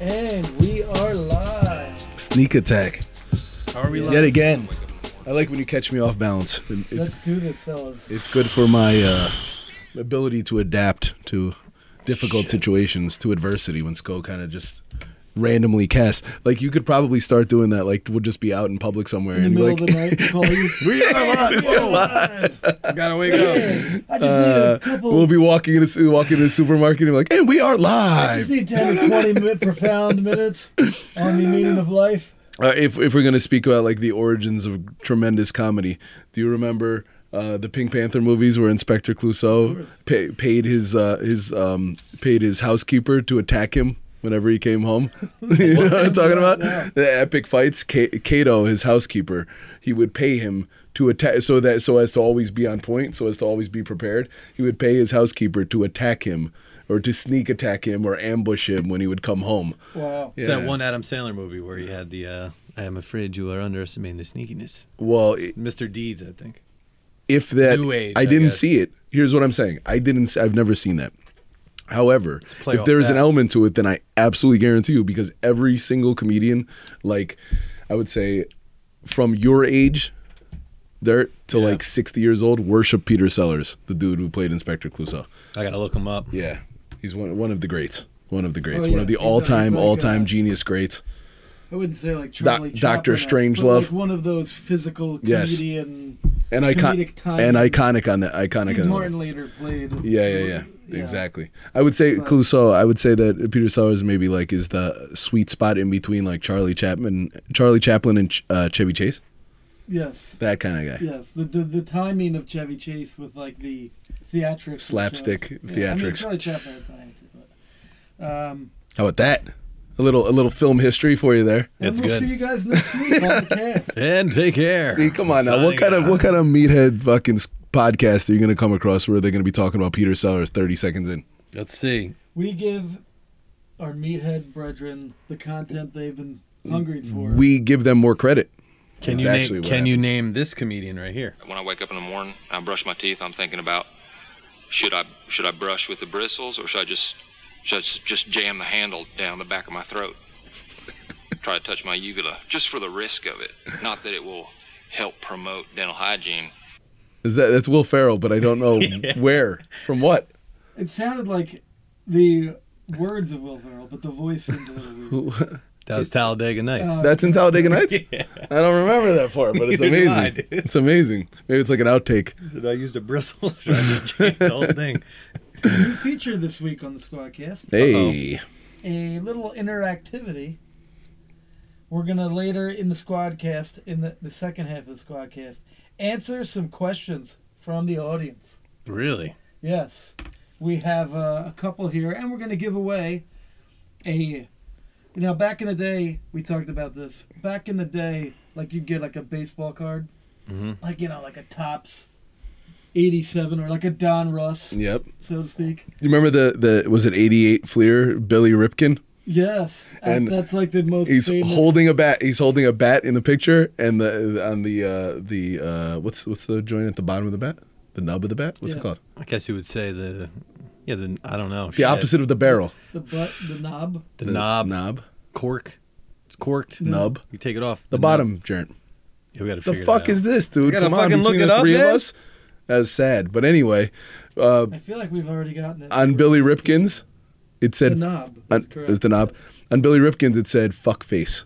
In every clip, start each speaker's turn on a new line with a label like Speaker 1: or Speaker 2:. Speaker 1: And we are live.
Speaker 2: Sneak attack.
Speaker 3: Are we
Speaker 2: Yet again. I like when you catch me off balance. It- It's,
Speaker 1: Let's do this, fellas.
Speaker 2: it's good for my uh, ability to adapt to difficult situations, to adversity when Sko kind of just randomly casts. Like, you could probably start doing that. Like, we'll just be out in public somewhere
Speaker 1: In the
Speaker 2: and be
Speaker 1: middle
Speaker 2: like,
Speaker 1: of the night, call you.
Speaker 2: we are live. Uh,
Speaker 1: We're live.
Speaker 3: Gotta wake up.
Speaker 1: I just need a couple.
Speaker 2: We'll be walking in a, walking in a supermarket and be like, and we are
Speaker 1: I just
Speaker 2: live.
Speaker 1: need 10 or 20 minute profound minutes on the meaning of life.
Speaker 2: Uh, if, if we're going to speak about like the origins of tremendous comedy, do you remember uh, the Pink Panther movies where Inspector Clouseau pay, paid his uh, his um, paid his housekeeper to attack him whenever he came home? you know what I'm talking about?
Speaker 1: Yeah.
Speaker 2: The epic fights. Ka- Kato, his housekeeper, he would pay him to attack so that so as to always be on point, so as to always be prepared. He would pay his housekeeper to attack him or to sneak attack him or ambush him when he would come home.
Speaker 1: Wow.
Speaker 3: It's
Speaker 2: Yeah.
Speaker 3: that one Adam Sandler movie where he had the uh, I am afraid you are underestimating the sneakiness.
Speaker 2: Well, i-
Speaker 3: Mr. Deeds, I think.
Speaker 2: if that
Speaker 3: New age,
Speaker 2: I
Speaker 3: I
Speaker 2: didn't
Speaker 3: guess.
Speaker 2: see it. Here's what I'm saying. I didn't s- I've never seen that. However,
Speaker 3: play
Speaker 2: if
Speaker 3: off
Speaker 2: there is an
Speaker 3: that.
Speaker 2: element to it, then I absolutely guarantee you because every single comedian, like I would say from your age there to
Speaker 3: Yeah.
Speaker 2: like 60 years old, worship Peter Sellers, the dude who played Inspector Clouseau.
Speaker 3: I gotta look him up.
Speaker 2: Yeah. He's one one of the greats. One of the greats.
Speaker 1: Oh,
Speaker 2: One
Speaker 1: yeah.
Speaker 2: of the
Speaker 1: He's like-
Speaker 2: all-time
Speaker 1: he's like,
Speaker 2: all-time
Speaker 1: uh,
Speaker 2: genius greats.
Speaker 1: I wouldn't say like Charlie
Speaker 2: Dr.
Speaker 1: Chaplin-esque, but
Speaker 2: Strangelove.
Speaker 1: Like one of those physical
Speaker 2: Yes.
Speaker 1: comedian.
Speaker 2: And icon
Speaker 1: comedic timing.
Speaker 2: and iconic on that iconic
Speaker 1: Steve
Speaker 2: on that.
Speaker 1: Martin later played.
Speaker 2: Yeah, yeah, yeah, Exactly. I would say Clouseau. I would say that Peter Sellers maybe like is the sweet spot in between like Charlie Chaplin, Charlie Chaplin and Ch- uh, Chevy Chase.
Speaker 1: Yes.
Speaker 2: That kind of guy.
Speaker 1: Yes, the, the the timing of Chevy Chase with like the theatrics, and
Speaker 2: Slapstick
Speaker 1: shows. I mean,
Speaker 2: theatrics.
Speaker 1: it's really Chaplin at the time too, but, um,
Speaker 2: How about that? A little, a little film history for you there.
Speaker 1: and
Speaker 3: It's
Speaker 1: we'll
Speaker 3: good.
Speaker 1: see you guys next week on the cast.
Speaker 3: And take care.
Speaker 2: See, come on now. What
Speaker 3: Signing
Speaker 2: kind of,
Speaker 3: off.
Speaker 2: what kind of meathead fucking s- podcast are you going to come across where they're going to be talking about Peter Sellers thirty seconds in?
Speaker 3: Let's see.
Speaker 1: We give our meathead brethren the content they've been hungry for.
Speaker 2: We give them more credit.
Speaker 3: Can
Speaker 2: That's
Speaker 3: you name,
Speaker 2: actually
Speaker 3: can
Speaker 2: what
Speaker 3: you
Speaker 2: happens.
Speaker 3: name this comedian right here?
Speaker 4: When I wake up in the morning, I brush my teeth. I'm thinking about should I should I brush with the bristles or should I just should I just, just jam the handle down the back of my throat? Try to touch my uvula just for the risk of it. Not that it will help promote dental hygiene.
Speaker 2: Is that that's Will Ferrell? But I don't know where from what.
Speaker 1: It sounded like the words of Will Ferrell, but the voice seemed a little weird.
Speaker 3: That was Talladega Nights.
Speaker 1: Uh,
Speaker 2: That's in Talladega Nights. I don't remember that part, but it's
Speaker 3: Neither do
Speaker 2: amazing.
Speaker 3: I, dude.
Speaker 2: it's amazing. Maybe it's like an outtake.
Speaker 3: Did I use the
Speaker 2: Oh.
Speaker 3: bristles? Should I just change the whole thing?
Speaker 1: New feature this week on the Squadcast:
Speaker 2: Hey,
Speaker 1: a little interactivity. We're gonna later in the Squadcast, in the, the second half of the Squadcast, answer some questions from the audience.
Speaker 3: Really?
Speaker 1: Yes, we have uh, a couple here, and we're going to give away a. You know, back in the day, we talked about this. Back in the day, like you'd get like a baseball card,
Speaker 2: Mm-hmm.
Speaker 3: Mhm.
Speaker 1: like you know, like a tops '87 or like a Don Russ,
Speaker 2: Yep.
Speaker 1: so to speak.
Speaker 2: You remember the the was it eighty eight Fleer Billy Ripkin?
Speaker 1: Yes, and
Speaker 2: And
Speaker 1: that's like the most.
Speaker 2: He's
Speaker 1: famous-
Speaker 2: holding a bat. He's holding a bat in the picture, and the on the uh, the uh, what's what's the joint at the bottom of the bat? The nub of the bat? What's
Speaker 1: Yeah.
Speaker 2: it called?
Speaker 3: I guess you would say the yeah the I don't know
Speaker 2: The opposite of the barrel.
Speaker 1: the butt, the knob.
Speaker 3: the, knob
Speaker 2: Knob.
Speaker 3: cork. It's corked.
Speaker 2: Nub.
Speaker 3: You take it off
Speaker 2: The bottom joint.
Speaker 3: Yeah, we gotta
Speaker 2: The
Speaker 3: figure that
Speaker 2: fuck
Speaker 3: out.
Speaker 2: is this, dude?
Speaker 3: gotta
Speaker 2: Come on,
Speaker 3: fucking
Speaker 2: between
Speaker 3: look it
Speaker 2: the
Speaker 3: up,
Speaker 2: three
Speaker 3: man.
Speaker 2: of us. That was sad, but anyway, uh,
Speaker 1: I feel like we've already gotten it.
Speaker 2: on Billy Ripkins, it said
Speaker 1: the knob.
Speaker 2: on,
Speaker 1: That's correct.
Speaker 2: is the knob. On Billy Ripkins, it said "fuck face,"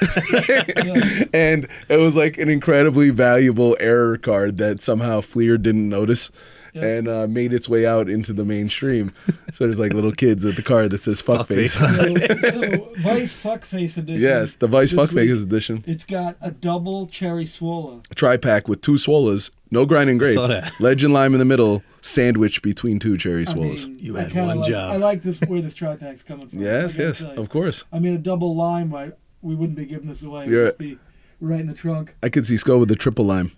Speaker 1: Yeah.
Speaker 2: and it was like an incredibly valuable error card that somehow Fleer didn't notice,
Speaker 1: Yeah.
Speaker 2: and uh, made its way out into the mainstream. so there's like little kids with the card that says "fuck face."
Speaker 3: Fuckface.
Speaker 1: So, Vice fuckface edition.
Speaker 2: yes, the Vice
Speaker 1: This
Speaker 2: fuck
Speaker 1: week.
Speaker 2: face edition
Speaker 1: It's got a double cherry swallow.
Speaker 2: tri pack with two swallows, no grinding grape,
Speaker 3: saw that.
Speaker 2: legend lime in the middle, sandwiched between two cherry
Speaker 1: I
Speaker 2: swallows.
Speaker 1: mean,
Speaker 3: You
Speaker 1: I
Speaker 3: had
Speaker 1: kinda
Speaker 3: one
Speaker 1: like,
Speaker 3: job.
Speaker 1: I like this where this tri pack's coming from.
Speaker 2: yes,
Speaker 1: I gotta
Speaker 2: yes,
Speaker 1: tell you.
Speaker 2: of course.
Speaker 1: I mean, a double lime. I, we wouldn't be giving this away.
Speaker 2: You're-
Speaker 1: We'd just be right in the trunk.
Speaker 2: I could see Sko with the triple lime.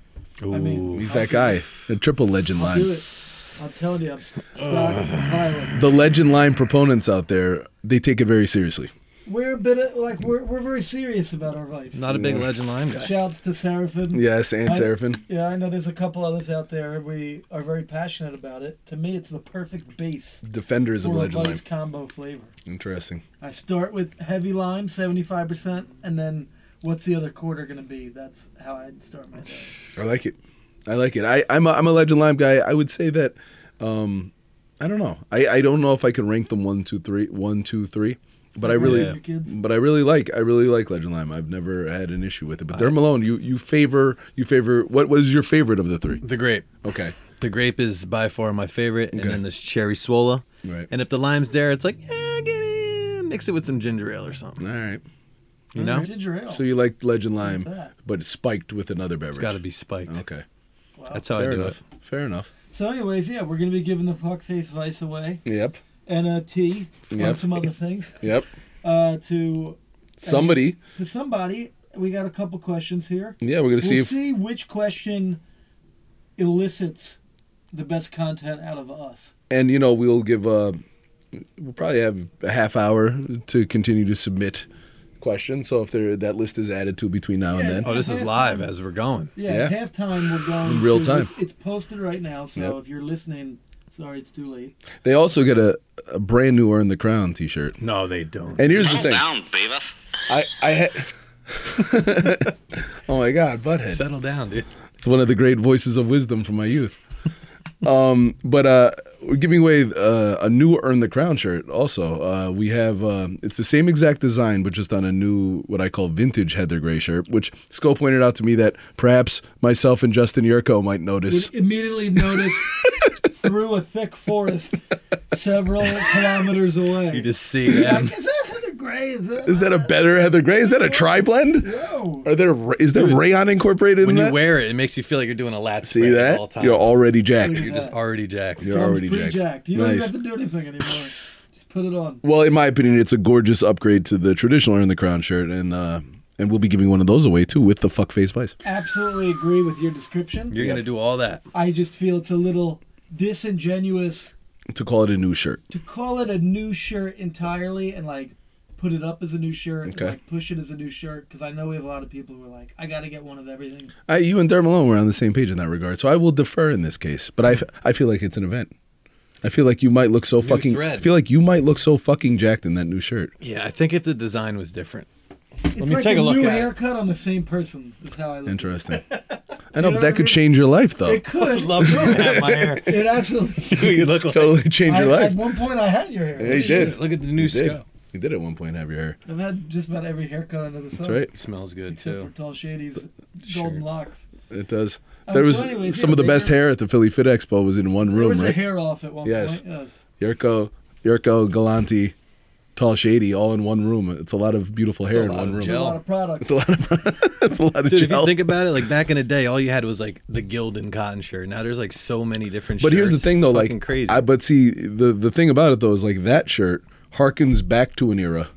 Speaker 3: Ooh.
Speaker 1: I mean,
Speaker 2: He's that guy, the triple legend
Speaker 1: I'll
Speaker 2: lime.
Speaker 1: do it. I'm telling you, I'm s- stock as a pilot.
Speaker 2: the legend line proponents out there they take it very seriously
Speaker 1: We're a bit of, like we're we're very serious about our life.
Speaker 3: Not a big
Speaker 2: Yeah.
Speaker 3: legend line guy.
Speaker 1: Shouts to Seraphin.
Speaker 2: Yes, and
Speaker 1: I-
Speaker 2: Seraphin.
Speaker 1: Yeah, I know there's a couple others out there. We are very passionate about it. To me, it's the perfect base
Speaker 2: Defenders of
Speaker 1: for a
Speaker 2: Legend Line.
Speaker 1: vice combo flavor.
Speaker 2: Interesting.
Speaker 1: I start with heavy lime, 75%, and then what's the other quarter going to be? That's how I'd start my day.
Speaker 2: I like it. I like it. I, I'm a, I'm a Legend Lime guy. I would say that. Um, I don't know. I, I don't know if I could rank them one, two, three, one, two, three. But I really,
Speaker 1: Yeah. Your kids?
Speaker 2: but I really like, I really like Legend Lime. I've never had an issue with it. But Derm Malone, you you favor, you favor. What was your favorite of the three?
Speaker 3: The grape.
Speaker 2: Okay,
Speaker 3: The grape is by far my favorite,
Speaker 2: Okay.
Speaker 3: and then this cherry swola.
Speaker 2: Right.
Speaker 3: And if the lime's there, it's like, yeah, get in. Mix it with some ginger ale or something.
Speaker 2: all right.
Speaker 3: You know?
Speaker 1: Ginger ale.
Speaker 2: So you like Legend Lime,
Speaker 1: What's that?
Speaker 2: but spiked with another beverage.
Speaker 3: It's got to be spiked.
Speaker 2: Okay,
Speaker 1: Wow.
Speaker 3: That's how
Speaker 2: fair
Speaker 3: I do
Speaker 2: enough. Fair enough.
Speaker 1: So, anyways, yeah, we're going to be giving the Puckface Vice away
Speaker 2: Yep.
Speaker 1: and a tea
Speaker 2: Yep.
Speaker 1: and some other things
Speaker 2: Yep.
Speaker 1: uh, to
Speaker 2: Somebody.
Speaker 1: to somebody. We got a couple questions here.
Speaker 2: Yeah, we're gonna
Speaker 1: We'll
Speaker 2: see if
Speaker 1: see which question elicits the best content out of us.
Speaker 2: and you know we'll give uh we'll probably have a half hour to continue to submit questions so if there that list is added to between now
Speaker 1: Yeah.
Speaker 2: and
Speaker 3: it. Oh,
Speaker 2: then
Speaker 3: this is live as we're going.
Speaker 1: Yeah,
Speaker 2: Yeah.
Speaker 1: halftime we're going
Speaker 2: In real
Speaker 1: to-
Speaker 2: time.
Speaker 1: It's, it's posted right now, so
Speaker 2: Yep.
Speaker 1: if you're listening, sorry it's too late.
Speaker 2: they also get a, a brand new earn the crown t-shirt
Speaker 3: No, they don't.
Speaker 2: and here's the thing
Speaker 4: down, baby.
Speaker 2: i i had oh my god butthead
Speaker 3: Settle down, dude.
Speaker 2: It's one of the great voices of wisdom from my youth. um, but uh, we're giving away uh, a new Earn the Crown shirt. Also, uh, we have um it's the same exact design, but just on a new what I call vintage Heather Gray shirt. Which Sco pointed out to me that perhaps myself and Justin Yurko might notice.
Speaker 1: would immediately notice through a thick forest several kilometers away.
Speaker 3: You just see
Speaker 1: like,
Speaker 3: them.
Speaker 1: is that Heather Gray? Is that,
Speaker 2: Is that a better Heather Gray? Is that a tri blend?
Speaker 1: no?
Speaker 2: Are there is there rayon incorporated
Speaker 3: When
Speaker 2: in
Speaker 3: you
Speaker 2: that?
Speaker 3: wear it, it makes you feel like you're doing a lat
Speaker 2: See
Speaker 3: spread at
Speaker 2: that?
Speaker 3: all times.
Speaker 2: You're already jacked.
Speaker 1: Look
Speaker 3: You're
Speaker 1: at
Speaker 3: just
Speaker 1: that.
Speaker 3: already jacked.
Speaker 2: You're already jacked.
Speaker 1: jacked. You don't
Speaker 2: nice.
Speaker 1: even have to do anything anymore. Just put it on.
Speaker 2: Well, in my opinion, it's a gorgeous upgrade to the traditional Earn the Crown shirt, and uh, and we'll be giving one of those away too with the fuckface vice.
Speaker 1: Absolutely agree with your description.
Speaker 3: You're gonna do all that.
Speaker 1: I just feel it's a little disingenuous
Speaker 2: To call it a new shirt,
Speaker 1: to call it a new shirt entirely and like put it up as a new shirt and
Speaker 2: Okay.
Speaker 1: like push it as a new shirt because I know we have a lot of people who are like, I got to get one of everything.
Speaker 2: I, you and Derm Malone were on the same page in that regard, so I will defer in this case. But I, f- I feel like it's an event. I feel like you might look so fucking.
Speaker 3: thread.
Speaker 2: I feel like you might look so fucking jacked in that new shirt.
Speaker 3: Yeah, I think if the design was different,
Speaker 1: It's
Speaker 3: me
Speaker 1: like
Speaker 3: take
Speaker 1: a,
Speaker 3: a look
Speaker 1: new
Speaker 3: at it.
Speaker 1: haircut on the same person. Is how I look. at it.
Speaker 2: Interesting. I know,
Speaker 1: know
Speaker 2: but
Speaker 1: what I
Speaker 2: that could
Speaker 1: mean?
Speaker 2: change your life though.
Speaker 1: It could.
Speaker 3: love you to have my hair.
Speaker 1: It absolutely.
Speaker 3: See what you look like.
Speaker 2: totally change
Speaker 1: I,
Speaker 2: your
Speaker 1: at
Speaker 2: life.
Speaker 1: one point, I had your hair.
Speaker 2: Yeah, you did.
Speaker 3: Look at the new
Speaker 2: You did.
Speaker 3: scope.
Speaker 2: You did at one point have your hair.
Speaker 1: I've had just about every haircut under the sun.
Speaker 2: That's right.
Speaker 3: It smells good
Speaker 1: Except
Speaker 3: too.
Speaker 1: for Tall Shady's golden locks.
Speaker 2: It does.
Speaker 1: Um,
Speaker 2: There
Speaker 1: so
Speaker 2: was
Speaker 1: anyways,
Speaker 2: some
Speaker 1: yeah,
Speaker 2: of the
Speaker 1: they
Speaker 2: best
Speaker 1: were-
Speaker 2: hair at the Philly Fit Expo was in one
Speaker 1: There
Speaker 2: room,
Speaker 1: was a
Speaker 2: right?
Speaker 1: hair off at one
Speaker 2: Yes.
Speaker 1: point. Yes.
Speaker 2: Yurko, Yurko, Galanti, Tall Shady, all in one room. It's a lot of beautiful
Speaker 3: It's
Speaker 2: hair
Speaker 3: a
Speaker 2: in
Speaker 3: lot
Speaker 2: one
Speaker 3: of
Speaker 2: room.
Speaker 1: A
Speaker 3: gel.
Speaker 1: lot of product.
Speaker 2: It's a lot of it's a lot of
Speaker 3: Dude, if
Speaker 2: gel.
Speaker 3: you think about it, like back in the day, all you had was like the Guild and Cotton shirt. Now there's like so many different.
Speaker 2: but here's the
Speaker 3: shirts.
Speaker 2: thing, though,
Speaker 3: It's
Speaker 2: like
Speaker 3: fucking crazy.
Speaker 2: I, but see, the the thing about it though is like that shirt harkens back to an era.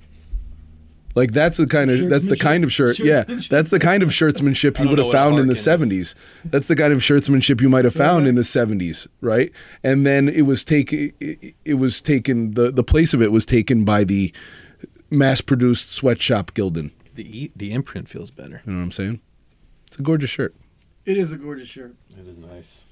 Speaker 2: Like that's the kind of that's the
Speaker 1: Shirtsmanship?
Speaker 2: kind of shirt, yeah.
Speaker 1: Shirtsmanship?
Speaker 2: That's the kind of shirtsmanship
Speaker 3: I
Speaker 2: you
Speaker 3: don't
Speaker 2: would
Speaker 3: know
Speaker 2: have
Speaker 3: what a
Speaker 2: found in
Speaker 3: harkin
Speaker 2: the
Speaker 3: is.
Speaker 2: '70s. That's the kind of shirtsmanship you might have found in the '70s, right? And then it was taken, it, it was taken. the The place of it was taken by the mass-produced sweatshop Gildan.
Speaker 3: the e- the imprint feels better.
Speaker 2: You know what I'm saying? It's a gorgeous shirt.
Speaker 1: It is a gorgeous shirt.
Speaker 3: It is nice.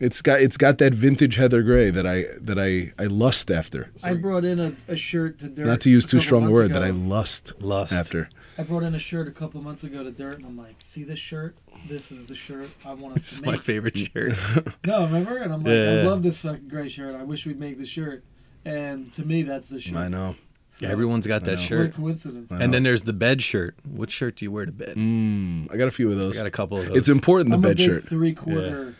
Speaker 2: It's got it's got that vintage Heather Gray that I that I I lust after.
Speaker 1: I brought in a, a shirt to Dirt.
Speaker 2: Not to use
Speaker 1: a
Speaker 2: too
Speaker 1: couple
Speaker 2: strong a
Speaker 1: months
Speaker 2: word
Speaker 1: ago.
Speaker 2: that I lust
Speaker 3: Lust.
Speaker 2: after.
Speaker 1: I brought in a shirt a couple months ago to Dirt, and I'm like, see this shirt? This is the shirt I want us
Speaker 3: It's
Speaker 1: to
Speaker 3: my
Speaker 1: make.
Speaker 3: favorite shirt.
Speaker 1: No, remember? And I'm like,
Speaker 3: Yeah,
Speaker 1: I
Speaker 3: yeah.
Speaker 1: love this fucking gray shirt. I wish we'd make the shirt. And to me, that's the shirt.
Speaker 2: I know.
Speaker 1: So,
Speaker 3: Yeah, everyone's got that
Speaker 2: know.
Speaker 1: What a
Speaker 3: shirt.
Speaker 1: coincidence.
Speaker 2: I
Speaker 3: And
Speaker 2: know.
Speaker 3: then there's the bed shirt. What shirt do you wear to bed?
Speaker 2: Mm, I got a few of
Speaker 3: I
Speaker 2: those.
Speaker 3: got a couple of those.
Speaker 2: It's important the
Speaker 1: I'm a
Speaker 2: bed
Speaker 1: big
Speaker 2: shirt.
Speaker 1: three quarter.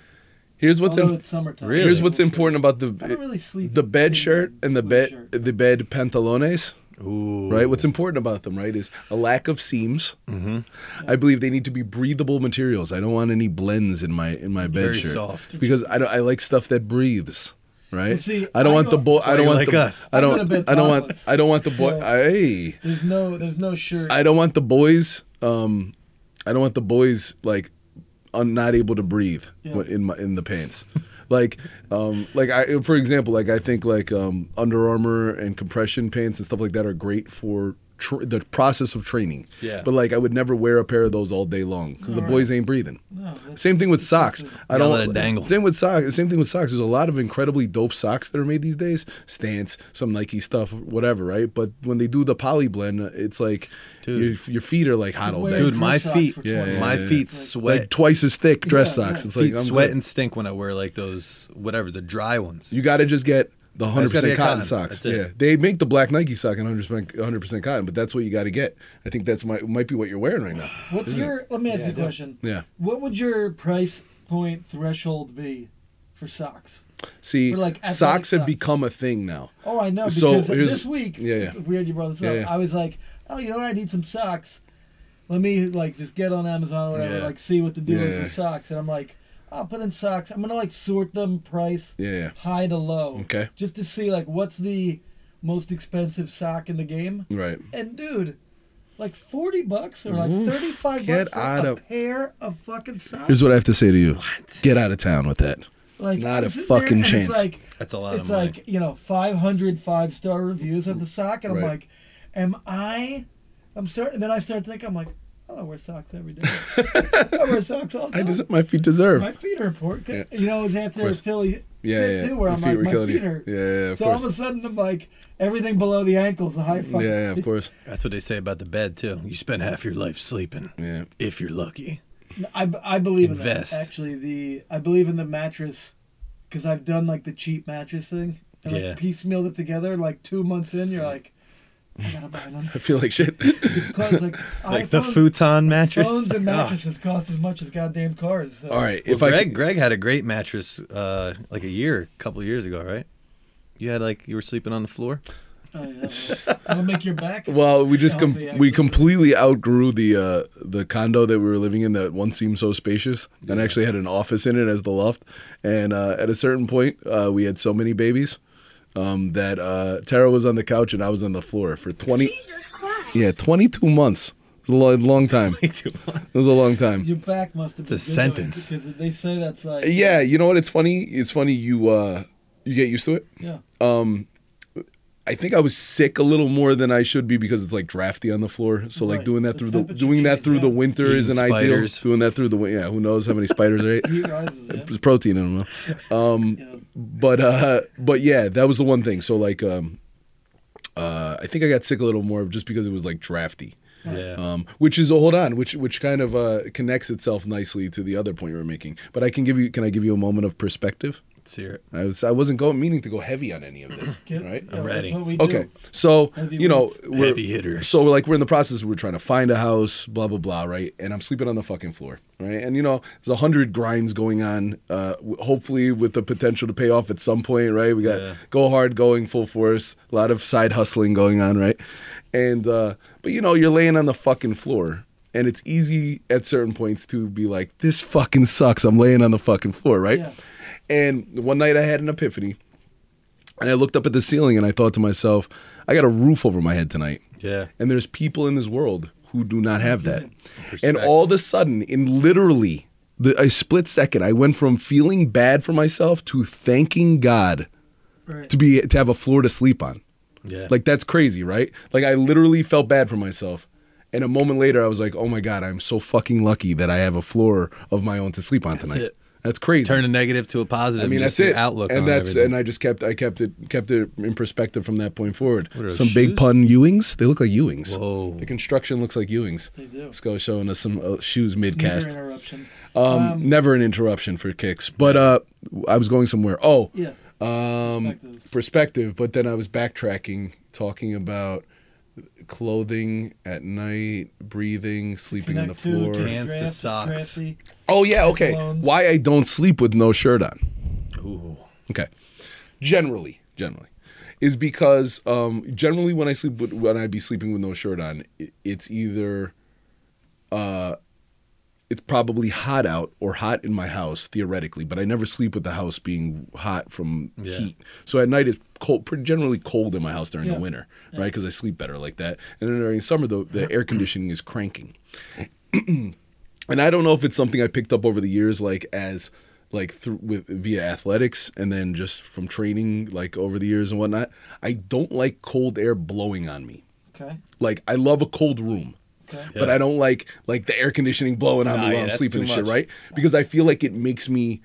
Speaker 2: Here's what's
Speaker 1: although
Speaker 2: im-
Speaker 1: it's summertime.
Speaker 3: Really?
Speaker 2: here's what's
Speaker 1: I don't
Speaker 2: important about
Speaker 1: sleep- I don't
Speaker 2: the
Speaker 1: really sleep.
Speaker 2: the
Speaker 1: in
Speaker 2: bed shirt and the
Speaker 1: with
Speaker 2: bed
Speaker 1: shirt.
Speaker 2: the bed pantalones.
Speaker 3: Ooh.
Speaker 2: Right. What's important about them, right, is a lack of seams.
Speaker 3: Mm-hmm.
Speaker 2: I believe they need to be breathable materials. I don't want any blends in my in my bed
Speaker 3: Very
Speaker 2: shirt.
Speaker 3: soft.
Speaker 2: because I don't. I like stuff that breathes. Right.
Speaker 1: Well, see,
Speaker 2: I don't
Speaker 1: I
Speaker 2: want the
Speaker 1: go-
Speaker 2: boy. I don't
Speaker 3: you
Speaker 2: want
Speaker 3: like
Speaker 2: the.
Speaker 3: us.
Speaker 2: I
Speaker 1: I go to bed
Speaker 2: don't. I don't want.
Speaker 1: topless.
Speaker 2: I don't want the boy.
Speaker 1: So-
Speaker 2: I.
Speaker 1: There's no, there's no shirt.
Speaker 2: I don't want the boys. Um, I don't want the boys like, un, not able to breathe
Speaker 1: Yeah.
Speaker 2: when- in my in the pants. like, um, like I for example, like I think like um, Under Armour and compression pants and stuff like that are great for tr- the process of training.
Speaker 3: Yeah.
Speaker 2: But like I would never wear a pair of those all day long because the boys ain't breathing.
Speaker 1: No, that's-
Speaker 2: Same thing with socks. I
Speaker 3: Yeah,
Speaker 2: don't
Speaker 3: let it dangle.
Speaker 2: Same with socks. Same thing with socks. There's a lot of incredibly dope socks that are made these days. Stance, some Nike stuff, whatever, right? But when they do the poly blend, it's like your,
Speaker 3: Dude.
Speaker 2: your feet are like hot all
Speaker 1: Wear
Speaker 2: day.
Speaker 3: Dude,
Speaker 1: dress
Speaker 3: my
Speaker 1: socks
Speaker 3: feet-
Speaker 1: for
Speaker 2: Yeah,
Speaker 1: 20
Speaker 2: yeah,
Speaker 3: My
Speaker 2: yeah.
Speaker 3: feet
Speaker 2: like
Speaker 3: sweat.
Speaker 2: twice as thick dress
Speaker 1: Yeah,
Speaker 2: socks.
Speaker 1: yeah.
Speaker 2: It's
Speaker 3: feet
Speaker 2: like I'm
Speaker 3: sweat
Speaker 2: good.
Speaker 3: and stink when I wear like those whatever the dry ones.
Speaker 2: You got to just get the hundred
Speaker 3: gotta
Speaker 2: percent
Speaker 3: get
Speaker 2: cotton
Speaker 3: cottons.
Speaker 2: socks.
Speaker 3: That's it.
Speaker 2: Yeah, they make the black Nike sock in hundred percent hundred percent cotton, but that's what you got to get. I think that's my might be what you're wearing right now.
Speaker 1: What's
Speaker 2: isn't it?
Speaker 1: your? Let me ask
Speaker 3: Yeah,
Speaker 1: you a
Speaker 3: I do.
Speaker 1: question.
Speaker 2: Yeah.
Speaker 1: What would your price point threshold be for socks?
Speaker 2: See,
Speaker 1: We're like athletic
Speaker 2: socks have
Speaker 1: socks.
Speaker 2: become a thing now.
Speaker 1: Oh, I know because
Speaker 2: So, here's-
Speaker 1: this week,
Speaker 2: yeah, yeah.
Speaker 1: it's weird you brought this
Speaker 2: Yeah,
Speaker 1: up.
Speaker 2: yeah.
Speaker 1: I was like, oh, you know what? I need some socks. Let me like just get on Amazon or whatever,
Speaker 3: Yeah.
Speaker 1: like see what the deal is
Speaker 2: Yeah.
Speaker 1: with socks, and I'm like, I'll put in socks. I'm gonna like sort them price
Speaker 2: Yeah, yeah.
Speaker 1: high to low,
Speaker 2: Okay.
Speaker 1: just to see like what's the most expensive sock in the game.
Speaker 2: Right.
Speaker 1: And dude, like forty bucks or like
Speaker 2: Oof,
Speaker 1: thirty-five
Speaker 2: get
Speaker 1: bucks for
Speaker 2: out
Speaker 1: a
Speaker 2: of-
Speaker 1: pair of fucking socks.
Speaker 2: Here's what I have to say to you. Get out of town with that.
Speaker 1: Like
Speaker 2: Not
Speaker 1: I'm
Speaker 2: a
Speaker 1: sitting there,
Speaker 2: fucking
Speaker 1: and
Speaker 2: chance.
Speaker 1: It's like
Speaker 3: That's a lot
Speaker 1: it's
Speaker 3: of money.
Speaker 1: like you know 500 five star reviews of the sock, and I'm
Speaker 2: Right.
Speaker 1: like, am I? I'm starting. And then I start thinking, I'm like, oh, I wear socks every day. I wear socks all the
Speaker 2: I
Speaker 1: time.
Speaker 2: des- my feet deserve.
Speaker 1: my feet are important. 'Cause,
Speaker 2: Yeah.
Speaker 1: You know, it was after
Speaker 2: course.
Speaker 1: Philly.
Speaker 2: yeah,
Speaker 1: fit
Speaker 2: yeah.
Speaker 1: Too, where
Speaker 2: Your
Speaker 1: I'm
Speaker 2: feet
Speaker 1: like,
Speaker 2: were
Speaker 1: my
Speaker 2: killing
Speaker 1: feet
Speaker 2: you.
Speaker 1: are.
Speaker 2: Yeah, yeah, of
Speaker 1: so all
Speaker 2: course.
Speaker 1: of a sudden, I'm like, everything below the ankle's a high
Speaker 2: yeah,
Speaker 1: five.
Speaker 2: yeah, of course.
Speaker 3: That's what they say about the bed too. You spend half your life sleeping.
Speaker 2: Yeah.
Speaker 3: If you're lucky.
Speaker 1: I, I believe
Speaker 3: Invest.
Speaker 1: in that. Actually, the I believe in the mattress because I've done like the cheap mattress thing. And,
Speaker 3: Yeah.
Speaker 1: Like, piecemeal it together. Like two months in, you're like, I gotta buy them.
Speaker 2: I feel like shit.
Speaker 1: It's close. Like,
Speaker 3: Like
Speaker 1: iPhones,
Speaker 3: the futon mattress.
Speaker 1: phones and
Speaker 3: Ah.
Speaker 1: mattresses cost as much as goddamn cars. So.
Speaker 2: All right.
Speaker 3: Well,
Speaker 2: if I
Speaker 3: Greg,
Speaker 2: could,
Speaker 3: Greg had a great mattress uh, like a year, a couple of years ago, right? You had like you were sleeping on the floor.
Speaker 1: Oh, yeah. That'll make your back.
Speaker 2: well, we just com-
Speaker 1: Healthy, actually.
Speaker 2: we completely outgrew the uh, the condo that we were living in that once seemed so spacious and actually had an office in it as the loft. And uh, at a certain point, uh, we had so many babies um, that uh, Tara was on the couch and I was on the floor for twenty
Speaker 5: Jesus Christ.
Speaker 2: yeah twenty two months. It was a lo- long time. It was a long time.
Speaker 1: your back must have.
Speaker 3: It's a
Speaker 1: been good though,
Speaker 3: sentence.
Speaker 1: because they say that's like
Speaker 2: Yeah, you know what? It's funny. It's funny you uh, you get used to it.
Speaker 1: yeah.
Speaker 2: I think I was sick a little more than I should be because it's like drafty on the floor. So like
Speaker 1: Right.
Speaker 2: doing that
Speaker 1: The
Speaker 2: through the
Speaker 1: temperature
Speaker 2: doing that
Speaker 1: change,
Speaker 2: through the
Speaker 1: yeah.
Speaker 2: winter is an
Speaker 3: Eating spiders.
Speaker 2: ideal. Doing that through the win- yeah, who knows how many spiders are? e-,
Speaker 1: Heat rises. Yeah.
Speaker 2: There's protein in them. though. Um,
Speaker 1: Yeah.
Speaker 2: but uh, but yeah, that was the one thing. So like um, uh, I think I got sick a little more just because it was like drafty.
Speaker 3: Yeah.
Speaker 2: Um, which is hold on, which which kind of uh, connects itself nicely to the other point you were making. But I can give you can I give you a moment of perspective?
Speaker 3: Let's hear it.
Speaker 2: I was I wasn't going meaning to go heavy on any of this,
Speaker 1: Get-
Speaker 2: right?
Speaker 1: yeah,
Speaker 3: ready.
Speaker 1: That's what we do.
Speaker 2: Okay, so
Speaker 1: Heavy
Speaker 2: you know
Speaker 1: weights.
Speaker 2: we're
Speaker 3: Heavy hitters.
Speaker 2: so we're like we're in the process. We're trying to find a house, blah blah blah, right? And I'm sleeping on the fucking floor, right? And you know there's a hundred grinds going on. Uh, w- hopefully with the potential to pay off at some point, right? We got
Speaker 3: Yeah.
Speaker 2: go hard, going full force. A lot of side hustling going on, right? And uh, but you know you're laying on the fucking floor. And it's easy at certain points to be like, this fucking sucks. I'm laying on the fucking floor, right?
Speaker 1: Yeah.
Speaker 2: And one night I had an epiphany. And I looked up at the ceiling and I thought to myself, I got a roof over my head tonight.
Speaker 3: Yeah.
Speaker 2: And there's people in this world who do not have that. And
Speaker 3: Respect.
Speaker 2: all of a sudden, in literally the, a split second, I went from feeling bad for myself to thanking God
Speaker 1: Right.
Speaker 2: to be to have a floor to sleep on.
Speaker 3: Yeah.
Speaker 2: Like that's crazy, right? Like I literally felt bad for myself. And a moment later I was like, "Oh my god, I'm so fucking lucky that I have a floor of my own to sleep on tonight."
Speaker 3: it.
Speaker 2: That's crazy.
Speaker 3: turn a negative to a positive.
Speaker 2: I mean,
Speaker 3: just
Speaker 2: that's it.
Speaker 3: the Outlook
Speaker 2: and
Speaker 3: on
Speaker 2: that's
Speaker 3: everything.
Speaker 2: and I just kept I kept it kept it in perspective from that point forward.
Speaker 3: What are those
Speaker 2: Some big
Speaker 3: shoes?
Speaker 2: pun Ewings. They look like Ewings.
Speaker 3: Whoa.
Speaker 2: The construction looks like Ewings.
Speaker 1: They do.
Speaker 2: Sco showing us some uh, shoes mid
Speaker 1: Sneaker
Speaker 2: cast.
Speaker 1: interruption.
Speaker 2: Um, never an interruption for kicks. But uh, I was going somewhere. Oh,
Speaker 1: Yeah.
Speaker 2: um,
Speaker 1: Perspective.
Speaker 2: perspective. But then I was backtracking, talking about clothing at night, breathing, sleeping on the
Speaker 1: Connect to,
Speaker 2: floor.
Speaker 1: get
Speaker 3: Pants to
Speaker 1: drafty,
Speaker 3: socks.
Speaker 1: drafty.
Speaker 2: Oh yeah, okay.
Speaker 1: Colognes.
Speaker 2: Why I don't sleep with no shirt on.
Speaker 3: Ooh.
Speaker 2: Okay. Generally, generally, is because um, generally when I sleep with, when I be sleeping with no shirt on, it, it's either uh, it's probably hot out or hot in my house theoretically, but I never sleep with the house being hot from
Speaker 3: Yeah.
Speaker 2: heat. So at night it's cold, pretty generally cold in my house during
Speaker 1: Yeah.
Speaker 2: the winter, right? Because I sleep better like that. And then during summer the, the air conditioning is cranking and I don't know if it's something I picked up over the years, like as like through with via athletics and then just from training, like over the years and whatnot. I don't like cold air blowing on me.
Speaker 1: Okay.
Speaker 2: Like I love a cold room.
Speaker 1: Okay.
Speaker 2: but I don't like like the air conditioning blowing on
Speaker 3: Nah,
Speaker 2: me
Speaker 3: yeah,
Speaker 2: while I'm
Speaker 3: that's
Speaker 2: sleeping and
Speaker 3: too
Speaker 2: shit,
Speaker 3: much.
Speaker 2: right? Because I feel like it makes me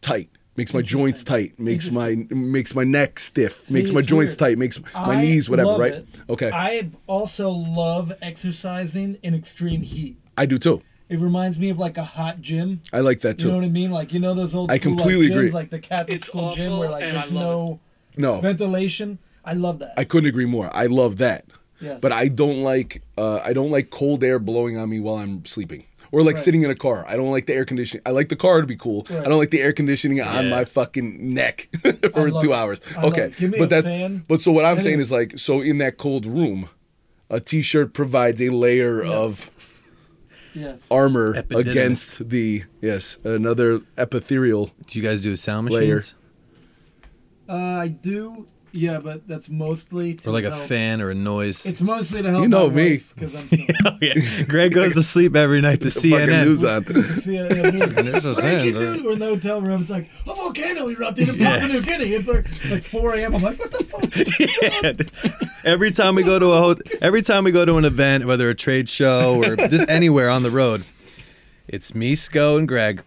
Speaker 2: tight, makes my joints tight, makes my makes my neck stiff, makes
Speaker 1: See,
Speaker 2: my
Speaker 1: it's
Speaker 2: joints
Speaker 1: weird.
Speaker 2: tight, makes my
Speaker 1: I
Speaker 2: knees whatever,
Speaker 1: love
Speaker 2: right?
Speaker 1: it.
Speaker 2: Okay, I,
Speaker 1: I also love exercising in extreme heat.
Speaker 2: do too.
Speaker 1: It reminds me of like a hot gym.
Speaker 2: I like that
Speaker 1: You know
Speaker 2: too.
Speaker 1: what I mean? Like you know those old
Speaker 2: I
Speaker 1: school,
Speaker 2: completely
Speaker 1: like, gyms,
Speaker 2: agree.
Speaker 1: like the Catholic
Speaker 6: It's
Speaker 1: school gym where
Speaker 6: awful,
Speaker 1: like
Speaker 6: and
Speaker 1: there's
Speaker 6: I love
Speaker 1: no
Speaker 2: No,
Speaker 1: ventilation. I love that.
Speaker 2: I couldn't agree more. I love that,
Speaker 1: Yes.
Speaker 2: but I don't like uh, I don't like cold air blowing on me while I'm sleeping. Or like
Speaker 1: Right.
Speaker 2: sitting in a car. I don't like the air conditioning. I like the car to be cool.
Speaker 1: Right.
Speaker 2: I don't like the air conditioning on
Speaker 3: Yeah.
Speaker 2: my fucking neck
Speaker 1: I
Speaker 2: for
Speaker 1: love
Speaker 2: two
Speaker 1: it.
Speaker 2: hours.
Speaker 1: I love
Speaker 2: okay,
Speaker 1: it. Give me a
Speaker 2: but that's
Speaker 1: fan.
Speaker 2: but so what I'm saying
Speaker 1: Anyway.
Speaker 2: is like so in that cold room, a t-shirt provides a layer of
Speaker 1: yes.
Speaker 2: armor
Speaker 3: Epididymis.
Speaker 2: against the yes another epithelial.
Speaker 3: Do you guys do sound
Speaker 2: Layer.
Speaker 3: machines
Speaker 1: Uh, I do. Yeah, but that's mostly to
Speaker 3: or like a
Speaker 1: help-
Speaker 3: fan or a noise?
Speaker 1: It's mostly to help.
Speaker 2: You know
Speaker 1: my
Speaker 2: me.
Speaker 1: because I'm. so-
Speaker 3: oh, yeah. Greg goes to sleep every night to
Speaker 2: Fucking
Speaker 3: CNN.
Speaker 2: news on.
Speaker 1: See, I- I mean,
Speaker 3: There's
Speaker 1: Breaking
Speaker 3: a sound, right?
Speaker 1: news. We're in the hotel room. It's like a volcano erupted in Papua New Guinea. It's like like 4 a.m. I'm like, what the fuck?
Speaker 3: every time we go to a ho- every time we go to an event, whether a trade show or just anywhere on the road, it's me, Sco, and Greg,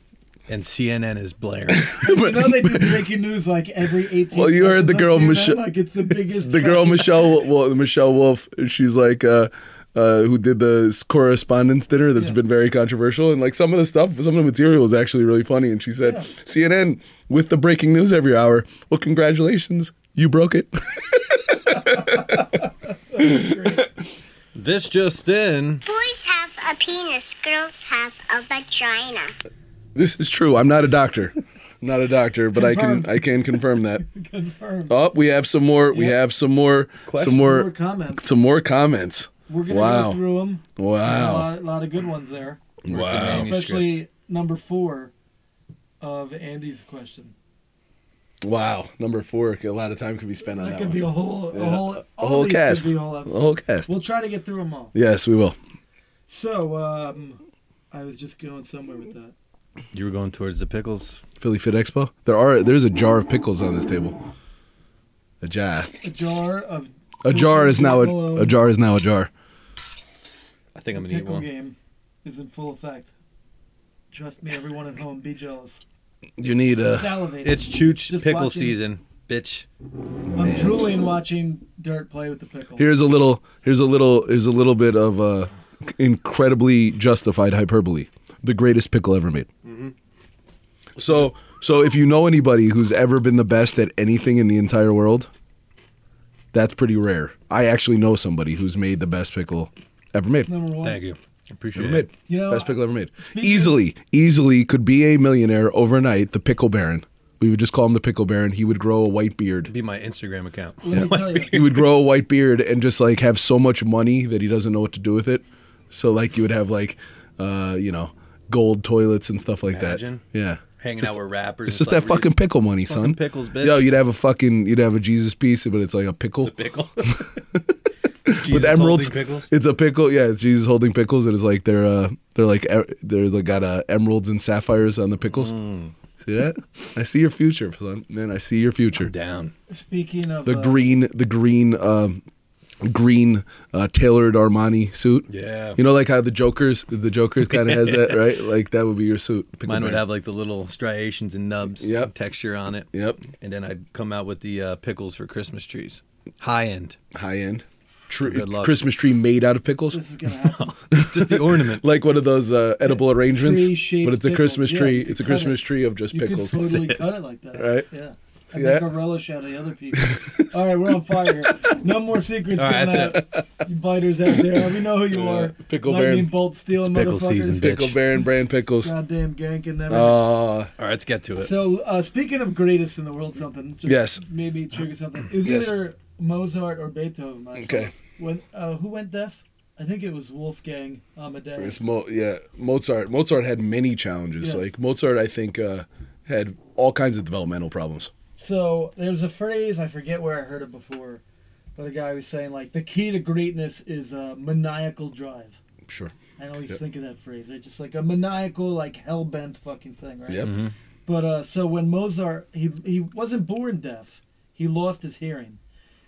Speaker 3: and CNN is blaring.
Speaker 1: you know they do breaking news like every 18.
Speaker 2: Well, you
Speaker 1: seconds
Speaker 2: heard the
Speaker 1: on
Speaker 2: girl
Speaker 1: CNN?
Speaker 2: Michelle-
Speaker 1: Like it's the biggest.
Speaker 2: the girl Michelle well, Michelle Wolf. She's like uh, uh, who did the correspondence dinner that's
Speaker 1: Yeah.
Speaker 2: been very controversial, and like some of the stuff, some of the material is actually really funny. And she said,
Speaker 1: Yeah.
Speaker 2: CNN with the breaking news every hour. Well, congratulations, you broke it.
Speaker 3: this just in.
Speaker 7: Boys have a penis, girls have a vagina.
Speaker 2: this is true. I'm not a doctor. I'm not a doctor, but I
Speaker 1: Confirmed.
Speaker 2: can I can confirm that.
Speaker 1: Confirmed.
Speaker 2: Oh, we have some more. We
Speaker 1: Yep.
Speaker 2: have some more.
Speaker 3: Questions
Speaker 2: Some
Speaker 1: More
Speaker 2: more.
Speaker 1: comments.
Speaker 2: Some more comments.
Speaker 1: We're gonna
Speaker 2: Wow.
Speaker 1: go through them. A
Speaker 2: Wow.
Speaker 1: lot, a lot of good ones there,
Speaker 2: Wow.
Speaker 3: manuscript?
Speaker 1: especially number four of Andy's question.
Speaker 2: Wow. Number four. A lot of time can be spent on that,
Speaker 1: That could
Speaker 2: one.
Speaker 1: be a whole, a whole, all
Speaker 2: a whole
Speaker 1: these could
Speaker 2: cast.
Speaker 1: be a whole episode.
Speaker 2: A whole cast.
Speaker 1: We'll try to get through them all.
Speaker 2: Yes, we will.
Speaker 1: So, um, I was just going somewhere with that.
Speaker 3: You were going towards the pickles.
Speaker 2: Philly Fit Expo. There are there's a jar of pickles on this table. A jar.
Speaker 1: A jar of.
Speaker 2: A jar is now a,
Speaker 1: Malone
Speaker 2: a jar is now a jar.
Speaker 3: I think I'm gonna eat
Speaker 1: Pickle
Speaker 3: one.
Speaker 1: game is in full effect. Trust me, everyone at home, be jealous.
Speaker 2: You need
Speaker 1: I'm
Speaker 2: a
Speaker 1: salivating.
Speaker 3: It's chooch
Speaker 1: Just
Speaker 3: pickle
Speaker 1: watching-
Speaker 3: season, bitch.
Speaker 1: I'm drooling watching Dirt play with the pickle.
Speaker 2: here's a little here's a little here's a little bit of uh incredibly justified hyperbole. The greatest pickle ever made.
Speaker 1: Mm-hmm.
Speaker 2: So so if you know anybody who's ever been the best at anything in the entire world, that's pretty rare. I actually know somebody who's made the best pickle ever made.
Speaker 1: Number one.
Speaker 3: Thank you. Appreciate
Speaker 2: ever
Speaker 3: it.
Speaker 2: made.
Speaker 1: You know,
Speaker 2: best pickle ever made.
Speaker 1: speaking-
Speaker 2: Easily, easily could be a millionaire overnight. The pickle baron. We would just call him the pickle baron. He would grow a white beard.
Speaker 3: Be my Instagram account.
Speaker 1: Let me tell you.
Speaker 2: He would grow a white beard and just like have so much money that he doesn't know what to do with it. So like you would have like, uh, you know, gold toilets and stuff like
Speaker 3: Imagine.
Speaker 2: that. Yeah.
Speaker 3: Hanging out with rappers.
Speaker 2: It's
Speaker 3: and
Speaker 2: just that fucking
Speaker 3: celebrities.
Speaker 2: pickle money,
Speaker 3: It's
Speaker 2: son.
Speaker 3: fucking pickles, bitch.
Speaker 2: Yo, you'd have a fucking, you'd have a Jesus piece, but it's like a pickle
Speaker 3: pickle.
Speaker 2: with emeralds. It's a pickle. Yeah, it's Jesus holding pickles, and it's like they're uh, they're like e- they're like got uh, emeralds and sapphires on the pickles.
Speaker 1: Mm.
Speaker 2: See that? I see your future, son. Man, I see your future.
Speaker 3: Down.
Speaker 1: Speaking of
Speaker 2: The
Speaker 1: uh,
Speaker 2: green, the green, um, green uh, tailored Armani suit.
Speaker 3: Yeah.
Speaker 2: You know, like how the Joker's the Joker's kind of has that, right? Like that would be your suit. Pickle
Speaker 3: Mine would
Speaker 2: man.
Speaker 3: have like the little striations and nubs
Speaker 2: Yep.
Speaker 3: and texture on it.
Speaker 2: Yep.
Speaker 3: And then I'd come out with the uh, pickles for Christmas trees. High end.
Speaker 2: high end. Tree,
Speaker 3: Good luck.
Speaker 2: Christmas tree made out of pickles.
Speaker 1: This is gonna happen.
Speaker 3: Just the ornament.
Speaker 2: like one of those uh, edible arrangements,
Speaker 1: Tree-shaped
Speaker 2: but it's a
Speaker 1: pickles.
Speaker 2: Christmas
Speaker 1: Yeah,
Speaker 2: tree.
Speaker 1: you could
Speaker 2: it's a
Speaker 1: cut it.
Speaker 2: Christmas tree of just
Speaker 1: You could
Speaker 2: pickles.
Speaker 1: totally cut it like that.
Speaker 2: Right?
Speaker 1: Yeah.
Speaker 2: See
Speaker 1: and make
Speaker 2: that?
Speaker 1: a relish out of the other people. All right, we're on fire. here. No more secrets
Speaker 3: All right,
Speaker 1: coming out. You biters out there, we know who you are.
Speaker 2: Pickle
Speaker 1: Lightning
Speaker 2: Baron.
Speaker 1: bolt stealing
Speaker 3: pickle
Speaker 1: motherfuckers.
Speaker 3: season, bitch.
Speaker 2: Pickle Baron brand pickles.
Speaker 1: Goddamn ganking them.
Speaker 2: Uh,
Speaker 3: All right, let's get to it.
Speaker 1: so uh, speaking of greatest in the world, something just
Speaker 2: Yes.
Speaker 1: made me trigger something. It was
Speaker 2: Yes.
Speaker 1: either Mozart or Beethoven. I
Speaker 2: Okay.
Speaker 1: saw. When uh, who went deaf? I think it was Wolfgang Amadeus.
Speaker 2: it's Mo- yeah, Mozart. Mozart had many challenges.
Speaker 1: Yes.
Speaker 2: Like Mozart, I think uh, had all kinds of developmental problems.
Speaker 1: So there's a phrase I forget where I heard it before, but a guy was saying like the key to greatness is a maniacal drive.
Speaker 2: Sure.
Speaker 1: I always
Speaker 2: Yep.
Speaker 1: think of that phrase. Right? Just like a maniacal, like hell bent fucking thing, right?
Speaker 2: Yep.
Speaker 3: Mm-hmm.
Speaker 1: But uh, so when Mozart, he he wasn't born deaf. He lost his hearing,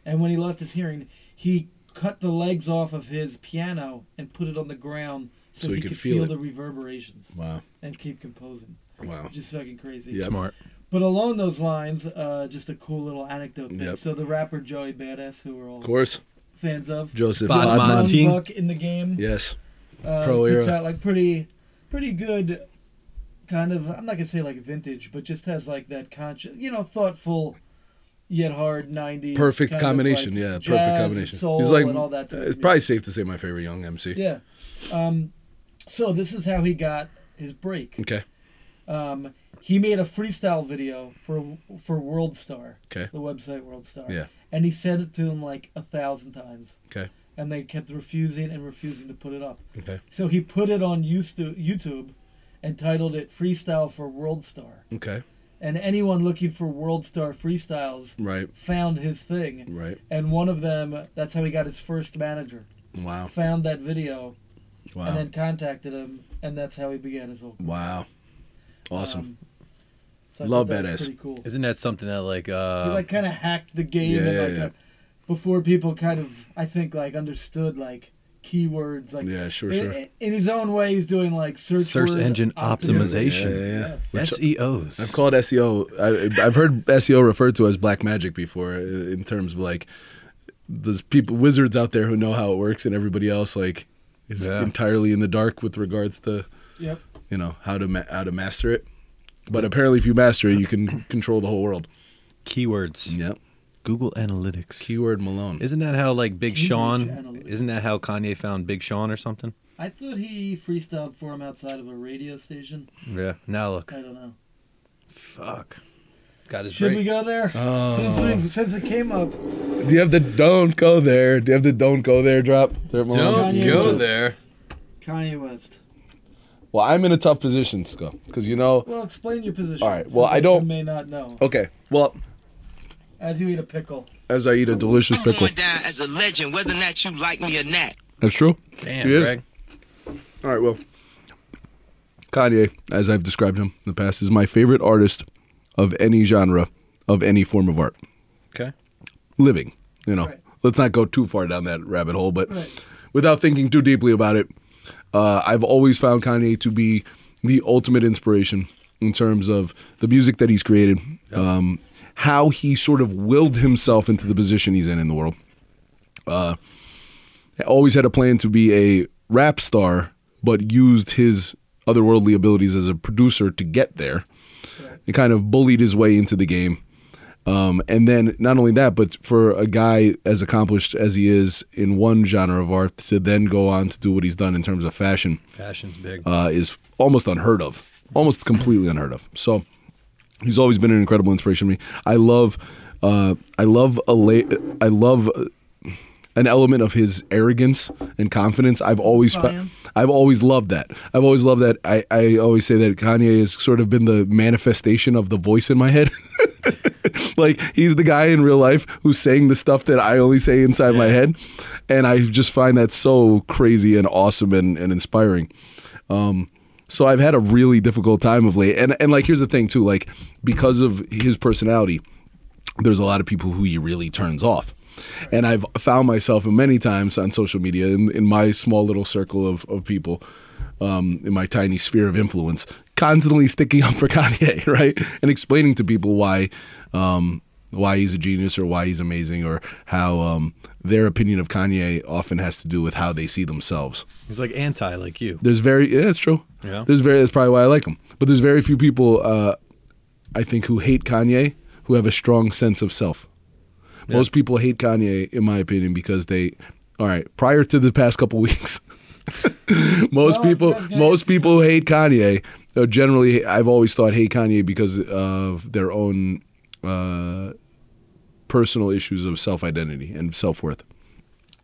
Speaker 1: and when he lost his hearing, he cut the legs off of his piano and put it on the ground so, he, could, feel,
Speaker 2: it.
Speaker 1: the reverberations
Speaker 2: Wow.
Speaker 1: and keep composing.
Speaker 2: Wow.
Speaker 1: Which is fucking crazy.
Speaker 2: Yep.
Speaker 3: Smart.
Speaker 1: But along those lines, uh, just a cool little anecdote thing.
Speaker 2: Yep.
Speaker 1: So the rapper Joey Badass, who we're all
Speaker 2: Of course.
Speaker 1: fans of,
Speaker 2: Joseph
Speaker 3: Bodman.
Speaker 2: Bodman.
Speaker 1: one
Speaker 3: Monty.
Speaker 1: buck in the game.
Speaker 2: Yes.
Speaker 1: uh,
Speaker 2: Pro
Speaker 1: puts
Speaker 2: era.
Speaker 1: out like pretty, pretty good, kind of. I'm not gonna say like vintage, but just has like that conscious, you know, thoughtful, yet hard '90s.
Speaker 2: Perfect
Speaker 1: kind of,
Speaker 2: combination.
Speaker 1: like, jazz
Speaker 2: yeah.
Speaker 1: and
Speaker 2: Perfect combination.
Speaker 1: soul
Speaker 2: He's like,
Speaker 1: and all that.
Speaker 2: uh,
Speaker 1: type of
Speaker 2: it's
Speaker 1: music.
Speaker 2: probably safe to say my favorite young MC.
Speaker 1: yeah. Um, so this is how he got his break.
Speaker 2: Okay.
Speaker 1: Um, he made a freestyle video for for World Star,
Speaker 2: Okay.
Speaker 1: the website World Star.
Speaker 2: Yeah.
Speaker 1: And he sent it to them like a thousand times.
Speaker 2: Okay.
Speaker 1: And they kept refusing and refusing to put it up.
Speaker 2: Okay.
Speaker 1: So he put it on Youstu- YouTube and titled it Freestyle for World Star.
Speaker 2: Okay.
Speaker 1: And anyone looking for World Star freestyles
Speaker 2: Right.
Speaker 1: found his thing.
Speaker 2: Right.
Speaker 1: And one of them, that's how he got his first manager,
Speaker 2: Wow.
Speaker 1: found that video
Speaker 2: Wow.
Speaker 1: and then contacted him. And that's how he began his whole
Speaker 2: wow. Awesome.
Speaker 1: um, so I
Speaker 2: Love
Speaker 1: thought that was
Speaker 2: Badass.
Speaker 1: Pretty cool.
Speaker 3: Isn't that something that like uh
Speaker 1: he like kind of hacked the game
Speaker 2: yeah,
Speaker 1: and
Speaker 2: yeah,
Speaker 1: like
Speaker 2: yeah.
Speaker 1: uh, before people kind of I think like understood like keywords like
Speaker 2: yeah. Sure.
Speaker 1: in,
Speaker 2: Sure.
Speaker 1: in- in his own way he's doing like search
Speaker 3: Search
Speaker 1: word
Speaker 3: engine optimization. E
Speaker 2: Yeah, yeah, yeah.
Speaker 1: Yes.
Speaker 2: Which-
Speaker 3: SEOs?
Speaker 2: I've called SEO. I, I've heard SEO referred to as black magic before, uh, in terms of like there's people wizards out there who know how it works, and everybody else like is
Speaker 3: Yeah.
Speaker 2: entirely in the dark with regards to
Speaker 1: Yep.
Speaker 2: you know how to ma- how to master it. But apparently, if you master it, you can control the whole world.
Speaker 3: Keywords.
Speaker 2: Yep.
Speaker 3: Google Analytics.
Speaker 2: Keyword Malone.
Speaker 3: Isn't that how like Big
Speaker 1: Cambridge
Speaker 3: Sean?
Speaker 1: Analytica.
Speaker 3: Isn't that how Kanye found Big Sean or something?
Speaker 1: I thought he freestyled for him outside of a radio station.
Speaker 3: Yeah. Now look.
Speaker 1: I don't know.
Speaker 3: Fuck. Got his
Speaker 1: Should
Speaker 3: break.
Speaker 1: we go there? Since,
Speaker 2: Oh.
Speaker 1: we, since it came up,
Speaker 2: Do you have the "Don't Go There"? Do you have the "Don't Go There" drop? There, Malone?
Speaker 1: Don't go
Speaker 2: Yeah.
Speaker 3: there.
Speaker 1: Kanye West.
Speaker 2: Well, I'm in a tough position, Sco, because you know.
Speaker 1: Well, explain your position.
Speaker 2: All right, well,
Speaker 1: for
Speaker 2: I
Speaker 1: those
Speaker 2: don't- Oh.
Speaker 1: who May not know.
Speaker 2: Okay. Well,
Speaker 1: As you eat a pickle.
Speaker 2: as I eat a delicious
Speaker 8: I'm
Speaker 2: pickle.
Speaker 8: going down as a legend, whether or not you like me or not.
Speaker 2: That's true.
Speaker 3: Damn,
Speaker 2: He is.
Speaker 3: Greg.
Speaker 2: All right, well, Kanye, as I've described him in the past, is my favorite artist of any genre, of any form of art.
Speaker 3: Okay.
Speaker 2: Living, you know.
Speaker 1: Right.
Speaker 2: Let's not go too far down that rabbit hole, but
Speaker 1: Right.
Speaker 2: without thinking too deeply about it, uh, I've always found Kanye to be the ultimate inspiration in terms of the music that he's created, um, how he sort of willed himself into the position he's in in the world. I always had a plan to be a rap star, but used his otherworldly abilities as a producer to get there. And kind of bullied his way into the game. Um, and then not only that, but for a guy as accomplished as he is in one genre of art to then go on to do what he's done in terms of fashion
Speaker 3: Fashion's big.
Speaker 2: uh, is almost unheard of, almost completely unheard of. So he's always been an incredible inspiration to me. I love, uh, I love a la- I love uh, an element of his arrogance and confidence. I've always, fa-
Speaker 1: Triumph.
Speaker 2: I've always loved that. I've always loved that. I, I always say that Kanye has sort of been the manifestation of the voice in my head. like he's the guy in real life who's saying the stuff that I only say inside my head, and I just find that so crazy and awesome and, and inspiring. Um, so I've had a really difficult time of late, and and like here's the thing too, like because of his personality, there's a lot of people who he really turns off. And I've found myself many times on social media in, in my small little circle of, of people, um, in my tiny sphere of influence, constantly sticking up for Kanye, right? And explaining to people why um, why he's a genius or why he's amazing or how um, their opinion of Kanye often has to do with how they see themselves.
Speaker 3: He's like anti, like you.
Speaker 2: There's very yeah, that's true.
Speaker 3: Yeah.
Speaker 2: There's very that's probably why I like him. But there's very few people uh, I think who hate Kanye who have a strong sense of self. Most people hate Kanye, in my opinion, because they all right, prior to the past couple weeks. most
Speaker 1: Well,
Speaker 2: people
Speaker 1: that's good.
Speaker 2: most people who hate Kanye uh, generally I've always thought hate Kanye because of their own uh, personal issues of self identity and self worth.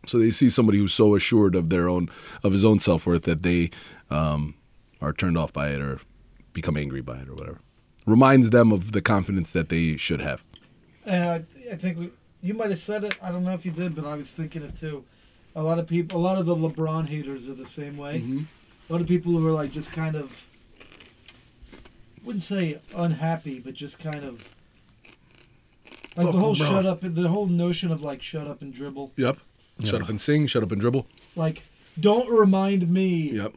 Speaker 2: So they see somebody who's so assured of their own of his own self worth that they um, are turned off by it or become angry by it or whatever. Reminds them of the confidence that they should have.
Speaker 1: Uh, I think we, you might have said it. I don't know if you did, but I was thinking it too. A lot of people, a lot of the LeBron haters are the same way. A lot of people who are like just kind of, wouldn't say unhappy, but just kind of like the whole shut up, the whole notion of like shut up and dribble.
Speaker 2: Yep. Shut up and sing. Shut up and dribble.
Speaker 1: Like, don't remind me
Speaker 2: Yep.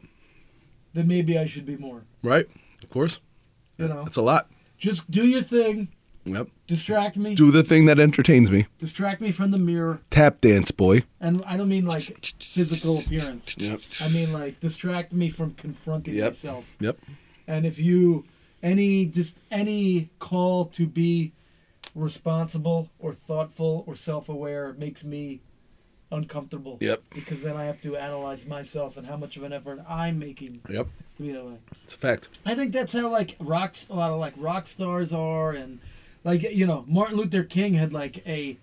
Speaker 1: that maybe I should be more.
Speaker 2: Right. Of course.
Speaker 1: You know,
Speaker 2: That's a lot.
Speaker 1: just do your thing.
Speaker 2: Yep.
Speaker 1: Distract me.
Speaker 2: Do the thing that entertains me.
Speaker 1: distract me from the mirror.
Speaker 2: Tap dance, boy.
Speaker 1: And I don't mean like physical appearance.
Speaker 2: Yep.
Speaker 1: I mean like distract me from confronting
Speaker 2: Yep.
Speaker 1: myself.
Speaker 2: Yep.
Speaker 1: And if you any just any call to be responsible or thoughtful or self-aware makes me uncomfortable.
Speaker 2: Yep.
Speaker 1: Because then I have to analyze myself and how much of an effort I'm making
Speaker 2: Yep.
Speaker 1: to be that way.
Speaker 2: It's a fact.
Speaker 1: I think that's how like rocks a lot of like rock stars are and like you know Martin Luther King had like a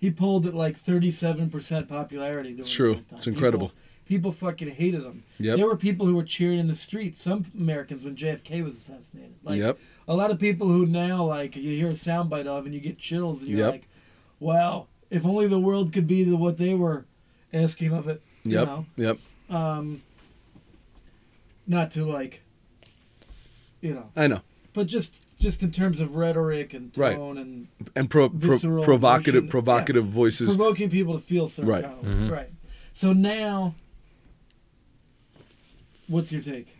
Speaker 1: he pulled at like 37% popularity during
Speaker 2: It's true.
Speaker 1: his lifetime.
Speaker 2: It's incredible.
Speaker 1: People, people fucking hated him.
Speaker 2: Yep.
Speaker 1: There were people who were cheering in the streets. Some Americans when JFK was assassinated. Like
Speaker 2: Yep.
Speaker 1: a lot of people who now like you hear a soundbite of and you get chills and you're
Speaker 2: Yep.
Speaker 1: like, wow, if only the world could be the what they were asking of it. You
Speaker 2: Yep.
Speaker 1: know?
Speaker 2: Yep.
Speaker 1: um, not to like, you know,
Speaker 2: I know.
Speaker 1: but just just in terms of rhetoric and
Speaker 2: Right.
Speaker 1: tone and
Speaker 2: And pro, pro,
Speaker 1: Visceral
Speaker 2: provocative
Speaker 1: emotion.
Speaker 2: provocative voices.
Speaker 1: provoking people to feel certain.
Speaker 2: Right.
Speaker 1: kind of- Right. So now, what's your take?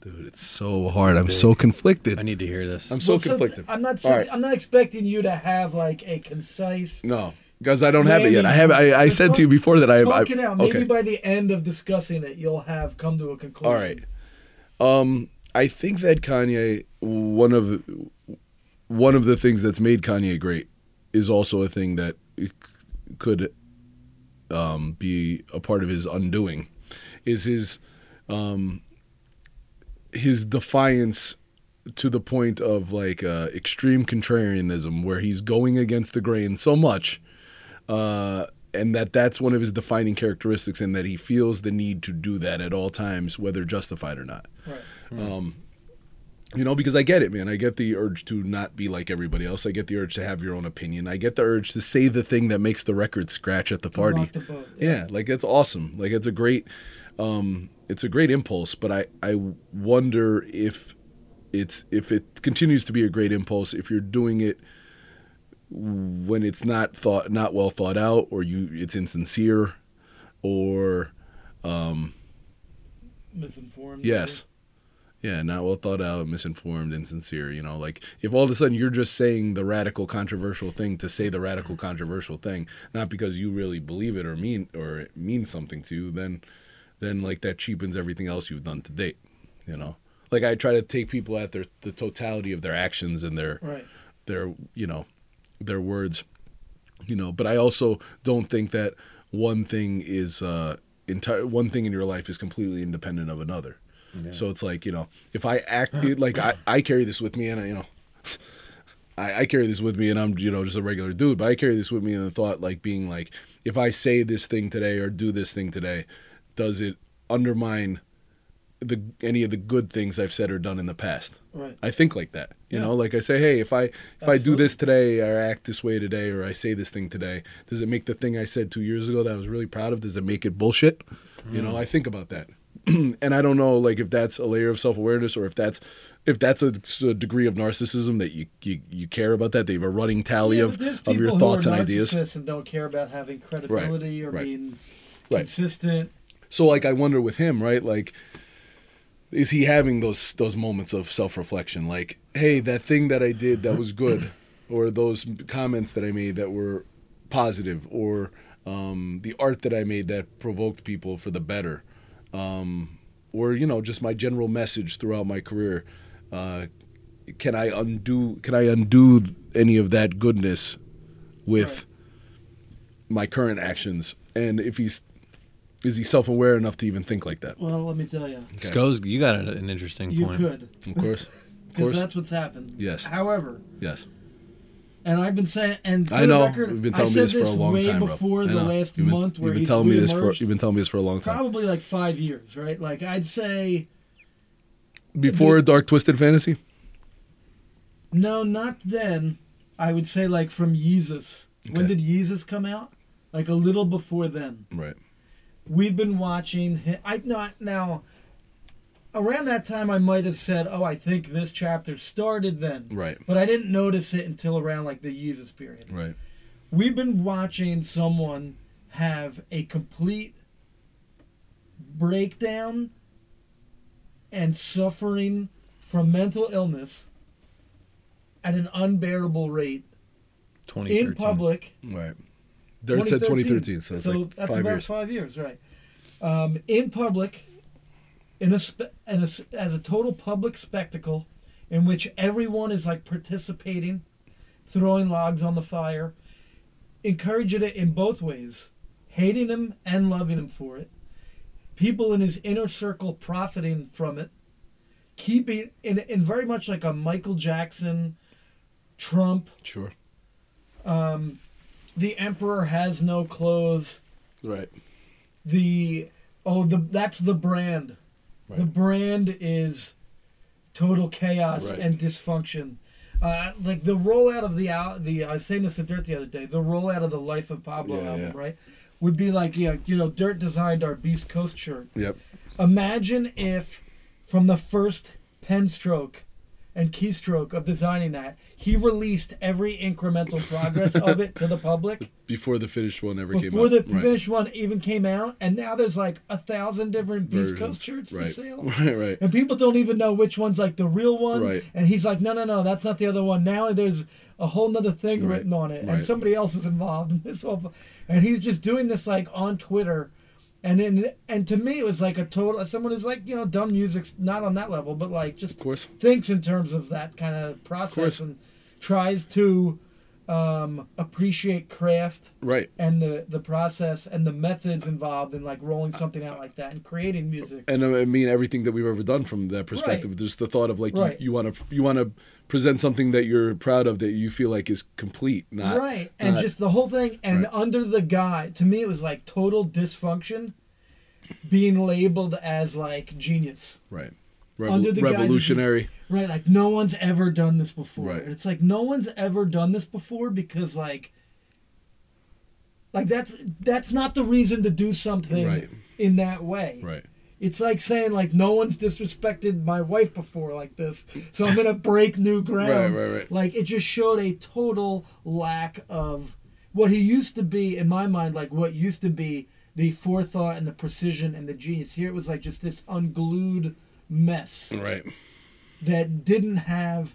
Speaker 2: Dude, it's so hard. I'm so conflicted.
Speaker 3: I need to hear this.
Speaker 2: I'm so
Speaker 1: Well, since-
Speaker 2: conflicted.
Speaker 1: I'm not.
Speaker 2: All right.
Speaker 1: I'm not expecting you to have like a concise.
Speaker 2: No, because I don't have it
Speaker 1: Maybe.
Speaker 2: yet. I have. I, I
Speaker 1: Just
Speaker 2: said
Speaker 1: talk-
Speaker 2: to you before that I have. I,
Speaker 1: Talk it out. Maybe
Speaker 2: okay.
Speaker 1: by the end of discussing it, you'll have come to a conclusion.
Speaker 2: All right. Um, I think that Kanye one of one of the things that's made Kanye great is also a thing that c- could um, be a part of his undoing is his um, his defiance to the point of like uh, extreme contrarianism where he's going against the grain so much uh, and that that's one of his defining characteristics and that he feels the need to do that at all times whether justified or not Um,
Speaker 1: Right.
Speaker 2: you know because i get it man i get the urge to not be like everybody else i get the urge to have your own opinion i get the urge to say the thing that makes the record scratch at the party
Speaker 1: rock the boat,
Speaker 2: yeah. like that's awesome like it's a great um it's a great impulse but i i wonder if it's if it continues to be a great impulse if you're doing it when it's not thought not well thought out or you it's insincere or
Speaker 1: Misinformed.
Speaker 2: Yes. Yeah, not well thought out, misinformed, insincere. You know, like if all of a sudden you're just saying the radical, controversial thing to say the radical, controversial thing, not because you really believe it or mean or it means something to you, then, then like that cheapens everything else you've done to date. You know, like I try to take people at their the totality of their actions and their
Speaker 1: Right.
Speaker 2: their you know their words you know but i also don't think that one thing is uh entire one thing in your life is completely independent of another so it's like you know if i act it- like I, I carry this with me and I, you know I, I carry this with me and i'm you know just a regular dude but i carry this with me in the thought like being like if i say this thing today or do this thing today does it undermine the any of the good things i've said or done in the past
Speaker 1: Right.
Speaker 2: I think like that. You know, like I say, hey, if I if I do this today or I act this way today or I say this thing today, does it make the thing I said two years ago that I was really proud of, does it make it bullshit? You
Speaker 1: Mm.
Speaker 2: know, I think about that. and I don't know like if that's a layer of self awareness or if that's if that's a, a degree of narcissism that you, you you care about that, they have a running tally
Speaker 1: Yeah, but
Speaker 2: of,
Speaker 1: there's
Speaker 2: of your
Speaker 1: people who
Speaker 2: thoughts
Speaker 1: are
Speaker 2: and ideas.
Speaker 1: narcissists And don't care about having credibility or
Speaker 2: right,
Speaker 1: being
Speaker 2: right.
Speaker 1: consistent.
Speaker 2: So like I wonder with him, right? Like is he having those those moments of self-reflection like, hey, that thing that I did that was good or those comments that I made that were positive or um, the art that I made that provoked people for the better. Um, or you know, just my general message throughout my career. Uh, can I undo can I undo any of that goodness with
Speaker 1: Right.
Speaker 2: my current actions? And if he's is he self-aware enough to even think like that?
Speaker 1: Well, let me tell you,
Speaker 2: Okay.
Speaker 3: Sko's, you got an, an interesting
Speaker 1: you
Speaker 3: point.
Speaker 1: could,
Speaker 2: Of course, of
Speaker 1: because
Speaker 2: course,
Speaker 1: that's what's happened.
Speaker 2: Yes.
Speaker 1: However,
Speaker 2: yes.
Speaker 1: and I've been saying, and for
Speaker 2: I know
Speaker 1: The record,
Speaker 2: you've been
Speaker 1: I
Speaker 2: telling me
Speaker 1: said
Speaker 2: this for a long
Speaker 1: way
Speaker 2: time, Rob.
Speaker 1: before
Speaker 2: I
Speaker 1: the
Speaker 2: know.
Speaker 1: last
Speaker 2: You've been-
Speaker 1: month where
Speaker 2: you've been
Speaker 1: he's
Speaker 2: telling me this for
Speaker 1: reemerged,
Speaker 2: you've been telling me this for a long time.
Speaker 1: probably like five years, right? Like I'd say,
Speaker 2: Before Dark Twisted Fantasy,
Speaker 1: no, not then. I would say like from Yeezus. When
Speaker 2: Okay.
Speaker 1: did Yeezus come out? Like a little before then.
Speaker 2: right?
Speaker 1: we've been watching hi- i not now around that time i might have said oh i think this chapter started then
Speaker 2: Right.
Speaker 1: but i didn't notice it until around like the jesus period
Speaker 2: Right.
Speaker 1: we've been watching someone have a complete breakdown and suffering from mental illness at an unbearable rate
Speaker 3: 2013.
Speaker 1: in public.
Speaker 2: Right. Dirt said 2013, so it's like
Speaker 1: that's
Speaker 2: five
Speaker 1: about
Speaker 2: years.
Speaker 1: five years, right? Um, in public, in a, spe- in a s- as a total public spectacle, in which everyone is like participating, throwing logs on the fire, encouraging it in both ways, hating him and loving him for it. People in his inner circle profiting from it, keeping in, in very much like a Michael Jackson, Trump,
Speaker 2: Sure.
Speaker 1: um, the emperor has no clothes.
Speaker 2: Right.
Speaker 1: The oh, the that's the brand. The
Speaker 2: Right.
Speaker 1: brand is total chaos
Speaker 2: Right.
Speaker 1: and dysfunction. Uh, like the rollout of the al- the I was saying this to Dirt the other day. The rollout of the Life of Pablo
Speaker 2: Yeah,
Speaker 1: album,
Speaker 2: yeah.
Speaker 1: right, would be like yeah, you know, Dirt designed our Beast Coast shirt.
Speaker 2: Yep.
Speaker 1: Imagine if, from the first pen stroke and keystroke of designing that, he released every incremental progress of it to the public
Speaker 2: Before the finished one ever came
Speaker 1: before
Speaker 2: out.
Speaker 1: the
Speaker 2: right.
Speaker 1: finished one even came out, and now there's like a thousand different Beast
Speaker 2: Versions.
Speaker 1: Coast shirts
Speaker 2: right.
Speaker 1: for sale.
Speaker 2: Right, right.
Speaker 1: And people don't even know which one's like the real one.
Speaker 2: Right.
Speaker 1: And he's like, no, no, no, that's not the other one. Now there's a whole nother thing
Speaker 2: Right,
Speaker 1: written on it,
Speaker 2: right.
Speaker 1: and somebody else is involved in this whole. And he's just doing this like on Twitter, and then and to me it was like a total someone who's like you know dumb music's not on that level, but like just
Speaker 2: Of course.
Speaker 1: thinks in terms of that kind of
Speaker 2: course.
Speaker 1: process and tries to um, appreciate craft
Speaker 2: Right.
Speaker 1: and the the process and the methods involved in like rolling something out like that and creating music.
Speaker 2: and uh, I mean everything that we've ever done from that perspective. Just the thought of like
Speaker 1: Right.
Speaker 2: you want to you want to present something that you're proud of that you feel like is complete, not
Speaker 1: right. And
Speaker 2: not-
Speaker 1: just the whole thing and
Speaker 2: Right.
Speaker 1: under the guy to me it was like total dysfunction being labeled as like genius.
Speaker 2: right, Revo-
Speaker 1: under the guise of-
Speaker 2: revolutionary.
Speaker 1: Right, like no one's ever done this before.
Speaker 2: Right.
Speaker 1: And it's like no one's ever done this before because like like that's that's not the reason to do something
Speaker 2: Right.
Speaker 1: in that way.
Speaker 2: Right,
Speaker 1: It's like saying like no one's disrespected my wife before like this, so I'm gonna break new ground.
Speaker 2: Right, right, right.
Speaker 1: Like it just showed a total lack of what he used to be in my mind, like what used to be the forethought and the precision and the genius. Here it was like just this unglued mess
Speaker 2: right,
Speaker 1: that didn't have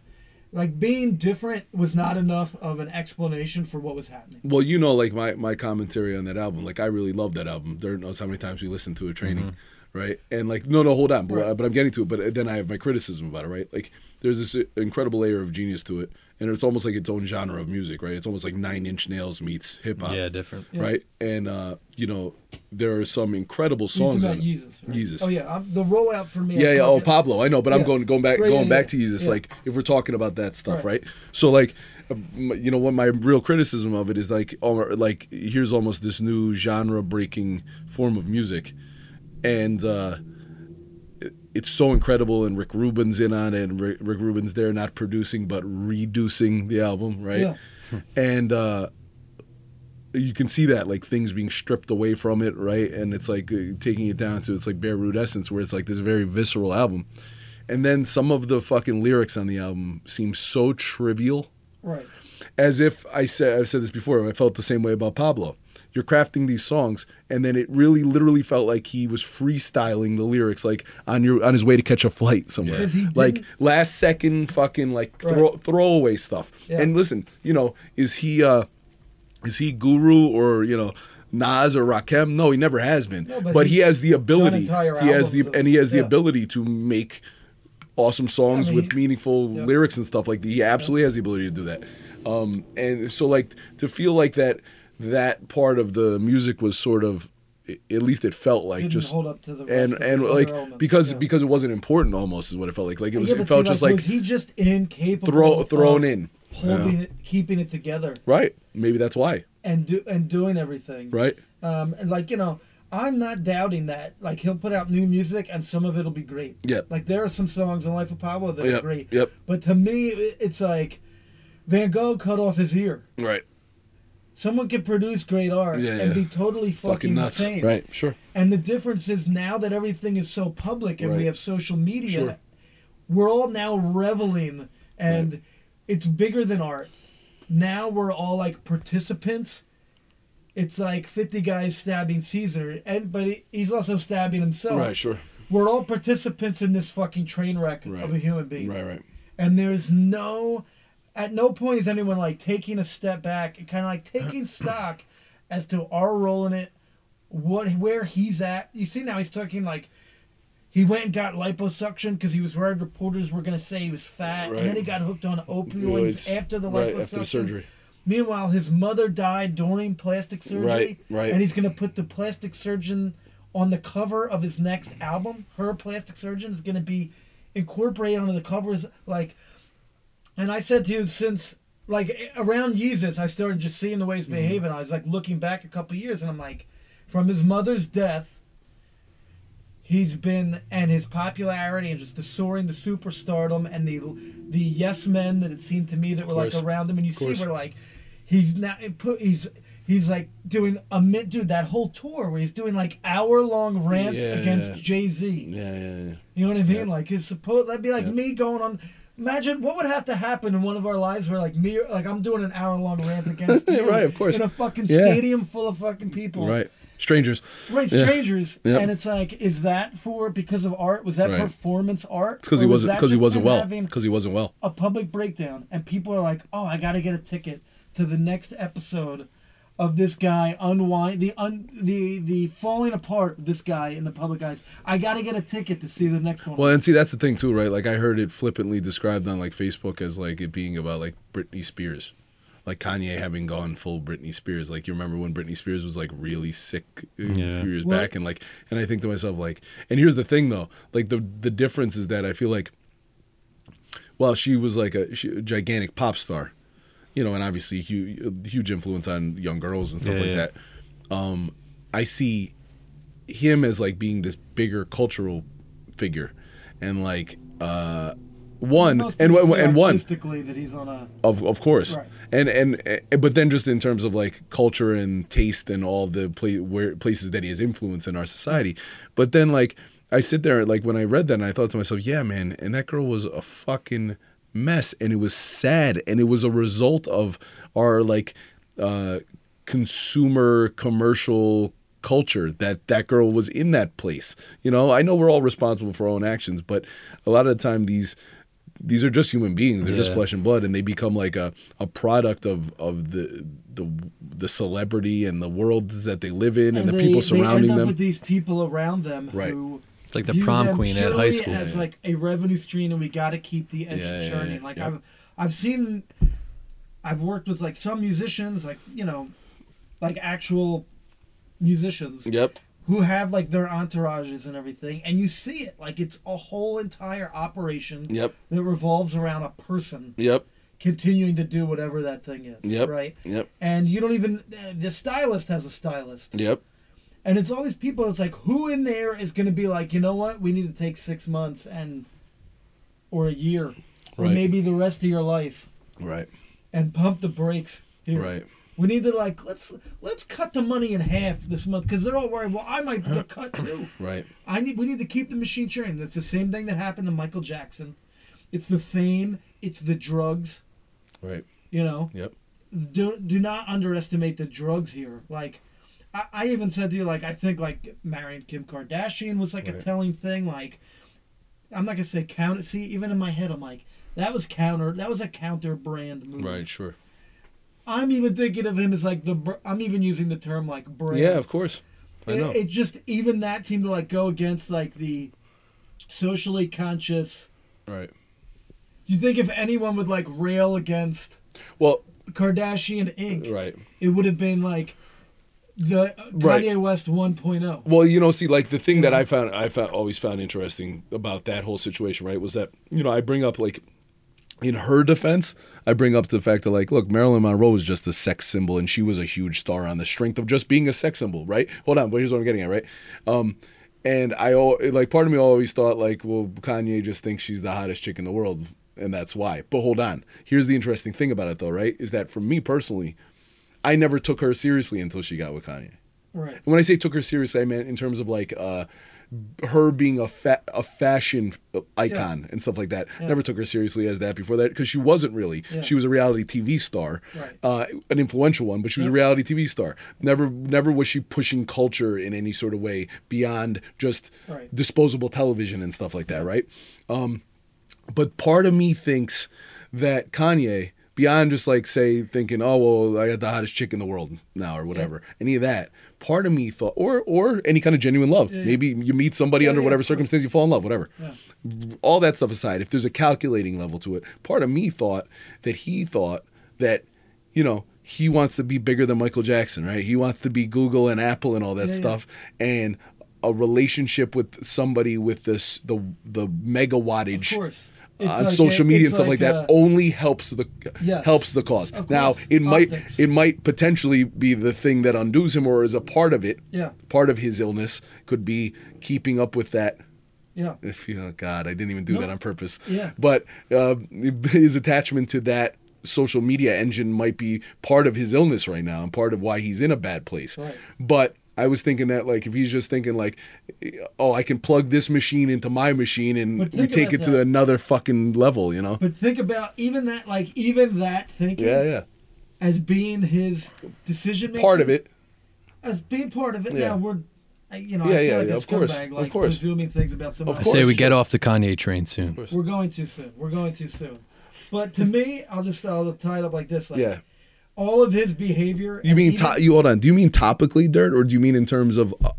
Speaker 1: like being different was not enough of an explanation for what was happening.
Speaker 2: well, you know, like my my commentary on that album. Like I really love that album. Dirt knows how many times we listened to a training. Right and like no no hold on but,
Speaker 1: Right.
Speaker 2: but I'm getting to it but uh, then I have my criticism about it right like there's this uh, incredible layer of genius to it and it's almost like its own genre of music right it's almost like Nine Inch Nails meets hip hop
Speaker 3: Yeah, different.
Speaker 2: right? And uh, you know, there are some incredible
Speaker 1: It's
Speaker 2: songs.
Speaker 1: about
Speaker 2: on it.
Speaker 1: Jesus. right?
Speaker 2: Jesus.
Speaker 1: Oh yeah, I'm, the rollout for me.
Speaker 2: Yeah,
Speaker 1: I
Speaker 2: yeah.
Speaker 1: felt
Speaker 2: Oh,
Speaker 1: it-
Speaker 2: Pablo. I know, but I'm
Speaker 1: Yeah.
Speaker 2: going going back
Speaker 1: Right,
Speaker 2: going
Speaker 1: yeah,
Speaker 2: back
Speaker 1: yeah,
Speaker 2: to Jesus.
Speaker 1: yeah.
Speaker 2: Like if we're talking about that stuff,
Speaker 1: Right.
Speaker 2: right? So like, um, you know, what my real criticism of it is like, oh, like here's almost this new genre breaking form of music, and. uh it- it's so incredible, and Rick Rubin's in on it, and Rick, Rick Rubin's there, not producing but reducing the album, right?
Speaker 1: Yeah.
Speaker 2: And uh, you can see that like things being stripped away from it right and it's like uh, taking it down to it's like bare root essence where it's like this very visceral album and then some of the fucking lyrics on the album seem so trivial
Speaker 1: Right.
Speaker 2: as if i said i've said this before i felt the same way about pablo you're crafting these songs and then it really literally felt like he was freestyling the lyrics like on your on his way to catch a flight somewhere
Speaker 1: 'Cause he
Speaker 2: like
Speaker 1: didn't-
Speaker 2: last second fucking like throw,
Speaker 1: Right.
Speaker 2: throwaway stuff
Speaker 1: Yeah.
Speaker 2: and listen you know is he uh is he guru or you know Nas or Rakim? No, he never has been.
Speaker 1: No,
Speaker 2: but
Speaker 1: but
Speaker 2: he
Speaker 1: he's
Speaker 2: has the ability.
Speaker 1: entire
Speaker 2: He has
Speaker 1: albums
Speaker 2: the
Speaker 1: of-
Speaker 2: and he has the
Speaker 1: yeah.
Speaker 2: ability to make awesome songs
Speaker 1: mean,
Speaker 2: with
Speaker 1: he-
Speaker 2: meaningful
Speaker 1: yeah.
Speaker 2: lyrics and stuff like that. He absolutely has the ability to do that. Um, and so like to feel like that that part of the music was sort of at least it felt like
Speaker 1: Didn't
Speaker 2: just
Speaker 1: hold up to the rest
Speaker 2: and
Speaker 1: of
Speaker 2: and
Speaker 1: the other
Speaker 2: like
Speaker 1: elements,
Speaker 2: because
Speaker 1: yeah.
Speaker 2: because it wasn't important almost is what it felt like like it was
Speaker 1: Yeah,
Speaker 2: it
Speaker 1: but
Speaker 2: felt
Speaker 1: see,
Speaker 2: just like
Speaker 1: was he just incapable
Speaker 2: throw-
Speaker 1: of
Speaker 2: thrown in.
Speaker 1: holding
Speaker 2: Yeah.
Speaker 1: it keeping it together
Speaker 2: right maybe that's why
Speaker 1: and do and doing everything
Speaker 2: right
Speaker 1: um and like you know I'm not doubting that like he'll put out new music and some of it'll be great
Speaker 2: Yeah.
Speaker 1: like there are some songs in Life of Pablo that
Speaker 2: Yep,
Speaker 1: are great
Speaker 2: yep.
Speaker 1: but to me it- it's like Van Gogh cut off his ear
Speaker 2: right
Speaker 1: someone could produce great art
Speaker 2: Yeah,
Speaker 1: and
Speaker 2: yeah.
Speaker 1: be totally fucking,
Speaker 2: fucking nuts
Speaker 1: insane
Speaker 2: right sure
Speaker 1: And the difference is now that everything is so public and
Speaker 2: Right.
Speaker 1: we have social media,
Speaker 2: Sure.
Speaker 1: we're all now reveling and it's bigger than art. Now we're all like participants it's like 50 guys stabbing Caesar, and but he, he's also stabbing himself.
Speaker 2: Right, sure.
Speaker 1: We're all participants in this fucking train wreck
Speaker 2: Right.
Speaker 1: of a human being.
Speaker 2: Right, right.
Speaker 1: And there's no, at no point is anyone like taking a step back and kind of like taking stock as to our role in it, what where he's at. You see now he's talking like. He went and got liposuction because he was worried reporters were going to say he was fat, and then
Speaker 2: Right.
Speaker 1: he got hooked on opioids
Speaker 2: Opioids,
Speaker 1: after the
Speaker 2: right,
Speaker 1: liposuction.
Speaker 2: after the surgery.
Speaker 1: Meanwhile, his mother died during plastic surgery.
Speaker 2: Right, right.
Speaker 1: And he's going to put the plastic surgeon on the cover of his next album. Her plastic surgeon is going to be incorporated onto the covers. Like, and I said to you since, like, around Jesus, I started just seeing the way
Speaker 2: Mm-hmm.
Speaker 1: he's behaving. I was like looking back a couple years, and I'm like, from his mother's death, he's been and his popularity and just the soaring, the superstardom, and the the yes men that it seemed to me that were like
Speaker 2: course.
Speaker 1: around him, and you see
Speaker 2: course.
Speaker 1: where like he's now it put he's. He's like doing a mint, dude. That whole tour where he's doing like hour long rants
Speaker 2: Yeah,
Speaker 1: against
Speaker 2: yeah.
Speaker 1: Jay Z.
Speaker 2: Yeah, yeah, yeah.
Speaker 1: You know what I mean? Like it's supposed that'd be like
Speaker 2: Yeah.
Speaker 1: me going on. Imagine what would have to happen in one of our lives where like me, like I'm doing an hour long rant against you,
Speaker 2: Right, of course.
Speaker 1: in a fucking
Speaker 2: Yeah.
Speaker 1: stadium full of fucking people,
Speaker 2: Right. Strangers.
Speaker 1: Right,
Speaker 2: Yeah.
Speaker 1: strangers,
Speaker 2: Yeah.
Speaker 1: and it's like, is that for because of art? Was that
Speaker 2: Right.
Speaker 1: performance art?
Speaker 2: It's because he
Speaker 1: Or was
Speaker 2: wasn't
Speaker 1: that
Speaker 2: because he
Speaker 1: just
Speaker 2: wasn't
Speaker 1: him
Speaker 2: well.
Speaker 1: having
Speaker 2: Because he wasn't well.
Speaker 1: a public breakdown, and people are like, "Oh, I got to get a ticket to the next episode of this guy unwind the un the the falling apart of this guy in the public eyes. I got to get a ticket to see the next one."
Speaker 2: Well, and see, that's the thing too, right? Like I heard it flippantly described on like Facebook as like it being about like Britney Spears, like Kanye having gone full Britney Spears. Like you remember when Britney Spears was like really sick uh, a few years
Speaker 1: Well-
Speaker 2: back, and like, and I think to myself like, and here's the thing though, like the the difference is that I feel like, well, she was like a, she, a gigantic pop star, you know, and obviously huge huge influence on young girls and stuff
Speaker 3: Yeah,
Speaker 2: like
Speaker 3: yeah.
Speaker 2: that. Um, I see him as like being this bigger cultural figure and like uh one
Speaker 1: Most
Speaker 2: and
Speaker 1: people
Speaker 2: one
Speaker 1: say
Speaker 2: and one
Speaker 1: artistically that he's on a
Speaker 2: of of course
Speaker 1: Right.
Speaker 2: and and eh, but then just in terms of like culture and taste and all the pla- where places that he has influence in our society but then like i sit there like when i read that and i thought to myself yeah man and that girl was a fucking mess and it was sad and it was a result of our like uh consumer commercial culture that that girl was in that place you know i know we're all responsible for our own actions but a lot of the time these these are just human beings. They're just
Speaker 3: Yeah.
Speaker 2: flesh and blood, and they become like a, a product of, of the the the celebrity and the worlds that they live in and, the
Speaker 1: they-
Speaker 2: people
Speaker 1: they end
Speaker 2: surrounding
Speaker 1: up
Speaker 2: them.
Speaker 1: with these people around them
Speaker 2: Right.
Speaker 1: who
Speaker 3: It's like the
Speaker 1: view
Speaker 3: prom
Speaker 1: them
Speaker 3: queen at
Speaker 1: purely
Speaker 3: high school.
Speaker 1: as like a revenue stream and we got to keep the engine
Speaker 2: Yeah, yeah,
Speaker 1: churning
Speaker 2: yeah,
Speaker 1: like
Speaker 2: yeah.
Speaker 1: i've i've seen i've worked with like some musicians like you know like actual musicians
Speaker 2: yep.
Speaker 1: who have like their entourages and everything and you see it like it's a whole entire operation
Speaker 2: Yep.
Speaker 1: that revolves around a person
Speaker 2: Yep.
Speaker 1: continuing to do whatever that thing is
Speaker 2: Yep.
Speaker 1: right
Speaker 2: Yep.
Speaker 1: and you don't even eh, the stylist has a stylist
Speaker 2: Yep.
Speaker 1: and it's all these people. It's like, who in there is going to be like, you know what? We need to take six months and, or a year, or
Speaker 2: Right.
Speaker 1: maybe the rest of your life,
Speaker 2: Right.
Speaker 1: and pump the brakes. Here.
Speaker 2: Right.
Speaker 1: We need to like let's let's cut the money in half this month because they're all worried. Well, I might get cut too.
Speaker 2: Right.
Speaker 1: I need we need to keep the machine churning. That's the same thing that happened to Michael Jackson. It's the fame. It's the drugs.
Speaker 2: Right.
Speaker 1: You know
Speaker 2: Yep.
Speaker 1: do do not underestimate the drugs here. Like, I, I even said to you, like, I think like marrying Kim Kardashian was like a
Speaker 2: Right.
Speaker 1: telling thing. Like, I'm not gonna say counter. See, even in my head, I'm like, that was counter. That was a counter brand move.
Speaker 2: Right. Sure.
Speaker 1: I'm even thinking of him as like the. br- I'm even using the term like brand.
Speaker 2: Yeah. Of course. I
Speaker 1: It-
Speaker 2: know.
Speaker 1: It, just even that seemed to like go against like the socially conscious.
Speaker 2: right.
Speaker 1: You think if anyone would like rail against
Speaker 2: Well.
Speaker 1: Kardashian Inc.
Speaker 2: Right.
Speaker 1: it would have been like the
Speaker 2: Right.
Speaker 1: Kanye West oh. 1.0.
Speaker 2: Well, you know, see, like the thing that I found, I found always found interesting about that whole situation, right, was that you know I bring up like, in her defense, I bring up the fact that like, look, Marilyn Monroe was just a sex symbol, and she was a huge star on the strength of just being a sex symbol, right? Hold on, but here's what I'm getting at, right? Um, and I al- like part of me always thought like, well, Kanye just thinks she's the hottest chick in the world, and that's why. But hold on, here's the interesting thing about it though, right? Is that for me personally, I never took her seriously until she got with Kanye.
Speaker 1: Right.
Speaker 2: And when I say took her seriously, I meant in terms of like uh, her being a fa- a fashion uh, icon and stuff like that. Never took her seriously as that before that because she wasn't really.
Speaker 1: Yeah.
Speaker 2: She was a reality TV star,
Speaker 1: Right.
Speaker 2: uh, an influential one, but she was a reality TV star. Never never was she pushing culture in any sort of way beyond just
Speaker 1: Right.
Speaker 2: disposable television and stuff like that, right? Um, but part of me thinks that Kanye, beyond just like say thinking, oh well, I got the hottest chick in the world now or whatever, any of that. Part of me thought, or or any kind of genuine love. Maybe you meet somebody under
Speaker 1: yeah, of
Speaker 2: whatever
Speaker 1: course.
Speaker 2: circumstance you fall in love, whatever. All that stuff aside, if there's a calculating level to it, part of me thought that he thought that, you know. He wants to be bigger than Michael Jackson, right? He wants to be Google and Apple and all that
Speaker 1: yeah.
Speaker 2: stuff. And a relationship with somebody with this the the mega wattage
Speaker 1: Of course. It's
Speaker 2: uh, on
Speaker 1: like uh,
Speaker 2: social
Speaker 1: a-
Speaker 2: media and
Speaker 1: it's
Speaker 2: stuff like, that Oh.
Speaker 1: a-
Speaker 2: only helps the
Speaker 1: Yes.
Speaker 2: helps the cause.
Speaker 1: Of
Speaker 2: Now
Speaker 1: course.
Speaker 2: it might
Speaker 1: Optics.
Speaker 2: it might potentially be the thing that undoes him or is a part of it.
Speaker 1: Yeah.
Speaker 2: Part of his illness could be keeping up with that.
Speaker 1: yeah.
Speaker 2: If you, oh God, I didn't even do that on purpose.
Speaker 1: Yeah.
Speaker 2: But uh, his attachment to that social media engine might be part of his illness right now and part of why he's in a bad place.
Speaker 1: Right.
Speaker 2: But I was thinking that like if he's just thinking like, oh, I can plug this machine into my machine and
Speaker 1: But
Speaker 2: we
Speaker 1: think
Speaker 2: take
Speaker 1: about
Speaker 2: it to
Speaker 1: that.
Speaker 2: another fucking level, you know?
Speaker 1: But think about even that, like even that thinking
Speaker 2: Yeah, yeah.
Speaker 1: as being his decision making.
Speaker 2: Part of it.
Speaker 1: As being part of it.
Speaker 2: Yeah.
Speaker 1: Yeah, we're, I- you know,
Speaker 2: Yeah,
Speaker 1: I feel
Speaker 2: yeah,
Speaker 1: like
Speaker 2: yeah,
Speaker 1: a
Speaker 2: of course,
Speaker 1: scumbag,
Speaker 2: of
Speaker 1: like
Speaker 2: course.
Speaker 1: presuming things about somebody.
Speaker 3: I
Speaker 2: course.
Speaker 3: say we get off the Kanye train soon.
Speaker 1: We're going too soon. We're going too soon. But to me, I'll just I'll tie it up like this. Like,
Speaker 2: Yeah.
Speaker 1: All of his behavior.
Speaker 2: You
Speaker 1: and
Speaker 2: mean
Speaker 1: even-
Speaker 2: to- you hold on? Do you mean topically dirt, or do you mean in terms of uh,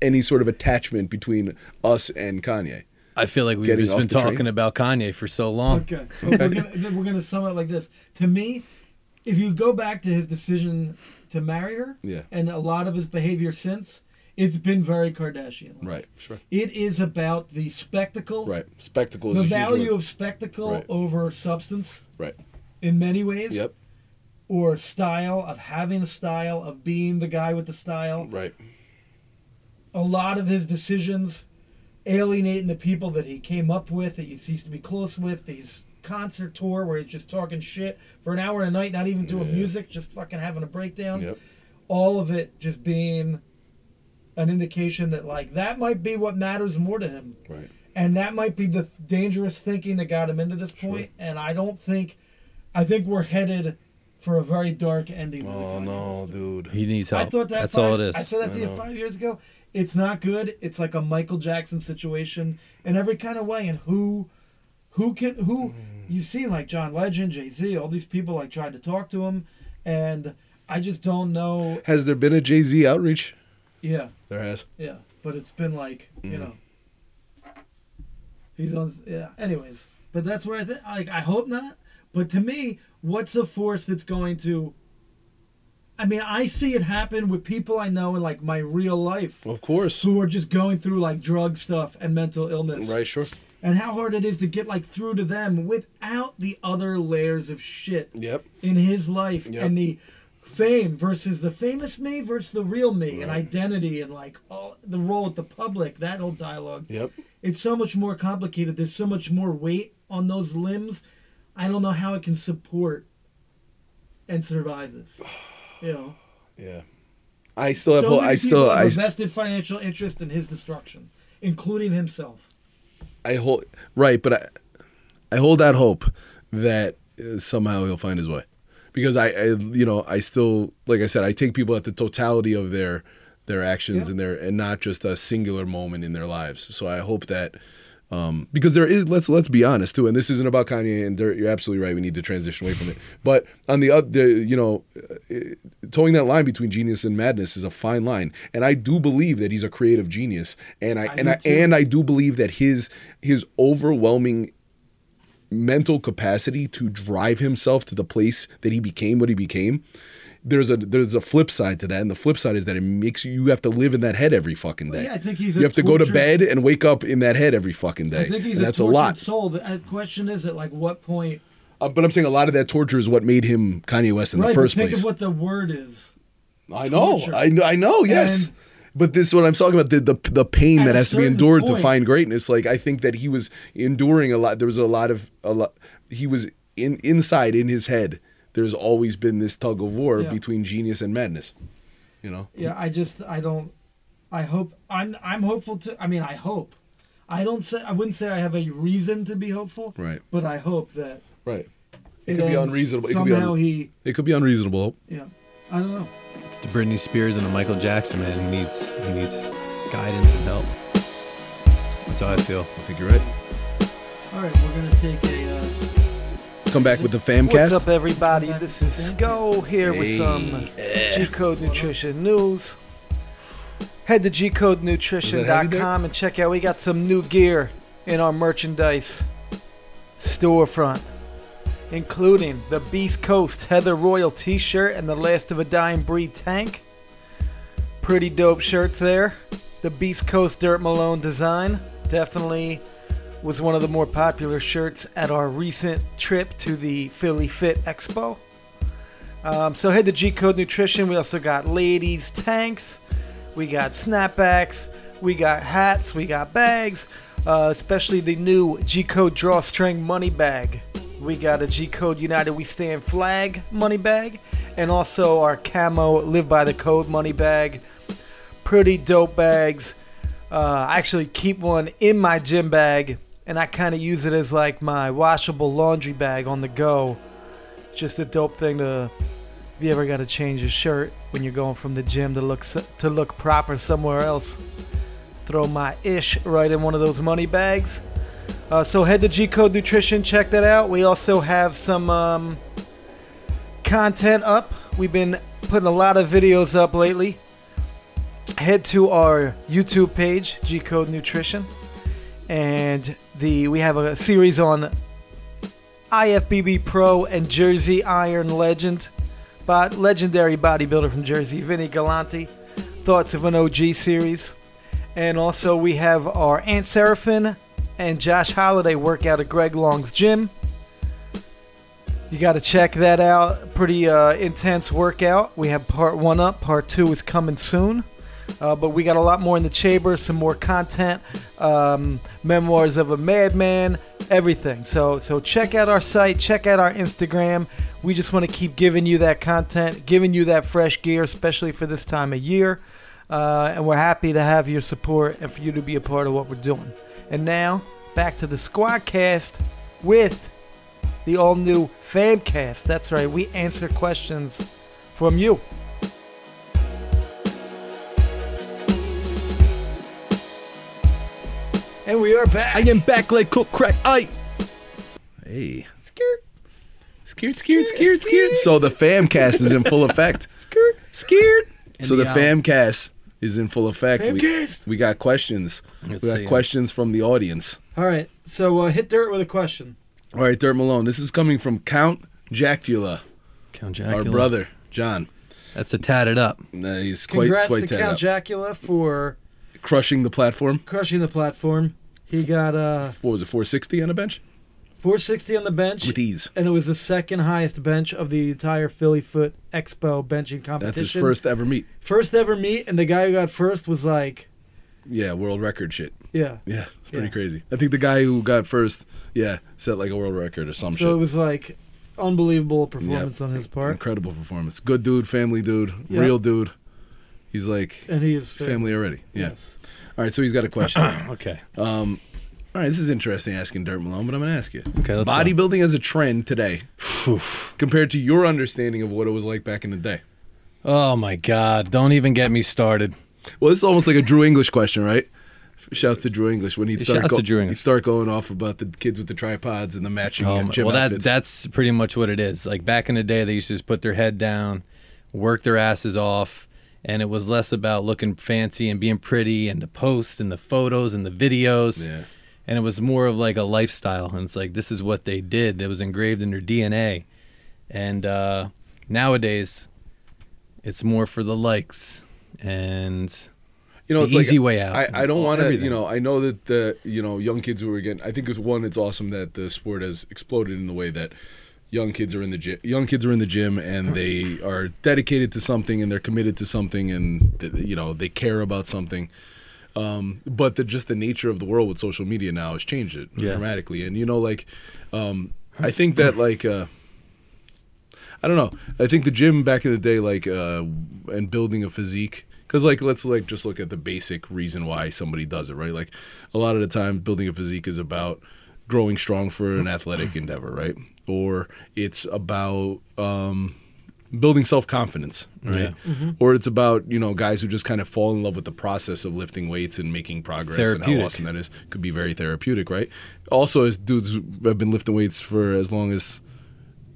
Speaker 2: any sort of attachment between us and Kanye?
Speaker 3: I feel like we've
Speaker 2: Getting
Speaker 3: just
Speaker 2: off
Speaker 3: been
Speaker 2: the train?
Speaker 3: talking about Kanye for so long.
Speaker 1: Okay. We're gonna we're gonna sum it like this. To me, if you go back to his decision to marry her,
Speaker 2: Yeah.
Speaker 1: and a lot of his behavior since, it's been very Kardashian.
Speaker 2: Right. Sure.
Speaker 1: It is about the spectacle,
Speaker 2: Right. Spectacle is
Speaker 1: the
Speaker 2: a huge
Speaker 1: value
Speaker 2: one.
Speaker 1: of spectacle
Speaker 2: Right.
Speaker 1: over substance
Speaker 2: right.
Speaker 1: in many ways.
Speaker 2: Yep.
Speaker 1: Or style of having a style of being the guy with the style.
Speaker 2: Right.
Speaker 1: a lot of his decisions alienating the people that he came up with, that he ceased to be close with, these concert tour where he's just talking shit for an hour a night, not even doing music, just fucking having a breakdown.
Speaker 2: Yep.
Speaker 1: All of it just being an indication that like that might be what matters more to him.
Speaker 2: Right.
Speaker 1: And that might be the dangerous thinking that got him into this point. And I don't think I think we're headed for a very dark ending. to the
Speaker 2: Oh
Speaker 1: Kanye
Speaker 2: no, dude.
Speaker 3: He needs
Speaker 1: I
Speaker 3: help.
Speaker 1: thought that
Speaker 3: That's
Speaker 1: five-
Speaker 3: all it is.
Speaker 1: I said that to you five years ago. It's not good. It's like a Michael Jackson situation in every kind of way. And who, who can who?
Speaker 3: Mm.
Speaker 1: You've seen like John Legend, Jay Z, all these people like tried to talk to him, and I just don't know.
Speaker 2: Has there been a Jay Z outreach?
Speaker 1: Yeah,
Speaker 2: There has.
Speaker 1: yeah. But it's been like you know. He's on. Yeah. Anyways, but that's where I think. Like I hope not. But to me, what's a force that's going to? I mean, I see it happen with people I know in like my real life
Speaker 2: Of course.
Speaker 1: who are just going through like drug stuff and mental illness.
Speaker 2: Right. Sure.
Speaker 1: And how hard it is to get like through to them without the other layers of shit
Speaker 2: Yep.
Speaker 1: in his life
Speaker 2: Yep.
Speaker 1: and the fame versus the famous me versus the real me and identity and like all the role with the public, that whole dialogue.
Speaker 2: Yep.
Speaker 1: It's so much more complicated. There's so much more weight on those limbs. I don't know how it can support and survive this. You know.
Speaker 2: Yeah. I still have.
Speaker 1: So
Speaker 2: hope.
Speaker 1: many
Speaker 2: I still.
Speaker 1: people have
Speaker 2: I.
Speaker 1: invested financial interest in his destruction, including himself.
Speaker 2: I hold. Right. But I. I hold out hope that uh, somehow he'll find his way, because I, I. You know. I still. Like I said. I take people at the totality of their. Their actions
Speaker 1: Yeah.
Speaker 2: and their and not just a singular moment in their lives. So I hope that um, because there is let's let's be honest too, and this isn't about Kanye. And there- you're absolutely right. We need to transition away from it. But on the other, you know, uh, towing that line between genius and madness is a fine line. And I do believe that he's a creative genius, and I, and
Speaker 1: do
Speaker 2: I
Speaker 1: too.
Speaker 2: and I do believe that his his overwhelming mental capacity to drive himself to the place that he became what he became there's a there's a flip side to that and the flip side is that it makes you you have to live in that head every fucking day
Speaker 1: yeah, I think he's a
Speaker 2: you have to go to
Speaker 1: tortured-
Speaker 2: bed and wake up in that head every fucking day
Speaker 1: I think he's
Speaker 2: and
Speaker 1: a
Speaker 2: that's a,
Speaker 1: tortured
Speaker 2: lot
Speaker 1: soul. The uh, question is, at like what point?
Speaker 2: Uh, but i'm saying a lot of that torture is what made him kanye west in
Speaker 1: right,
Speaker 2: the
Speaker 1: but
Speaker 2: first
Speaker 1: think
Speaker 2: place
Speaker 1: of what the word is.
Speaker 2: i know
Speaker 1: torture.
Speaker 2: i know i know yes
Speaker 1: And-
Speaker 2: but this is what i'm talking about the the, the pain
Speaker 1: At
Speaker 2: that
Speaker 1: a
Speaker 2: has to be
Speaker 1: certain
Speaker 2: endured to
Speaker 1: point-
Speaker 2: find greatness like i think that he was enduring a lot there was a lot of a lot he was in inside in his head there's always been this tug of war
Speaker 1: Yeah.
Speaker 2: between genius and madness you know
Speaker 1: Yeah, I just I don't.
Speaker 9: I hope I'm I'm hopeful to. I mean, I hope. I don't say I wouldn't say I have a reason to be hopeful.
Speaker 2: Right.
Speaker 9: But I hope that
Speaker 2: Right. It could be
Speaker 9: ends
Speaker 2: unreasonable. It could be un-
Speaker 9: Somehow he.
Speaker 2: It could be unreasonable.
Speaker 9: Yeah. I don't know.
Speaker 3: It's the Britney Spears and the Michael Jackson man who needs he needs guidance and help. That's how I feel.
Speaker 2: I think you're right.
Speaker 9: All right, we're gonna take a. Uh,
Speaker 2: Come back with the fam
Speaker 1: What's
Speaker 2: cast.
Speaker 1: up, everybody? This is Sco here with some G Code Nutrition news. Head to gcodenutrition.com and check out. We got some new gear in our merchandise storefront, including the Beast Coast Heather Royal t shirt and the Last of a Dying Breed tank. Pretty dope shirts there. The Beast Coast Dirt Malone design. Definitely was one of the more popular shirts at our recent trip to the Philly Fit Expo. Um, so head to G Code Nutrition. We also got ladies tanks, we got snapbacks, we got hats, we got bags, uh, especially the new G Code drawstring money bag. We got a G Code United We Stand flag money bag, and also our camo Live by the Code money bag. Pretty dope bags. Uh, I actually keep one in my gym bag, and I kind of use it as like my washable laundry bag on the go. Just a dope thing to. If you ever got to change your shirt when you're going from the gym to look s- to look proper somewhere else, throw my ish right in one of those money bags. Uh, so head to G Code Nutrition, check that out. We also have some. Um, content up. We've been putting a lot of videos up lately. Head to our YouTube page, G Code Nutrition, and the we have a series on IFBB Pro and Jersey Iron Legend, but legendary bodybuilder from Jersey, Vinny Galante. Thoughts of an OG series, and also we have our Aunt Seraphin and Josh Holiday workout at Greg Long's gym. You got to check that out. Pretty uh, intense workout. We have part one up. Part two is coming soon. Uh, but we got a lot more in the chamber, some more content, um, memoirs of a madman, everything. So so check out our site, check out our Instagram. We just want to keep giving you that content, giving you that fresh gear, especially for this time of year. Uh, and we're happy to have your support and for you to be a part of what we're doing. And now back to the Squadcast with the all new Famcast. That's right, we answer questions from you. And we are back.
Speaker 3: I am back like cook crack. I.
Speaker 2: Hey. Skirt. Skirt, skirt, skirt, skirt. So the fam cast is in full effect.
Speaker 3: Skirt. Scared.
Speaker 2: so the
Speaker 3: fam.
Speaker 2: fam cast is in full effect. we,
Speaker 9: um, Famcast.
Speaker 2: we got questions.
Speaker 3: Let's
Speaker 2: we got
Speaker 3: see.
Speaker 2: questions from the audience.
Speaker 9: all right, so uh, hit dirt with a question.
Speaker 2: All right, Dirt Malone. This is coming from Count Jacula,
Speaker 3: Count
Speaker 2: our
Speaker 3: Dracula.
Speaker 2: brother, John.
Speaker 3: That's a tat it up.
Speaker 2: Uh, he's quite,
Speaker 9: Congrats
Speaker 2: quite
Speaker 9: to
Speaker 2: tatted
Speaker 9: Count
Speaker 2: up.
Speaker 9: Jacula for
Speaker 2: Crushing the platform.
Speaker 9: crushing the platform. He got uh,
Speaker 2: What was it, 460 on a bench?
Speaker 9: 460 on the bench,
Speaker 2: With ease.
Speaker 9: and it was the second highest bench of the entire Philly Foot Expo benching competition.
Speaker 2: That's his first ever meet.
Speaker 9: first ever meet, and the guy who got first was like,
Speaker 2: Yeah, world record shit.
Speaker 9: yeah.
Speaker 2: Yeah, it's pretty
Speaker 9: Yeah.
Speaker 2: crazy. I think the guy who got first, yeah, set like a world record or some
Speaker 9: so
Speaker 2: shit.
Speaker 9: it was like unbelievable performance
Speaker 2: Yep.
Speaker 9: on his part,
Speaker 2: Incredible performance. Good dude, family dude,
Speaker 9: Yeah.
Speaker 2: real dude. He's like
Speaker 9: and he is
Speaker 2: he's family already. Yeah.
Speaker 9: Yes.
Speaker 2: All right, so he's got a question. All
Speaker 3: Okay.
Speaker 2: right, this is interesting asking Dirt Malone, but I'm gonna ask you.
Speaker 3: Okay, let's go.
Speaker 2: Bodybuilding as a trend today, compared to your understanding of what it was like back in the day.
Speaker 3: Oh my God! Don't even get me started.
Speaker 2: Well, this is almost like a Drew English question, right? Shouts to Drew English when he start,
Speaker 3: Shouts to Drew English.
Speaker 2: he'd start going off about the kids with the tripods and the matching
Speaker 3: Oh
Speaker 2: uh,
Speaker 3: my-
Speaker 2: gym
Speaker 3: well, that
Speaker 2: outfits.
Speaker 3: that's pretty much what it is. Like back in the day, they used to just put their head down, work their asses off, and it was less about looking fancy and being pretty and the posts and the photos and the videos.
Speaker 2: Yeah.
Speaker 3: And it was more of like a lifestyle, and it's like this is what they did. That was engraved in their DNA. And uh, nowadays, it's more for the likes and
Speaker 2: you know,
Speaker 3: the
Speaker 2: it's like,
Speaker 3: easy way out.
Speaker 2: I, I don't want to, you
Speaker 3: Everything.
Speaker 2: know, I know that the, you know, young kids who are getting, I think it's one, it's awesome that the sport has exploded in the way that young kids are in the gym, young kids are in the gym and they are dedicated to something and they're committed to something and, th- you know, they care about something. Um, but the, just the nature of the world with social media now has changed it
Speaker 3: Yeah.
Speaker 2: dramatically. And, you know, like, um, I think that like, uh, I don't know. I think the gym back in the day, like, uh, and building a physique, because like let's like just look at the basic reason why somebody does it, right? Like, a lot of the time, building a physique is about growing strong for an athletic endeavor, right? Or it's about um, building self confidence, right? Or it's about you know guys who just kind of fall in love with the process of lifting weights and making progress and how
Speaker 3: Therapeutic.
Speaker 2: awesome that is. Could be very therapeutic, right? Also, as dudes who have been lifting weights for as long as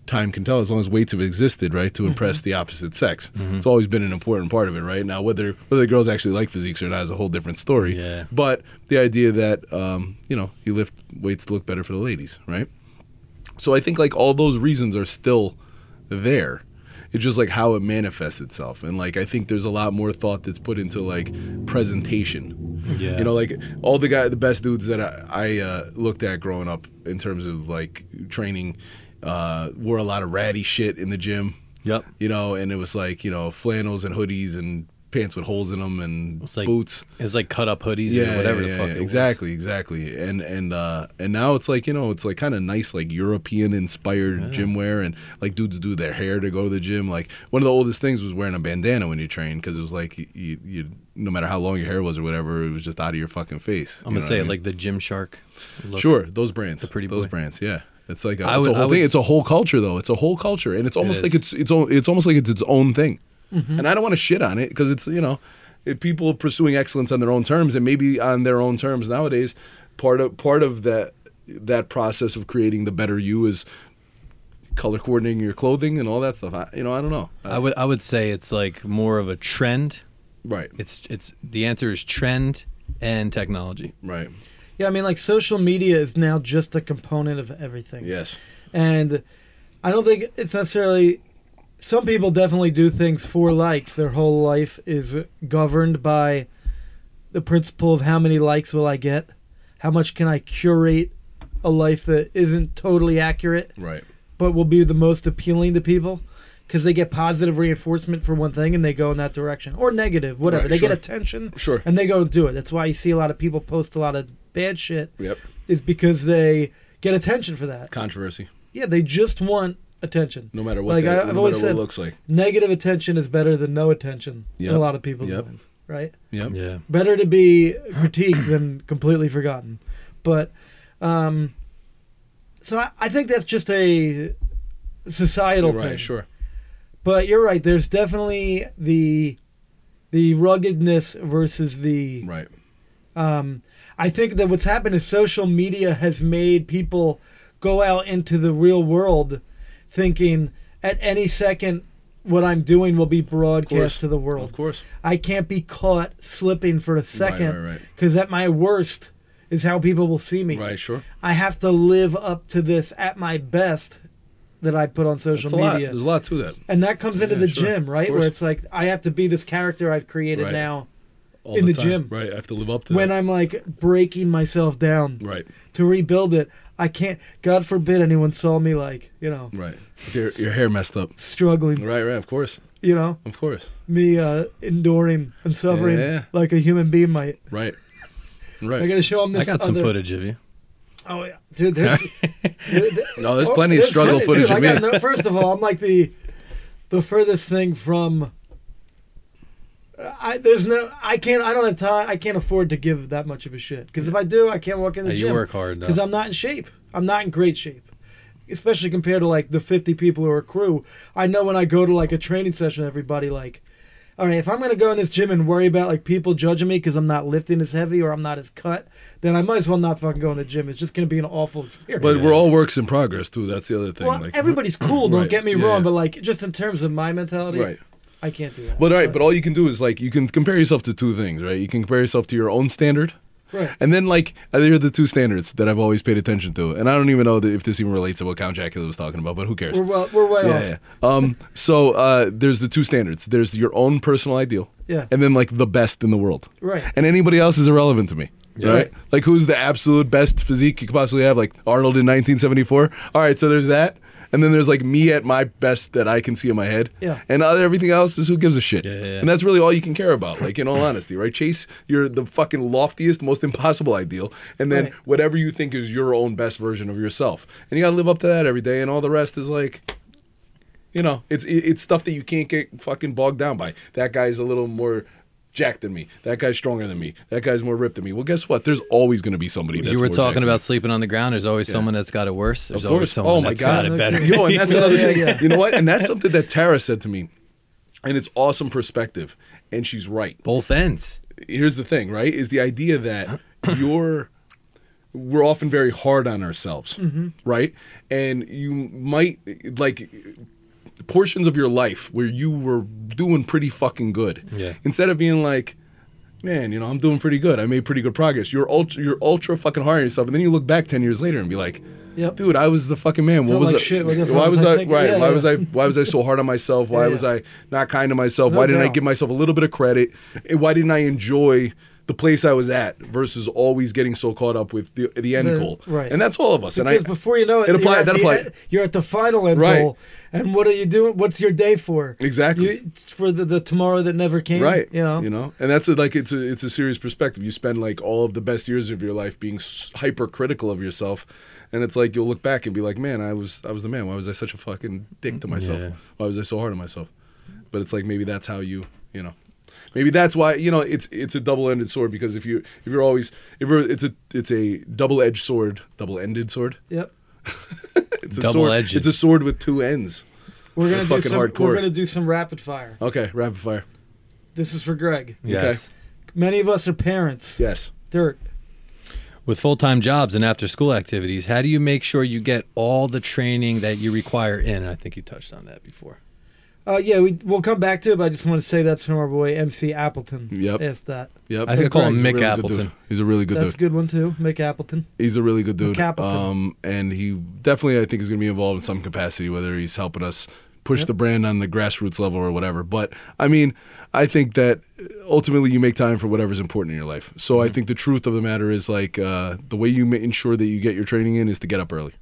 Speaker 2: time can tell as long as weights have existed right to impress the opposite sex it's always been an important part of it right now whether whether the girls actually like physiques or not is a whole different story
Speaker 3: Yeah.
Speaker 2: but the idea that um, you know you lift weights to look better for the ladies right so i think like all those reasons are still there it's just like how it manifests itself and like i think there's a lot more thought that's put into like presentation
Speaker 3: Yeah.
Speaker 2: you know, like all the guy, the best dudes that I, I uh, looked at growing up in terms of like training, uh, wore a lot of ratty shit in the gym.
Speaker 3: Yep.
Speaker 2: You know, and it was like you know flannels and hoodies and pants with holes in them and
Speaker 3: It's like
Speaker 2: boots.
Speaker 3: It's like cut up hoodies or whatever the fuck. it was.
Speaker 2: exactly, exactly. And and uh, and now it's like you know it's like kind of nice like European inspired gym wear and like dudes do their hair to go to the gym. Like one of the oldest things was wearing a bandana when you trained because it was like you, you, you no matter how long your hair was or whatever it was just out of your fucking face.
Speaker 3: I'm
Speaker 2: You know
Speaker 3: gonna
Speaker 2: what
Speaker 3: say
Speaker 2: I
Speaker 3: it
Speaker 2: mean?
Speaker 3: like the Gym Shark. Look.
Speaker 2: sure those brands,
Speaker 3: Pretty
Speaker 2: those
Speaker 3: Boy.
Speaker 2: brands, yeah. It's like a,
Speaker 3: I
Speaker 2: it's a
Speaker 3: would-
Speaker 2: whole
Speaker 3: I
Speaker 2: thing.
Speaker 3: would-
Speaker 2: It's a whole culture though. It's a whole culture and it's almost like
Speaker 3: is.
Speaker 2: it's it's al- it's almost like it's its own thing. And I don't want to shit on it because it's you know if people pursuing excellence on their own terms and maybe on their own terms nowadays. Part of part of that that process of creating the better you is color coordinating your clothing and all that stuff. I, you know I don't know.
Speaker 3: I would I would say it's like more of a trend.
Speaker 2: right.
Speaker 3: It's it's the answer is trend and technology.
Speaker 2: right.
Speaker 9: Yeah, I mean, like social media is now just a component of everything.
Speaker 2: Yes.
Speaker 9: And I don't think it's necessarily. Some people definitely do things for likes. Their whole life is governed by the principle of how many likes will I get? How much can I curate a life that isn't totally accurate,
Speaker 2: Right.
Speaker 9: but will be the most appealing to people? Because they get positive reinforcement for one thing and they go in that direction, or negative, whatever.
Speaker 2: Right,
Speaker 9: they
Speaker 2: sure.
Speaker 9: get attention
Speaker 2: Sure.
Speaker 9: and they go and do it. That's why you see a lot of people post a lot of bad shit,
Speaker 2: Yep.
Speaker 9: is because they get attention for that.
Speaker 2: Controversy.
Speaker 9: Yeah, they just want attention.
Speaker 2: No matter what.
Speaker 9: Like, I-
Speaker 2: that,
Speaker 9: I've
Speaker 2: no
Speaker 9: always
Speaker 2: matter what
Speaker 9: said-
Speaker 2: it looks like.
Speaker 9: Negative attention is better than no attention in
Speaker 2: Yep.
Speaker 9: a lot of people's
Speaker 2: Yep.
Speaker 9: minds, right?
Speaker 2: Yep.
Speaker 3: Yeah.
Speaker 9: Better to be critiqued than completely forgotten. But, um, so I, I think that's just a societal
Speaker 2: You're right.
Speaker 9: thing.
Speaker 2: Sure.
Speaker 9: But you're right. There's definitely the the ruggedness versus the
Speaker 2: Right.
Speaker 9: Um, I think that what's happened is social media has made people go out into the real world thinking at any second what I'm doing will be broadcast to the
Speaker 2: Of
Speaker 9: world.
Speaker 2: course.
Speaker 9: I can't be caught slipping for a
Speaker 2: right,
Speaker 9: second
Speaker 2: right.
Speaker 9: because at my worst is how people will see me.
Speaker 2: Right. Sure.
Speaker 9: I have to live up to this at my best that I put on social
Speaker 2: It's a lot.
Speaker 9: media.
Speaker 2: There's a lot to that.
Speaker 9: And that comes into
Speaker 2: Yeah,
Speaker 9: the
Speaker 2: sure.
Speaker 9: gym,
Speaker 2: Of
Speaker 9: right? Where
Speaker 2: course.
Speaker 9: it's like I have to be this character I've created
Speaker 2: Right.
Speaker 9: now
Speaker 2: all
Speaker 9: in the
Speaker 2: time.
Speaker 9: gym.
Speaker 2: Right. I have to live up to
Speaker 9: when
Speaker 2: that.
Speaker 9: I'm like breaking myself down.
Speaker 2: right.
Speaker 9: to rebuild it. I can't. God forbid anyone saw me like you know
Speaker 2: Right. With Your, your hair messed up.
Speaker 9: struggling.
Speaker 2: Right. Right. Of course.
Speaker 9: You know
Speaker 2: Of course.
Speaker 9: me uh, enduring and suffering
Speaker 2: Yeah.
Speaker 9: like a human being might.
Speaker 2: Right.
Speaker 9: I
Speaker 2: Right.
Speaker 9: gotta show them
Speaker 3: I
Speaker 9: this.
Speaker 3: got some
Speaker 9: other-
Speaker 3: footage of you.
Speaker 9: Oh yeah, dude. There's dude, th-
Speaker 2: No, there's
Speaker 9: oh,
Speaker 2: plenty of struggle
Speaker 9: plenty-
Speaker 2: footage
Speaker 9: dude,
Speaker 2: of
Speaker 9: I
Speaker 2: me.
Speaker 9: got no- first of all, I'm like the the furthest thing from. I there's no I can't I don't have time I can't afford to give that much of a shit because if I do I can't walk in the
Speaker 3: Hey, you
Speaker 9: gym
Speaker 3: work hard, though.
Speaker 9: because I'm not in shape I'm not in great shape especially compared to like the 50 people who are crew I know when I go to like a training session everybody like all right if I'm gonna go in this gym and worry about like people judging me because I'm not lifting as heavy or I'm not as cut then I might as well not fucking go in the gym it's just gonna be an awful experience
Speaker 2: But we're all works in progress too. That's the other thing.
Speaker 9: well, everybody's cool don't
Speaker 2: Right,
Speaker 9: get me
Speaker 2: yeah,
Speaker 9: wrong
Speaker 2: yeah.
Speaker 9: but like just in terms of my mentality
Speaker 2: Right.
Speaker 9: I can't do that
Speaker 2: But uh, all right. But all you can do is like you can compare yourself to two things, right? You can compare yourself to your own standard.
Speaker 9: Right.
Speaker 2: And then, like, they're the two standards that I've always paid attention to, and I don't even know that if this even relates to what Count Dracula was talking about, but who cares?
Speaker 9: we're well we're way off
Speaker 2: yeah, yeah. Um, so uh, there's the two standards. There's your own personal ideal,
Speaker 9: Yeah.
Speaker 2: and then like the best in the world,
Speaker 9: Right.
Speaker 2: And anybody else is irrelevant to me, right?
Speaker 9: Right.
Speaker 2: Like who's the absolute best physique you could possibly have? Like Arnold in 1974. All right, so there's that, and then there's like me at my best that I can see in my head,
Speaker 9: Yeah.
Speaker 2: And other, everything else is who gives a shit,
Speaker 3: yeah, yeah.
Speaker 2: and that's really all you can care about. Like in all honesty, right? Chase your the fucking loftiest, most impossible ideal, and then
Speaker 9: Right.
Speaker 2: whatever you think is your own best version of yourself, and you gotta live up to that every day, and all the rest is like. You know, it's it- it's stuff that you can't get fucking bogged down by. That guy's a little more jacked than me. That guy's stronger than me. That guy's more ripped than me. Well, guess what? There's always going to be somebody. That's
Speaker 3: you
Speaker 2: more
Speaker 3: were
Speaker 2: jacked
Speaker 3: talking
Speaker 2: than
Speaker 3: about sleeping on the ground. There's always someone that's got it worse. There's
Speaker 2: of
Speaker 3: always
Speaker 2: course.
Speaker 3: someone
Speaker 2: Oh my
Speaker 3: that's
Speaker 2: god,
Speaker 3: got it better.
Speaker 2: Yo, and that's another thing. You know what? And that's something that Tara said to me, and it's awesome perspective, and she's right.
Speaker 3: Both ends.
Speaker 2: Here's the thing, right? Is the idea that you're we're often very hard on ourselves,
Speaker 9: Mm-hmm.
Speaker 2: right? And you might like portions of your life where you were doing pretty fucking good.
Speaker 3: Yeah.
Speaker 2: Instead of being like, man, you know, I'm doing pretty good. I made pretty good progress. You're ultra, you're ultra fucking hard on yourself, and then you look back ten years later and be like,
Speaker 9: Yep.
Speaker 2: dude, I was the fucking man. What
Speaker 9: Felt
Speaker 2: was
Speaker 9: like
Speaker 2: I-
Speaker 9: shit. What the fuck
Speaker 2: Why
Speaker 9: was
Speaker 2: was
Speaker 9: I
Speaker 2: I
Speaker 9: thinking?
Speaker 2: right?
Speaker 9: Yeah,
Speaker 2: why
Speaker 9: yeah.
Speaker 2: was I why was I so hard on myself? Why
Speaker 9: Yeah,
Speaker 2: was
Speaker 9: yeah.
Speaker 2: I not kind to myself?
Speaker 9: No
Speaker 2: why didn't I
Speaker 9: doubt.
Speaker 2: give myself a little bit of credit? And why didn't I enjoy the place I was at versus always getting so caught up with the the end
Speaker 9: The-
Speaker 2: goal?
Speaker 9: right.
Speaker 2: And that's all of us. And I
Speaker 9: Because before you know it,
Speaker 2: it
Speaker 9: you're
Speaker 2: applied.
Speaker 9: at
Speaker 2: That
Speaker 9: the
Speaker 2: applied.
Speaker 9: end- You're at the final end
Speaker 2: Right.
Speaker 9: goal, and what are you doing? What's your day for?
Speaker 2: Exactly.
Speaker 9: You- for the, the tomorrow that never came.
Speaker 2: right
Speaker 9: You know.
Speaker 2: you know and that's a, like it's a it's a serious perspective you spend like all of the best years of your life being s- hypercritical of yourself and it's like you'll look back and be like man i was i was the man why was i such a fucking dick to myself
Speaker 3: Yeah.
Speaker 2: why was i so hard on myself but it's like maybe that's how you you know maybe that's why you know it's it's a double-ended sword because if you if you're always if you're it's a it's a double-edged sword double-ended sword
Speaker 9: Yep.
Speaker 2: it's a
Speaker 3: Double-edged.
Speaker 2: sword it's a sword with two ends
Speaker 9: We're gonna
Speaker 2: That's
Speaker 9: do
Speaker 2: fucking
Speaker 9: some.
Speaker 2: hardcore.
Speaker 9: We're gonna do some rapid fire.
Speaker 2: okay rapid fire
Speaker 9: This is for Greg.
Speaker 3: Yes.
Speaker 9: Many of us are parents.
Speaker 2: yes
Speaker 9: Dirt.
Speaker 3: With full time jobs and after school activities, how do you make sure you get all the training that you require in? I think you touched on that before.
Speaker 9: Uh, yeah, we, we'll come back to it, but I just want to say that's from our boy MC Appleton.
Speaker 2: Yep.
Speaker 9: Asked that.
Speaker 2: yep
Speaker 3: I think I call him
Speaker 2: He's a
Speaker 3: Mick
Speaker 2: really good
Speaker 3: Appleton.
Speaker 2: dude. he's a really good
Speaker 9: that's
Speaker 2: dude
Speaker 9: a good one too, Mick Appleton.
Speaker 2: He's a really good dude.
Speaker 9: Capleton.
Speaker 2: Um, and he definitely, I think, is going to be involved in some capacity, whether he's helping us push the brand on the grassroots level or whatever. But I mean, I think that ultimately you make time for whatever's important in your life. So I think the truth of the matter is like uh, the way you ma- ensure that you get your training in is to get up early.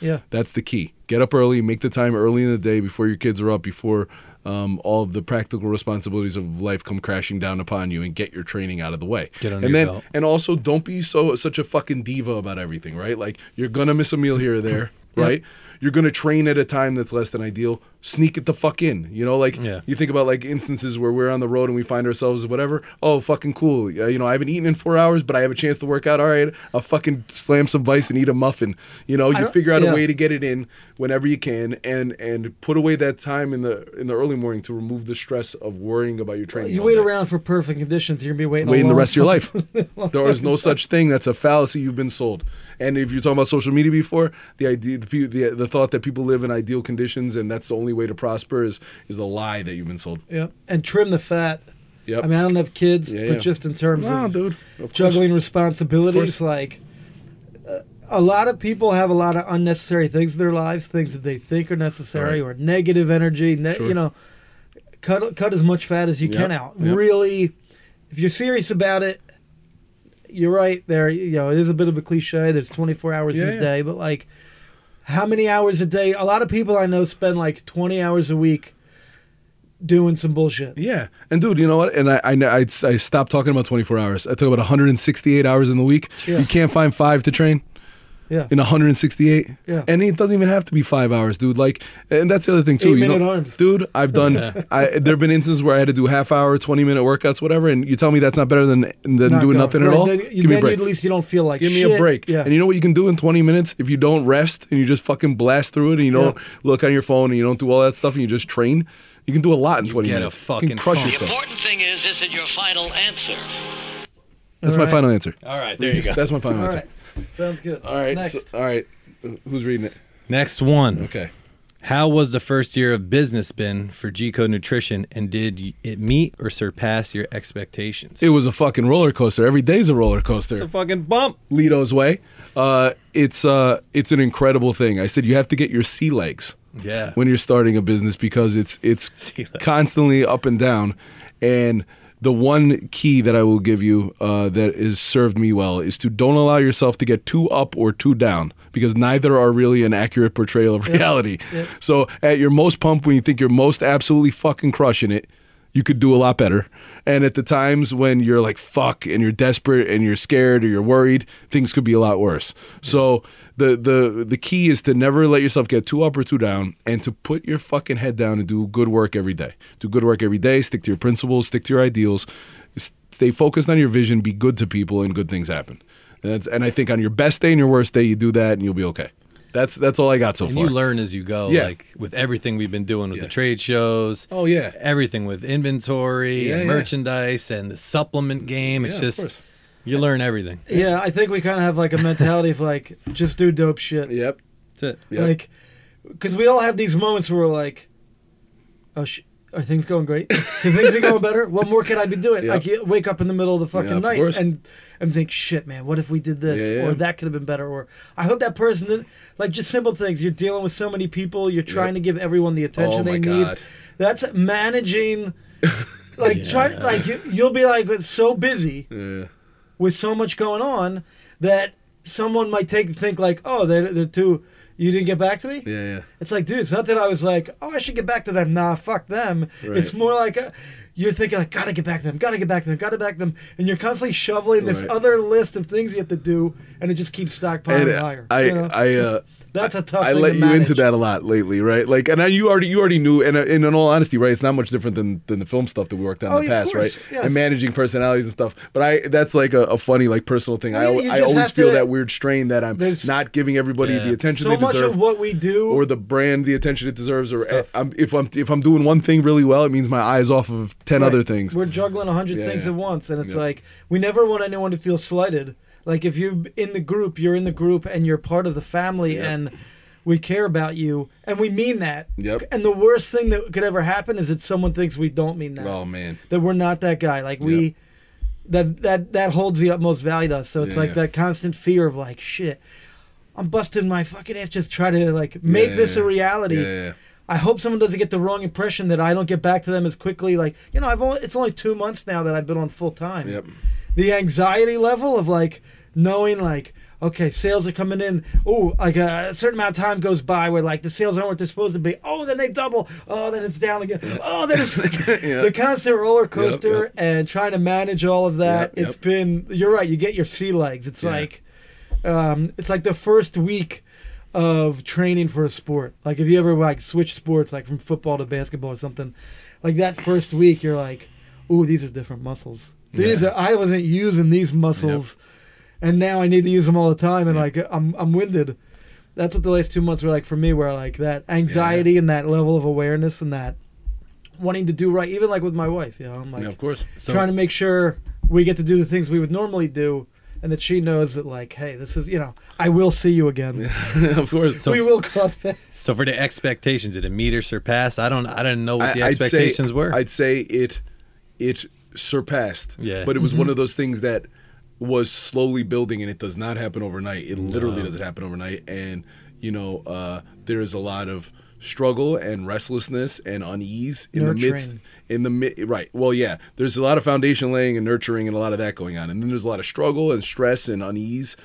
Speaker 9: Yeah.
Speaker 2: That's the key. Get up early, make the time early in the day before your kids are up, before um, all of the practical responsibilities of life come crashing down upon you, and get your training out of the way.
Speaker 3: Get under
Speaker 2: and
Speaker 3: your
Speaker 2: then,
Speaker 3: belt.
Speaker 2: and also, don't be so such a fucking diva about everything, right? Like you're gonna miss a meal here or there, right? You're gonna train at a time that's less than ideal. Sneak it the fuck in, you know? Like
Speaker 3: Yeah.
Speaker 2: you think about like instances where we're on the road and we find ourselves whatever. Oh, fucking cool. Uh, you know, I haven't eaten in four hours, but I have a chance to work out. All right, I'll fucking slam some vice and eat a muffin. You know, you
Speaker 9: don't-
Speaker 2: figure out
Speaker 9: yeah.
Speaker 2: a way to get it in whenever you can, and and put away that time in the in the early morning to remove the stress of worrying about your training.
Speaker 9: You
Speaker 2: all
Speaker 9: wait
Speaker 2: day.
Speaker 9: around for perfect conditions. You're gonna be waiting. a
Speaker 2: Waiting the
Speaker 9: long
Speaker 2: rest of your
Speaker 9: time.
Speaker 2: life. There is no such thing. That's a fallacy you've been sold. And if you're talking about social media before, the idea, the, pe- the, the thought that people live in ideal conditions and that's the only way to prosper is is a lie that you've been sold.
Speaker 9: Yep. And trim the fat.
Speaker 2: Yep.
Speaker 9: I mean, I don't have kids,
Speaker 2: Yeah,
Speaker 9: but
Speaker 2: yeah.
Speaker 9: just in terms
Speaker 2: No,
Speaker 9: of
Speaker 2: dude. Of course.
Speaker 9: juggling responsibilities,
Speaker 2: Of course.
Speaker 9: like uh, a lot of people have a lot of unnecessary things in their lives, things that they think are necessary or negative energy. Ne-
Speaker 2: Sure.
Speaker 9: You know, cut cut as much fat as you can
Speaker 2: Yep,
Speaker 9: out.
Speaker 2: yep.
Speaker 9: Really, if you're serious about it, you're right there. You know, it is a bit of a cliche. There's 24 hours in
Speaker 2: Yeah,
Speaker 9: a
Speaker 2: yeah.
Speaker 9: day, but like, how many hours a day? A lot of people I know spend like 20 hours a week doing some bullshit.
Speaker 2: Yeah, and dude, you know what? And I, I, I, I stopped talking about 24 hours. I talk about 168 hours in the week.
Speaker 9: Yeah.
Speaker 2: You can't find five to train
Speaker 9: Yeah.
Speaker 2: in 168.
Speaker 9: Yeah.
Speaker 2: and it doesn't even have to be five hours, dude. Like, and that's the other thing too. you
Speaker 9: Eight-minute
Speaker 2: know,
Speaker 9: arms.
Speaker 2: dude. I've done. I there have been instances where I had to do half hour, 20 minute workouts, whatever. And you tell me that's not better than than
Speaker 9: Not
Speaker 2: doing
Speaker 9: going.
Speaker 2: nothing
Speaker 9: Right,
Speaker 2: at all.
Speaker 9: Then,
Speaker 2: Give me a
Speaker 9: then
Speaker 2: break.
Speaker 9: at least you don't feel like
Speaker 2: Give me
Speaker 9: shit.
Speaker 2: a break.
Speaker 9: Yeah.
Speaker 2: And you know what you can do in 20 minutes if you don't rest and you just fucking blast through it and you don't
Speaker 9: Yeah.
Speaker 2: look on your phone and you don't do all that stuff and you just train. You can do a lot in 20
Speaker 3: get a
Speaker 2: minutes. you
Speaker 3: fucking
Speaker 2: can crush
Speaker 3: phone.
Speaker 2: yourself.
Speaker 10: Important thing is, is it your final answer?
Speaker 2: That's
Speaker 9: All
Speaker 2: my
Speaker 9: right.
Speaker 2: final answer.
Speaker 3: All right, there you go.
Speaker 2: That's my final
Speaker 9: All
Speaker 2: answer.
Speaker 9: right. Sounds good.
Speaker 2: All right.
Speaker 9: Next.
Speaker 2: so- all right. Uh, Who's reading it?
Speaker 3: Next one.
Speaker 2: Okay.
Speaker 3: How was the first year of business been for G Code Nutrition, and did y- it meet or surpass your expectations?
Speaker 2: It was a fucking roller coaster. Every day's a roller coaster.
Speaker 3: a fucking bump.
Speaker 2: Lito's way. Uh, it's uh, it's an incredible thing. I said you have to get your sea legs.
Speaker 3: Yeah.
Speaker 2: When you're starting a business because it's it's
Speaker 3: Sea legs.
Speaker 2: constantly up and down, and the one key that I will give you uh, that has served me well is to don't allow yourself to get too up or too down because neither are really an accurate portrayal of reality. So at your most pump when you think you're most absolutely fucking crushing it, you could do a lot better. And at the times when you're like fuck and you're desperate and you're scared or you're worried, things could be a lot worse. So the the the key is to never let yourself get too up or too down and to put your fucking head down and do good work every day. Do good work every day, stick to your principles, stick to your ideals, stay focused on your vision, be good to people and good things happen. And that's, and I think on your best day and your worst day you do that and you'll be okay. That's that's all I got so
Speaker 3: And
Speaker 2: far.
Speaker 3: you learn as you go,
Speaker 2: Yeah.
Speaker 3: like with everything we've been doing with
Speaker 2: Yeah.
Speaker 3: the trade shows.
Speaker 2: Oh, yeah.
Speaker 3: everything with inventory
Speaker 2: Yeah,
Speaker 3: and
Speaker 2: yeah.
Speaker 3: merchandise and the supplement game. It's
Speaker 2: Yeah, of course.
Speaker 3: just you learn everything.
Speaker 9: Yeah, I think we kind of have like a mentality of like just do dope shit.
Speaker 2: Yep.
Speaker 3: That's it.
Speaker 2: Yep.
Speaker 9: Like, because we all have these moments where we're like, oh, sh- are things going great? Can things be going better? What more could I be doing?
Speaker 2: Yep.
Speaker 9: Like, you wake up in the middle of the fucking
Speaker 2: Yeah, of
Speaker 9: night
Speaker 2: course.
Speaker 9: and and think, shit, man, what if we did this?
Speaker 2: Yeah, yeah.
Speaker 9: Or that could have been better. Or I hope that person, didn't-" like, just simple things. You're dealing with so many people. You're trying to give everyone the attention
Speaker 2: Oh, my
Speaker 9: they
Speaker 2: God.
Speaker 9: need. That's managing. Like try like you, you'll be like so busy
Speaker 2: Yeah.
Speaker 9: with so much going on that someone might take think like, oh, they're, they're too. You didn't get back to me.
Speaker 2: Yeah, yeah.
Speaker 9: It's like, dude, it's not that I was like, oh, I should get back to them. Nah, fuck them. It's
Speaker 2: Right.
Speaker 9: more like uh you're thinking like, gotta get back to them, gotta get back to them, gotta back to them, and you're constantly shoveling this
Speaker 2: Right.
Speaker 9: other list of things you have to do, and it just keeps stockpiling
Speaker 2: And
Speaker 9: higher.
Speaker 2: I,
Speaker 9: you know?
Speaker 2: I, uh,
Speaker 9: That's a tough
Speaker 2: I
Speaker 9: thing
Speaker 2: let
Speaker 9: to
Speaker 2: you into
Speaker 9: manage.
Speaker 2: that a lot lately, right? Like, and I, you already, you already knew, and, uh, and in all honesty, right, it's not much different than than the film stuff that we worked on
Speaker 9: Oh,
Speaker 2: in the
Speaker 9: yeah, of
Speaker 2: past,
Speaker 9: course,
Speaker 2: right?
Speaker 9: yes.
Speaker 2: And managing personalities and stuff. But I, that's like a, a funny, like personal thing. I,
Speaker 9: Yeah,
Speaker 2: al-
Speaker 9: you
Speaker 2: I
Speaker 9: just
Speaker 2: always
Speaker 9: have to-
Speaker 2: feel that weird strain that I'm
Speaker 9: There's-
Speaker 2: not giving everybody
Speaker 3: Yeah.
Speaker 2: the attention
Speaker 9: so
Speaker 2: they
Speaker 9: much
Speaker 2: deserve.
Speaker 9: of what we do,
Speaker 2: or the brand the attention it deserves, or uh, I'm, if I'm if I'm doing one thing really well, it means my eyes off of ten other
Speaker 9: Right.
Speaker 2: things.
Speaker 9: We're juggling a hundred
Speaker 2: Yeah,
Speaker 9: things
Speaker 2: yeah.
Speaker 9: at once, and it's
Speaker 2: Yeah.
Speaker 9: like we never want anyone to feel slighted. Like if you're in the group, you're in the group, and you're part of the family,
Speaker 2: Yeah.
Speaker 9: and we care about you, and we mean that.
Speaker 2: Yep.
Speaker 9: And the worst thing that could ever happen is that someone thinks we don't mean that.
Speaker 2: oh man,
Speaker 9: That we're not that guy. Like we.
Speaker 2: Yeah.
Speaker 9: That, that that holds the utmost value to us. So it's
Speaker 2: Yeah,
Speaker 9: like
Speaker 2: yeah.
Speaker 9: that constant fear of like shit. I'm busting my fucking ass just try to like make
Speaker 2: Yeah,
Speaker 9: this
Speaker 2: yeah,
Speaker 9: a
Speaker 2: yeah.
Speaker 9: reality.
Speaker 2: Yeah, yeah, yeah.
Speaker 9: I hope someone doesn't get the wrong impression that I don't get back to them as quickly. Like, you know, I've only it's only two months now that I've been on full time.
Speaker 2: Yep.
Speaker 9: The anxiety level of like knowing like, okay, sales are coming in. Oh, like a, certain amount of time goes by where like the sales aren't what they're supposed to be. Oh, then they double. Oh, then it's down again. Oh, then it's
Speaker 2: Yeah.
Speaker 9: the constant roller coaster
Speaker 2: yep.
Speaker 9: and trying to manage all of that.
Speaker 2: Yep,
Speaker 9: It's
Speaker 2: yep.
Speaker 9: been you're right, you get your sea legs. It's
Speaker 2: Yeah.
Speaker 9: like um, it's like the first week of training for a sport. Like if you ever like switch sports, like from football to basketball or something, like that first week you're like, "Ooh, these are different muscles. These
Speaker 2: Yeah.
Speaker 9: are I wasn't using these muscles, and now I need to use them all the time, and like I'm I'm winded." That's what the last two months were like for me, where like that anxiety and that level of awareness and that wanting to do right, even like with my wife, you know, I'm like,
Speaker 2: yeah, of course.
Speaker 3: So
Speaker 9: trying to make sure we get to do the things we would normally do and that she knows that like hey this is you know i will see you again
Speaker 2: of course.
Speaker 3: So-
Speaker 9: we will cross paths
Speaker 3: so for the expectations, did it meet or surpass? I don't. I don't know what the
Speaker 2: I'd say-
Speaker 3: expectations were.
Speaker 2: I'd say it it surpassed.
Speaker 3: Yeah.
Speaker 2: But it was one of those things that was slowly building and it does not happen overnight. It literally doesn't happen overnight. And, you know, uh, there is a lot of struggle and restlessness and unease in the midst
Speaker 9: Nurturing.
Speaker 2: in the mid right well yeah there's a lot of foundation laying and nurturing and a lot of that going on and then there's a lot of struggle and stress and unease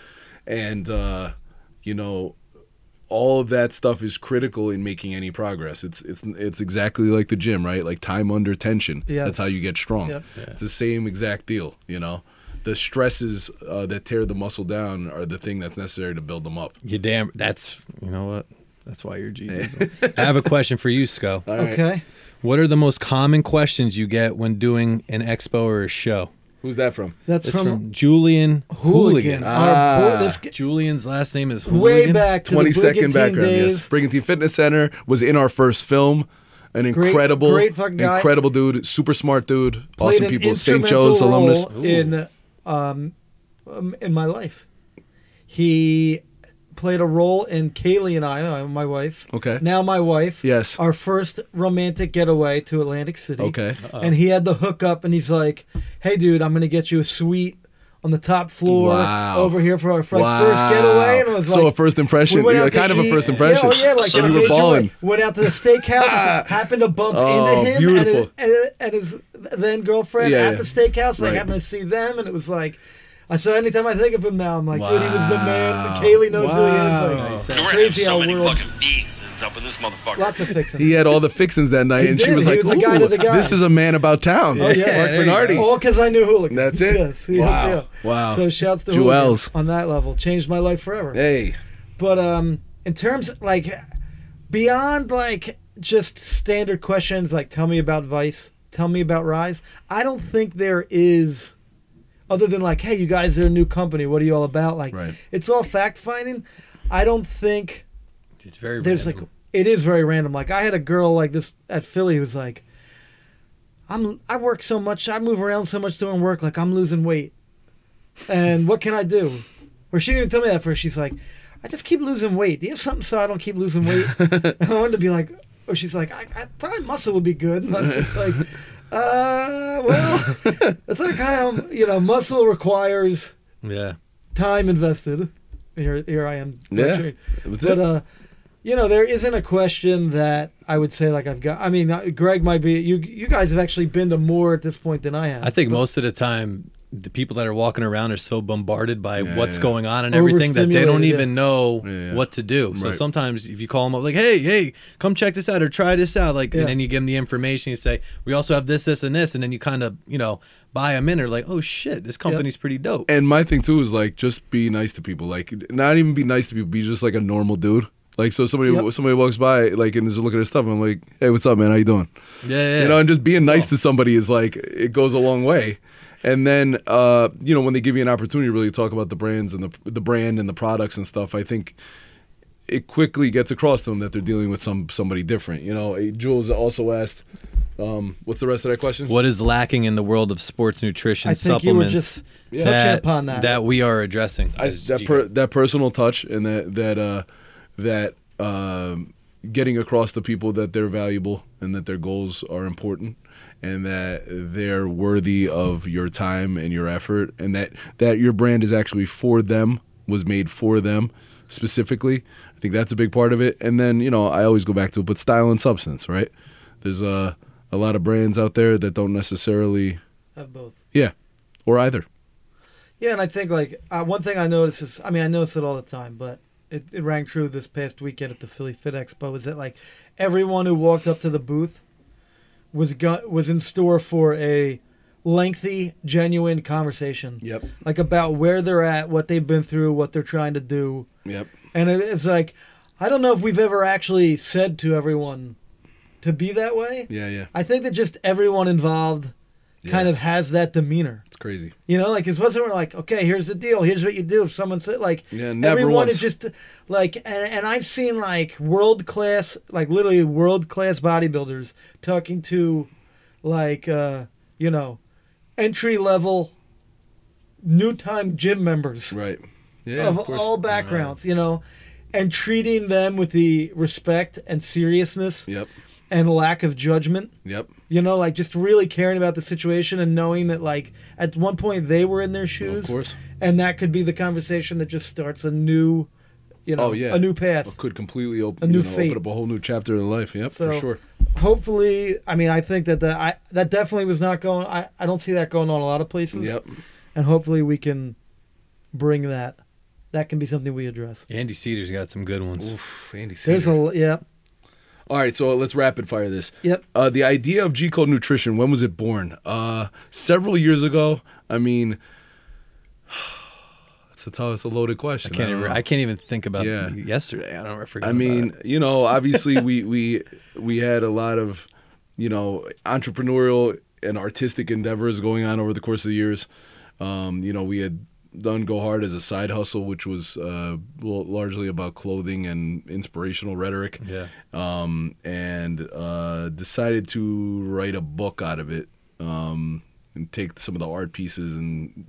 Speaker 2: and uh you know all of that stuff is critical in making any progress. It's it's it's exactly like the gym, right? Like time under tension.
Speaker 9: Yes.
Speaker 2: That's how you get strong.
Speaker 9: Yep.
Speaker 2: It's the same exact deal, you know. The stresses uh, that tear the muscle down are the thing that's necessary to build them up.
Speaker 3: you damn. That's you know what. That's why you're genius. I have a question for you, Sco.
Speaker 2: All right.
Speaker 9: okay
Speaker 3: What are the most common questions you get when doing an expo or a show?
Speaker 2: Who's that from?
Speaker 9: that's
Speaker 3: It's
Speaker 9: from,
Speaker 3: from, Julian
Speaker 9: hooligan,
Speaker 3: Hooligan.
Speaker 9: Our boy,
Speaker 2: Ah,
Speaker 9: this, g-
Speaker 3: Julian's last name is
Speaker 9: way
Speaker 3: Hooligan?
Speaker 9: back to
Speaker 2: Twenty
Speaker 9: the
Speaker 2: second
Speaker 9: Brigantine
Speaker 2: background.
Speaker 9: days
Speaker 2: Yes. Brigantine Fitness Center was in our first film. An
Speaker 9: Great-
Speaker 2: incredible,
Speaker 9: great fucking guy.
Speaker 2: incredible dude, super smart dude,
Speaker 9: played
Speaker 2: awesome
Speaker 9: an
Speaker 2: people, St.
Speaker 9: instrumental
Speaker 2: Joe's alumnus.
Speaker 9: role in um, um, in my life he played a role in Kaylee and I, uh, my wife.
Speaker 2: Okay.
Speaker 9: Now my wife.
Speaker 2: Yes.
Speaker 9: Our first romantic getaway to Atlantic City.
Speaker 2: Okay.
Speaker 9: And he had the hookup, and he's like, "Hey, dude, I'm gonna get you a suite on the top floor
Speaker 2: Wow.
Speaker 9: over here for our for, like,
Speaker 2: Wow.
Speaker 9: first getaway." And it was
Speaker 2: so
Speaker 9: like,
Speaker 2: a first impression,
Speaker 9: we went
Speaker 2: yeah,
Speaker 9: out to
Speaker 2: kind of a
Speaker 9: eat.
Speaker 2: first
Speaker 9: Yeah,
Speaker 2: impression.
Speaker 9: oh, yeah, like
Speaker 2: so
Speaker 9: in a
Speaker 2: you were
Speaker 9: major way.
Speaker 2: balling.
Speaker 9: Went out to the steakhouse, happened to bump
Speaker 2: Oh,
Speaker 9: into him
Speaker 2: beautiful.
Speaker 9: And, his, and, and his then girlfriend
Speaker 2: Yeah,
Speaker 9: at
Speaker 2: yeah.
Speaker 9: the steakhouse. Like
Speaker 2: Right.
Speaker 9: happened to see them, and it was like. I so anytime I think of him now, I'm like, dude, he was the man.
Speaker 3: Wow.
Speaker 9: Kaylee knows who
Speaker 2: Wow.
Speaker 9: he is.
Speaker 11: We're
Speaker 9: Like,
Speaker 11: gonna have
Speaker 9: crazy
Speaker 11: so
Speaker 9: how
Speaker 11: many
Speaker 9: worlds,
Speaker 11: fucking fixins up in this motherfucker.
Speaker 9: lots of fixing.
Speaker 2: He had all the fixings that night,
Speaker 9: He
Speaker 2: and she
Speaker 9: did.
Speaker 2: was
Speaker 9: He
Speaker 2: like,
Speaker 9: was the guy to
Speaker 2: "Ooh,
Speaker 9: the guy."
Speaker 2: "This is a man about town."
Speaker 9: Oh yeah,
Speaker 2: Mark
Speaker 9: there you
Speaker 2: Bernardi.
Speaker 9: go. All because I knew Hooligan.
Speaker 2: That's it?
Speaker 9: Yes, he-
Speaker 2: Wow.
Speaker 9: yeah.
Speaker 2: Wow.
Speaker 9: So shouts to
Speaker 2: Jewels.
Speaker 9: Hooligan on that level. Changed my life forever.
Speaker 2: Hey,
Speaker 9: But um, in terms like beyond like just standard questions like tell me about Vice, tell me about Rise. I don't think there is other than like hey you guys are a new company. What are you all about? Like
Speaker 2: Right.
Speaker 9: it's all fact finding. I don't think
Speaker 3: It's very
Speaker 9: there's like it is very random. Like I had a girl like this at Philly who's like, I'm I work so much, I move around so much doing work, like I'm losing weight, and what can I do? Or she didn't even tell me that first. She's like, I just keep losing weight. Do you have something so I don't keep losing weight? and I wanted to be like, or she's like, I, I probably muscle would be good. And I was just like, uh, well, it's like kind of you know muscle requires
Speaker 3: yeah.
Speaker 9: time invested. Here, here I am.
Speaker 2: Yeah.
Speaker 9: lecturing.
Speaker 2: That's
Speaker 9: But
Speaker 2: it.
Speaker 9: uh, you know, there isn't a question that I would say like I've got. I mean, uh, Greg might be. You you guys have actually been to more at this point than I have.
Speaker 3: I think most of the time, the people that are walking around are so bombarded by
Speaker 2: Yeah,
Speaker 3: what's
Speaker 2: yeah.
Speaker 3: going on and everything that they don't
Speaker 9: Overstimulated, yeah.
Speaker 3: even know
Speaker 2: Yeah.
Speaker 3: what to do. So
Speaker 2: Right.
Speaker 3: sometimes if you call them up, like, hey, hey, come check this out or try this out, like,
Speaker 9: Yeah.
Speaker 3: and then you give them the information, you say, we also have this, this, and this, and then you kind of, you know, buy them in or like, oh shit, this company's pretty dope.
Speaker 2: and my thing too is like, just be nice to people. Like, not even be nice to people. Be just like a normal dude. Like, so somebody
Speaker 9: Yep.
Speaker 2: somebody walks by, like, and is looking at stuff. and I'm like, "Hey, what's up, man? How you doing?"
Speaker 3: yeah, yeah,
Speaker 2: you know and just being nice to somebody is like it goes a long way and then uh, you know when they give you an opportunity to really talk about the brands and the the brand and the products and stuff i think it quickly gets across to them that they're dealing with some somebody different you know eh, jules also asked um, what's the rest of that question
Speaker 3: what is lacking in the world of sports nutrition
Speaker 9: I think
Speaker 3: supplements
Speaker 9: you were just touching
Speaker 3: that,
Speaker 9: upon that.
Speaker 3: we are addressing?
Speaker 2: I,
Speaker 3: as
Speaker 2: that
Speaker 3: G-
Speaker 2: per, that personal touch and that that uh, that um, getting across to people that they're valuable and that their goals are important and that they're worthy of your time and your effort and that that your brand is actually for them was made for them specifically. I think that's a big part of it. And then you know I always go back to it, but style and substance, right? There's a a lot of brands out there that don't necessarily
Speaker 9: have both.
Speaker 2: yeah or either.
Speaker 9: Yeah, and I think like uh, one thing I notice is, I mean, I notice it all the time, but it, it rang true this past weekend at the Philly Fit Expo. Is that like everyone who walked up to the booth was got, was in store for a lengthy, genuine conversation.
Speaker 2: Yep.
Speaker 9: Like about where they're at, what they've been through, what they're trying to do.
Speaker 2: Yep.
Speaker 9: And it- it's like, I don't know if we've ever actually said to everyone to be that way.
Speaker 2: Yeah, yeah.
Speaker 9: I think that just everyone involved kind
Speaker 2: Yeah.
Speaker 9: of has that demeanor.
Speaker 2: It's crazy.
Speaker 9: You know, like it wasn't like, okay, here's the deal. Here's what you do. If someone said, like,
Speaker 2: Yeah, never
Speaker 9: everyone
Speaker 2: once.
Speaker 9: is just like, and, and I've seen like world class, like literally world class bodybuilders talking to like, uh, you know, entry level new time gym members
Speaker 2: Right. Yeah.
Speaker 9: of,
Speaker 2: course.
Speaker 9: all backgrounds, you know, and treating them with the respect and seriousness
Speaker 2: Yep.
Speaker 9: and lack of judgment.
Speaker 2: Yep.
Speaker 9: You know, like just really caring about the situation and knowing that, like, at one point they were in their shoes.
Speaker 2: course.
Speaker 9: And that could be the conversation that just starts a new, you know,
Speaker 2: Oh yeah.
Speaker 9: a new path.
Speaker 2: It could completely open
Speaker 9: A new
Speaker 2: you know,
Speaker 9: fate.
Speaker 2: open up a whole new chapter in life. Yep,
Speaker 9: So-
Speaker 2: for sure.
Speaker 9: Hopefully, I mean, I think that the, I, that definitely was not going, I, I don't see that going on a lot of places.
Speaker 2: Yep.
Speaker 9: And hopefully we can bring that. That can be something we address.
Speaker 3: Andy Cedar's got some good ones.
Speaker 2: Oof, Andy
Speaker 9: There's
Speaker 2: Cedar.
Speaker 9: a, yeah,
Speaker 2: All right, so let's rapid fire this.
Speaker 9: Yep.
Speaker 2: Uh, the idea of G Code Nutrition, when was it born? Uh, several years ago. I mean, it's a tough, it's a loaded question.
Speaker 3: I can't
Speaker 2: don't
Speaker 3: even.
Speaker 2: know.
Speaker 3: I can't even think about
Speaker 2: Yeah.
Speaker 3: yesterday. I don't I forgot.
Speaker 2: I
Speaker 3: about
Speaker 2: mean,
Speaker 3: it.
Speaker 2: you know, obviously we we we had a lot of, you know, entrepreneurial and artistic endeavors going on over the course of the years. Um, you know, we had done Go Hard as a side hustle, which was uh, l- largely about clothing and inspirational rhetoric.
Speaker 3: yeah.
Speaker 2: Um, and uh, decided to write a book out of it. Um, and take some of the art pieces and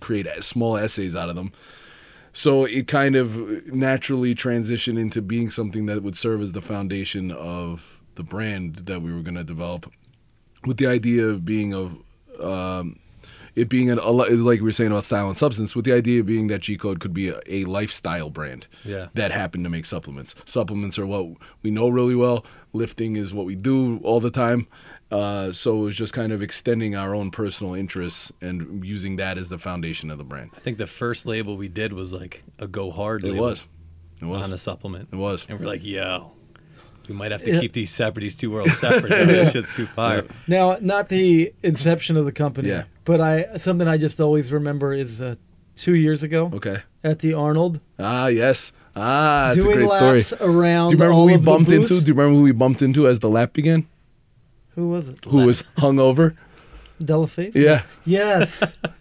Speaker 2: create small essays out of them. So it kind of naturally transitioned into being something that would serve as the foundation of the brand that we were going to develop, with the idea of being of, um, it being an a li- like we were saying about style and substance, with the idea being that G Code could be a, a lifestyle brand.
Speaker 3: Yeah.
Speaker 2: That happened to make supplements. Supplements are what we know really well. Lifting is what we do all the time. Uh, so it was just kind of extending our own personal interests and using that as the foundation of the brand.
Speaker 3: I think the first label we did was like a go hard
Speaker 2: It
Speaker 3: label
Speaker 2: was. It was.
Speaker 3: on a supplement.
Speaker 2: It was.
Speaker 3: And we're like, yo, we might have to keep these separate, these two worlds separate. This shit's too fire.
Speaker 9: Now, not the inception of the company,
Speaker 2: Yeah.
Speaker 9: but I something I just always remember is uh, two years ago
Speaker 2: Okay.
Speaker 9: at the Arnold
Speaker 2: Ah, yes. Ah, that's
Speaker 9: doing
Speaker 2: a great
Speaker 9: laps
Speaker 2: story.
Speaker 9: around.
Speaker 2: Do you remember
Speaker 9: all
Speaker 2: who we
Speaker 9: of the
Speaker 2: bumped into?
Speaker 9: booths.
Speaker 2: Do you remember who we bumped into as the lap began?
Speaker 9: Who was it?
Speaker 2: Who was hungover?
Speaker 9: Delafitte?
Speaker 2: Yeah.
Speaker 9: Yes.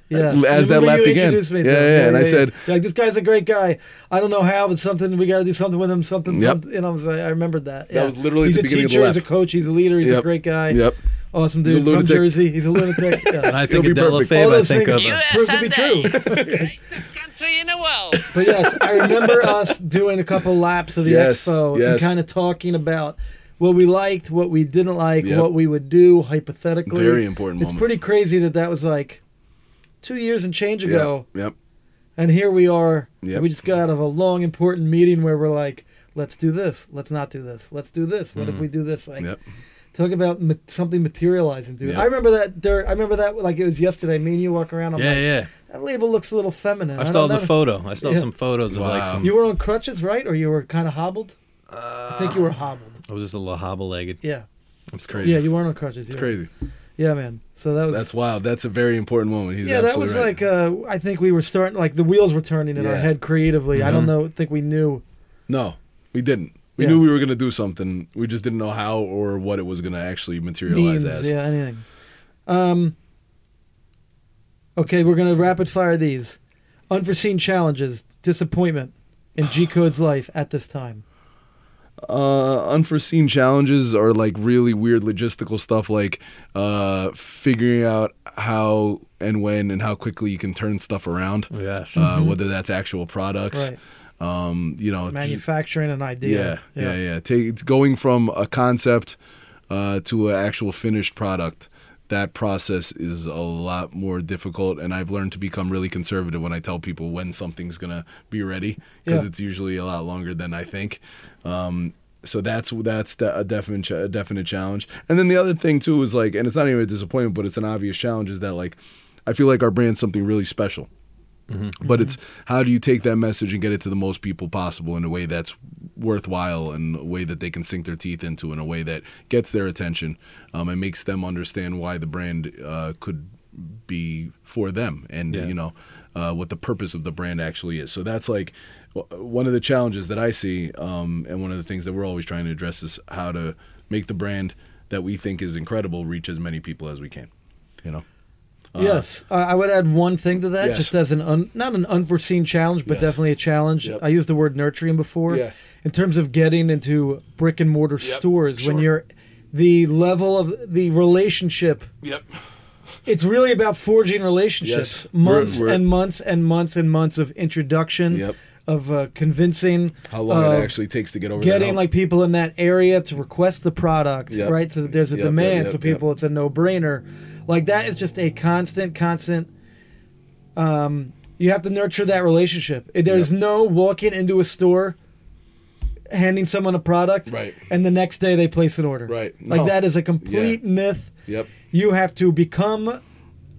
Speaker 9: Yes.
Speaker 2: As that
Speaker 9: Remember
Speaker 2: lap
Speaker 9: you
Speaker 2: began.
Speaker 9: introduced me to
Speaker 2: Yeah,
Speaker 9: him.
Speaker 2: yeah, and I said-
Speaker 9: You're like this guy's a great guy. I don't know how, but something we got to do something with him. Something.
Speaker 2: Yep.
Speaker 9: something. And I was like, I remembered that. Yeah.
Speaker 2: was literally
Speaker 9: He's
Speaker 2: the
Speaker 9: a
Speaker 2: beginning of the
Speaker 9: teacher.
Speaker 2: lap.
Speaker 9: He's a coach. He's a leader. He's a
Speaker 2: Yep.
Speaker 9: great guy.
Speaker 2: Yep.
Speaker 9: Awesome
Speaker 2: He's a
Speaker 9: dude from
Speaker 2: lunatic.
Speaker 9: Jersey. He's a lunatic. Yeah.
Speaker 3: And I think
Speaker 2: be
Speaker 3: of
Speaker 2: perfect.
Speaker 9: All
Speaker 3: Delafe, I
Speaker 9: those
Speaker 3: think of
Speaker 9: things-
Speaker 3: a,
Speaker 9: Proved to be true.
Speaker 10: Greatest country in the world.
Speaker 9: But yes, I remember us doing a couple laps of the
Speaker 2: Yes,
Speaker 9: expo and
Speaker 2: yes.
Speaker 9: kind of talking about what we liked, what we didn't like,
Speaker 2: Yep.
Speaker 9: what we would do hypothetically.
Speaker 2: Very important
Speaker 9: It's
Speaker 2: moment.
Speaker 9: pretty crazy that that was like two years and change ago,
Speaker 2: Yeah. Yep.
Speaker 9: and here we are. and
Speaker 2: Yep.
Speaker 9: We just got out of a long, important meeting where we're like, "Let's do this. Let's not do this. Let's do this. What if we do this?" Like,
Speaker 2: Mm. Yep.
Speaker 9: talk about ma- something materializing, dude.
Speaker 2: Yep.
Speaker 9: I remember that. There, I remember that like it was yesterday. Me and you walk around. I'm
Speaker 3: yeah,
Speaker 9: like,
Speaker 3: yeah.
Speaker 9: That label looks a little feminine.
Speaker 3: I
Speaker 9: don't
Speaker 3: saw the
Speaker 9: know."
Speaker 3: photo. I saw
Speaker 9: Yeah.
Speaker 3: some photos of like
Speaker 2: Wow.
Speaker 3: some.
Speaker 9: You were on crutches, right? Or you were kind of hobbled? I think you were hobbled.
Speaker 3: I was just a little hobble legged.
Speaker 9: Yeah.
Speaker 2: It's Uh, crazy.
Speaker 9: Yeah, you weren't on crutches. It's
Speaker 2: crazy.
Speaker 9: Yeah, man. So that was.
Speaker 2: That's wild. That's a very important moment. He's
Speaker 9: yeah, that was like uh, I think we were starting like the wheels were turning in our
Speaker 2: Yeah. Mm-hmm.
Speaker 9: head creatively. I don't know. Think we knew.
Speaker 2: no, we didn't. We
Speaker 9: Yeah.
Speaker 2: knew we were gonna do something. We just didn't know how or what it was gonna actually materialize
Speaker 9: memes,
Speaker 2: as.
Speaker 9: yeah, anything. Um, okay, we're gonna rapid fire these. Unforeseen challenges, disappointment in G Code's life at this time.
Speaker 2: uh, unforeseen challenges are like really weird logistical stuff, like uh, figuring out how and when and how quickly you can turn stuff around.
Speaker 3: Yeah.
Speaker 2: Uh, whether that's actual products,
Speaker 9: Oh, Mm-hmm. Right,
Speaker 2: um, you know, just-
Speaker 9: manufacturing an
Speaker 2: yeah,
Speaker 9: idea.
Speaker 2: yeah, yeah. Take it's going from a concept uh, to an actual finished product. That process is a lot more difficult, and I've learned to become really conservative when I tell people when something's gonna be ready because
Speaker 9: Yeah.
Speaker 2: it's usually a lot longer than I think. Um, so that's that's the, a definite cha- a definite challenge. And then the other thing too is like, and it's not even a disappointment, but it's an obvious challenge is that like, I feel like our brand's something really special but
Speaker 9: Mm-hmm.
Speaker 2: it's how do you take that message and get it to the most people possible in a way that's worthwhile and a way that they can sink their teeth into in a way that gets their attention um, and makes them understand why the brand uh, could be for them and
Speaker 3: Yeah.
Speaker 2: you know uh, what the purpose of the brand actually is so that's like w- one of the challenges that i see um, and one of the things that we're always trying to address is how to make the brand that we think is incredible reach as many people as we can you know
Speaker 9: yes, I I would add one thing to that,
Speaker 2: Uh, Yes.
Speaker 9: just as an un, not an unforeseen challenge, but
Speaker 2: Yes.
Speaker 9: definitely a challenge.
Speaker 2: Yep.
Speaker 9: I used the word nurturing before.
Speaker 2: Yeah.
Speaker 9: In terms of getting into brick and mortar stores, when
Speaker 2: sure.
Speaker 9: you're the level of the relationship,
Speaker 2: yep
Speaker 9: it's really about forging relationships.
Speaker 2: Yes. We're-
Speaker 9: Months
Speaker 2: we're-
Speaker 9: and months and months and months of introduction,
Speaker 2: Yep.
Speaker 9: of uh, convincing.
Speaker 2: how long
Speaker 9: of
Speaker 2: it actually takes to get over that
Speaker 9: Uh, Getting
Speaker 2: hump.
Speaker 9: like people in that area to request the product,
Speaker 2: Yep.
Speaker 9: right? So that there's a
Speaker 2: Yep, yep,
Speaker 9: demand.
Speaker 2: yep,
Speaker 9: so people,
Speaker 2: yep.
Speaker 9: it's a no-brainer. Like that is just a constant, constant um, you have to nurture that relationship. There's no walking into a store, handing someone a product,
Speaker 2: Right.
Speaker 9: and the next day they place an order.
Speaker 2: Right.
Speaker 9: Like
Speaker 2: No.
Speaker 9: that is a complete
Speaker 2: Yeah.
Speaker 9: myth.
Speaker 2: Yep.
Speaker 9: You have to become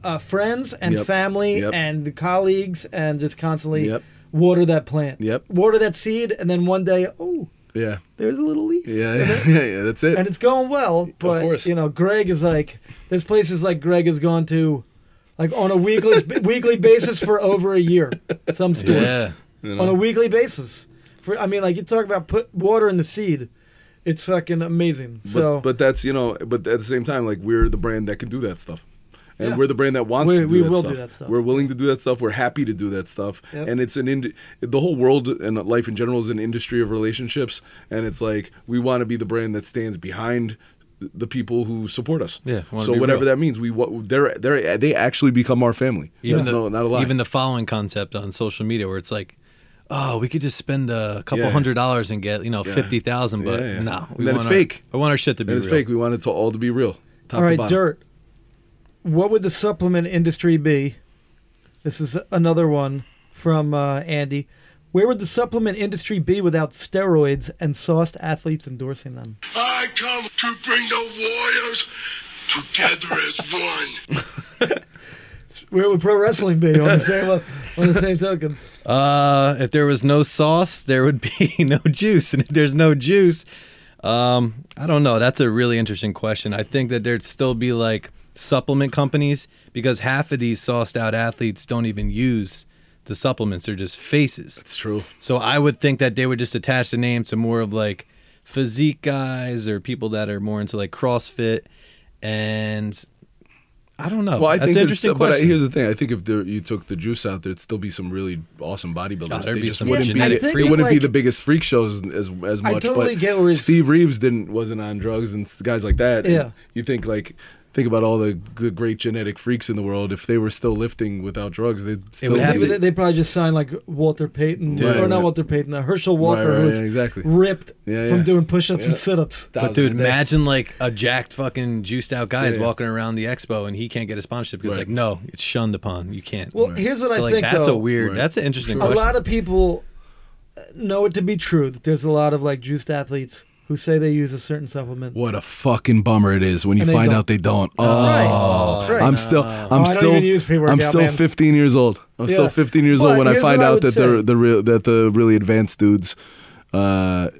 Speaker 9: uh, friends and
Speaker 2: Yep.
Speaker 9: family
Speaker 2: Yep.
Speaker 9: and colleagues and just constantly
Speaker 2: Yep.
Speaker 9: water that plant.
Speaker 2: Yep.
Speaker 9: Water that seed, and then one day, oh,
Speaker 2: yeah
Speaker 9: there's a little leaf.
Speaker 2: Yeah, yeah, yeah, yeah, that's it.
Speaker 9: and it's going well. But
Speaker 2: course.
Speaker 9: you know, Greg is like there's places like Greg has gone to, like on a weekly weekly basis for over a year. Some stores
Speaker 3: Yeah.
Speaker 2: You
Speaker 9: on
Speaker 2: know?
Speaker 9: a weekly basis. For I mean, like you talk about put water in the seed, it's fucking amazing.
Speaker 2: but,
Speaker 9: So
Speaker 2: but that's you know, but at the same time, like we're the brand that can do that stuff, and
Speaker 9: Yeah.
Speaker 2: we're the brand that wants
Speaker 9: We-
Speaker 2: to do,
Speaker 9: we
Speaker 2: that
Speaker 9: will do
Speaker 2: stuff.
Speaker 9: that stuff.
Speaker 2: We're willing to do that stuff. We're happy to do that stuff,
Speaker 9: Yep.
Speaker 2: and it's an ind- the whole world and life in general is an industry of relationships, and it's like we want to be the brand that stands behind the people who support us.
Speaker 3: Yeah, wanna
Speaker 2: So
Speaker 3: be
Speaker 2: whatever
Speaker 3: real.
Speaker 2: that means, we what they're they they actually become our family.
Speaker 3: even
Speaker 2: That's
Speaker 3: the,
Speaker 2: no, not a lie.
Speaker 3: even the following concept on social media where it's like oh we could just spend a couple
Speaker 2: Yeah.
Speaker 3: hundred dollars and get you know 50000 but
Speaker 2: Yeah, yeah.
Speaker 3: no
Speaker 2: And
Speaker 3: we
Speaker 2: then it's
Speaker 3: want our-
Speaker 2: fake.
Speaker 3: i want our shit to be
Speaker 2: and it's
Speaker 3: real.
Speaker 2: fake. We want it to all to be real. Top
Speaker 9: all
Speaker 2: to
Speaker 9: right,
Speaker 2: bottom.
Speaker 9: dirt. what would the supplement industry be? This is another one from uh, Andy. Where would the supplement industry be without steroids and sauced athletes endorsing them?
Speaker 12: I come to bring the warriors together as one.
Speaker 9: Where would pro wrestling be on the same on the same token?
Speaker 3: Uh, if there was no sauce, there would be no juice, and if there's no juice, um, I don't know. That's a really interesting question. I think that there'd still be like supplement companies because half of these sauced out athletes don't even use the supplements; they're just faces.
Speaker 2: It's true.
Speaker 3: So I would think that they would just attach the name to more of like physique guys or people that are more into like CrossFit, and I don't know.
Speaker 2: Well, I
Speaker 3: That's
Speaker 2: think
Speaker 3: an
Speaker 2: there's
Speaker 3: interesting
Speaker 2: still- But I-
Speaker 3: question.
Speaker 2: here's the thing: I think if there, you took the juice out, there'd still be some really awesome bodybuilders.
Speaker 3: Oh, there'd
Speaker 2: they
Speaker 3: be
Speaker 2: just
Speaker 3: some
Speaker 2: wouldn't be.
Speaker 3: genetic
Speaker 2: It
Speaker 3: freaks.
Speaker 2: wouldn't be
Speaker 9: Like-
Speaker 2: the biggest freak shows as as
Speaker 9: I
Speaker 2: much.
Speaker 9: totally
Speaker 2: but
Speaker 9: get where he's-
Speaker 2: Steve Reeves didn't wasn't on drugs and s- guys like that. and
Speaker 9: Yeah.
Speaker 2: you think like. Think about all the, the great genetic freaks in the world. If they were still lifting without drugs, they'd still
Speaker 3: would have
Speaker 2: be-
Speaker 3: to-
Speaker 9: They, they probably just signed like Walter Payton
Speaker 2: Right,
Speaker 9: or not
Speaker 2: right.
Speaker 9: Walter Payton, uh, Herschel Walker,
Speaker 2: right,
Speaker 9: who
Speaker 2: yeah,
Speaker 9: was
Speaker 2: exactly.
Speaker 9: ripped
Speaker 2: Yeah,
Speaker 9: from
Speaker 2: yeah.
Speaker 9: doing push-ups
Speaker 2: Yeah.
Speaker 9: and sit-ups.
Speaker 2: That-
Speaker 3: But
Speaker 2: thousand
Speaker 3: dude,
Speaker 2: a day.
Speaker 3: imagine like a jacked fucking juiced out guy is
Speaker 2: Yeah, yeah.
Speaker 3: walking around the expo and he can't get a sponsorship because
Speaker 2: Right.
Speaker 3: like no, it's shunned upon. You can't.
Speaker 9: Well, here's what
Speaker 3: So,
Speaker 9: I
Speaker 3: like,
Speaker 9: think
Speaker 3: that's
Speaker 9: though.
Speaker 3: a weird.
Speaker 2: Right.
Speaker 3: That's an interesting
Speaker 9: a
Speaker 3: question.
Speaker 9: lot of people uh, know it to be true that there's a lot of like juiced athletes who say they use a certain supplement.
Speaker 2: What a fucking bummer it is when you
Speaker 9: And they
Speaker 2: find
Speaker 9: don't.
Speaker 2: out they don't. Oh,
Speaker 9: Right, that's right. Oh,
Speaker 2: I'm still, I'm
Speaker 9: I don't
Speaker 2: still,
Speaker 9: even use pre-workout,
Speaker 2: I'm still
Speaker 9: man.
Speaker 2: 15 years old. I'm
Speaker 9: Yeah.
Speaker 2: still 15 years
Speaker 9: But
Speaker 2: old when I
Speaker 9: here's
Speaker 2: find
Speaker 9: what I
Speaker 2: out
Speaker 9: would
Speaker 2: that
Speaker 9: say.
Speaker 2: the the real that the really advanced dudes uh,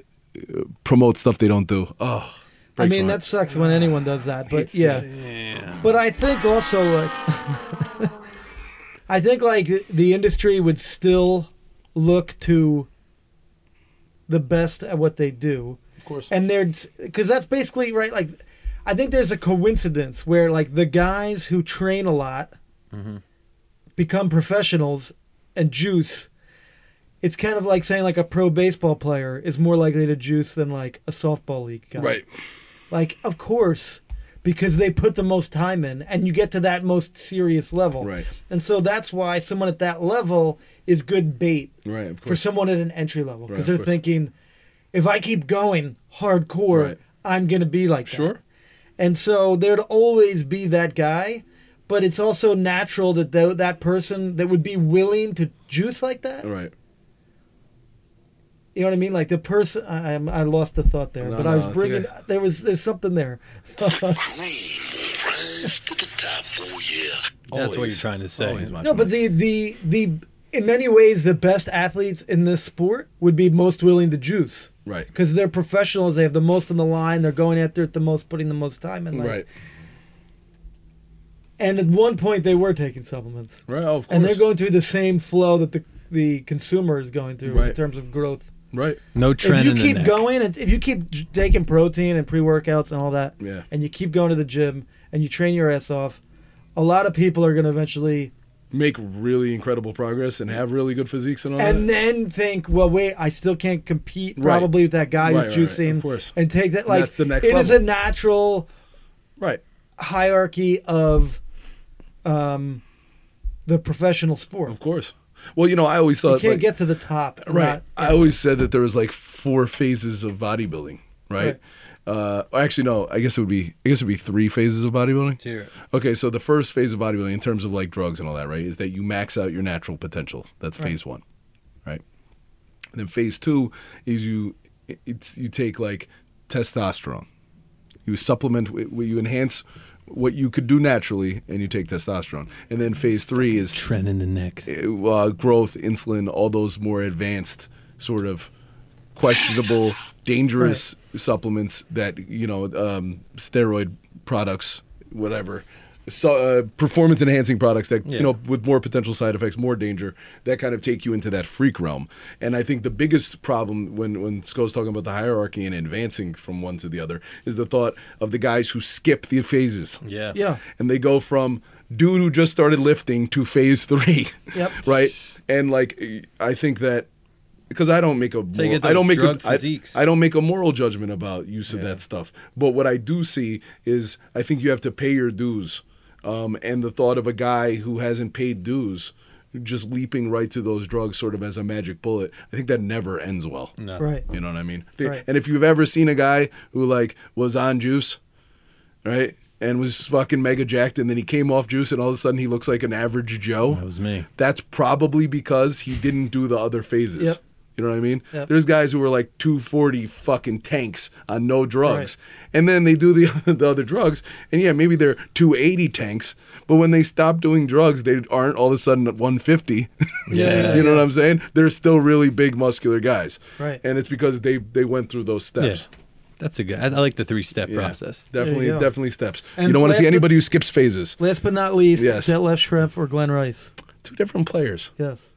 Speaker 2: promote stuff they don't do. Oh,
Speaker 9: I
Speaker 2: breaks
Speaker 9: mean,
Speaker 2: my
Speaker 9: that
Speaker 2: heart.
Speaker 9: sucks when anyone does that, but yeah. But I think also like, I think like the industry would still look to the best at what they do. Of
Speaker 2: course.
Speaker 9: And there's because that's basically right. Like, I think there's a coincidence where like the guys who train a lot become professionals and juice. It's kind of like saying like a pro baseball player is more likely to juice than like a softball league guy.
Speaker 2: right.
Speaker 9: Like, of course, because they put the most time in and you get to that most serious level.
Speaker 2: Right.
Speaker 9: And so that's why someone at that level is good bait
Speaker 2: Right, of
Speaker 9: for
Speaker 2: course.
Speaker 9: someone at an entry level
Speaker 2: Right,
Speaker 9: because
Speaker 2: of
Speaker 9: they're
Speaker 2: course.
Speaker 9: thinking, if I keep going hardcore,
Speaker 2: Right.
Speaker 9: I'm going to be like that.
Speaker 2: Sure.
Speaker 9: And so there'd always be that guy, but it's also natural that th- that person that would be willing to juice like that.
Speaker 2: Right.
Speaker 9: You know what I mean? Like the person, I, I'm- I lost the thought there,
Speaker 2: No,
Speaker 9: but
Speaker 2: no,
Speaker 9: I was
Speaker 2: it's
Speaker 9: bringing
Speaker 2: okay.
Speaker 9: there was there's something there.
Speaker 12: Rise to the top, oh yeah.
Speaker 3: that's what you're trying to say.
Speaker 2: Always,
Speaker 9: No, but the the the in many ways the best athletes in this sport would be most willing to juice.
Speaker 2: Right.
Speaker 9: Because they're professionals, they have the most on the line, they're going after it the most, putting the most time in. Like,
Speaker 2: Right.
Speaker 9: And at one point they were taking supplements.
Speaker 2: Right. Oh, of course.
Speaker 9: And they're going through the same flow that the the consumer is going through in
Speaker 2: Right.
Speaker 9: terms of growth.
Speaker 2: right.
Speaker 3: no trend.
Speaker 9: if
Speaker 3: in
Speaker 9: you
Speaker 3: the
Speaker 9: keep
Speaker 3: neck.
Speaker 9: going and if you keep j- taking protein and pre-workouts and all that
Speaker 2: Yeah.
Speaker 9: and you keep going to the gym and you train your ass off, a lot of people are going to eventually
Speaker 2: Make really incredible progress and have really good physiques and all
Speaker 9: and
Speaker 2: that.
Speaker 9: then think, well, wait, I still can't compete
Speaker 2: Uh, Right.
Speaker 9: probably with that guy
Speaker 2: Right,
Speaker 9: who's
Speaker 2: right, right,
Speaker 9: juicing,
Speaker 2: of course.
Speaker 9: and take that like it
Speaker 2: that's
Speaker 9: is
Speaker 2: the next
Speaker 9: a
Speaker 2: level.
Speaker 9: natural
Speaker 2: right.
Speaker 9: hierarchy of um, the professional sport.
Speaker 2: Of course. Well, you know, I always thought
Speaker 9: You can't
Speaker 2: like,
Speaker 9: get to the top, and
Speaker 2: Right.
Speaker 9: not-
Speaker 2: I always said that there was like four phases of bodybuilding, right? Uh, or actually, no. I guess it would be. I guess it would be three phases of bodybuilding.
Speaker 3: Two.
Speaker 2: Okay, so the first phase of bodybuilding, in terms of like drugs and all that, right, is that you max out your natural potential. That's phase one, right? And then phase two is you. It's you take like testosterone. You supplement. You enhance what you could do naturally, and you take testosterone. And then phase three is
Speaker 3: trend in the neck.
Speaker 2: uh, growth, insulin, all those more advanced sort of questionable, dangerous supplements that you know, um, steroid products, whatever, so uh, performance enhancing products that
Speaker 3: Yeah.
Speaker 2: you know with more potential side effects, more danger, that kind of take you into that freak realm. And I think the biggest problem when when Sco's talking about the hierarchy and advancing from one to the other is the thought of the guys who skip the phases
Speaker 3: Yeah.
Speaker 9: yeah,
Speaker 2: and they go from dude who just started lifting to phase three.
Speaker 9: Yep.
Speaker 2: right. And like, I think that because I don't make a
Speaker 3: you
Speaker 2: moral,
Speaker 3: get
Speaker 2: I don't
Speaker 3: those
Speaker 2: make
Speaker 3: drug
Speaker 2: a, I,
Speaker 3: physiques.
Speaker 2: I don't make a moral judgment about use of that stuff. But what I do see is I think you have to pay your dues. Um, and the thought of a guy who hasn't paid dues just leaping right to those drugs sort of as a magic bullet, I think that never ends well.
Speaker 3: No.
Speaker 9: right.
Speaker 2: You know what I mean? They-
Speaker 9: Right.
Speaker 2: And if you've ever seen a guy who like was on juice, right? and was fucking mega jacked, and then he came off juice, and all of a sudden he looks like an average Joe.
Speaker 3: That was me.
Speaker 2: That's probably because he didn't do the other phases.
Speaker 9: Yep.
Speaker 2: You know what I mean?
Speaker 9: Yep.
Speaker 2: There's guys who are like 240 fucking tanks on no drugs, and then they do the the other drugs, and yeah, maybe they're 280 tanks, but when they stop doing drugs, they aren't all of a sudden at 150.
Speaker 3: Yeah.
Speaker 2: you know what I'm saying? They're still really big muscular guys,
Speaker 9: Right.
Speaker 2: And it's because they they went through those steps.
Speaker 3: Yeah. That's a good. I, I like the three step
Speaker 2: Yeah.
Speaker 3: process.
Speaker 2: Definitely,
Speaker 9: There you go.
Speaker 2: definitely steps.
Speaker 9: And
Speaker 2: you don't want to
Speaker 9: last
Speaker 2: see
Speaker 9: but-
Speaker 2: anybody who skips phases.
Speaker 9: Last but not least,
Speaker 2: Yes.
Speaker 9: Detlef Shrimp or Glenn Rice.
Speaker 2: Two different players.
Speaker 9: Yes.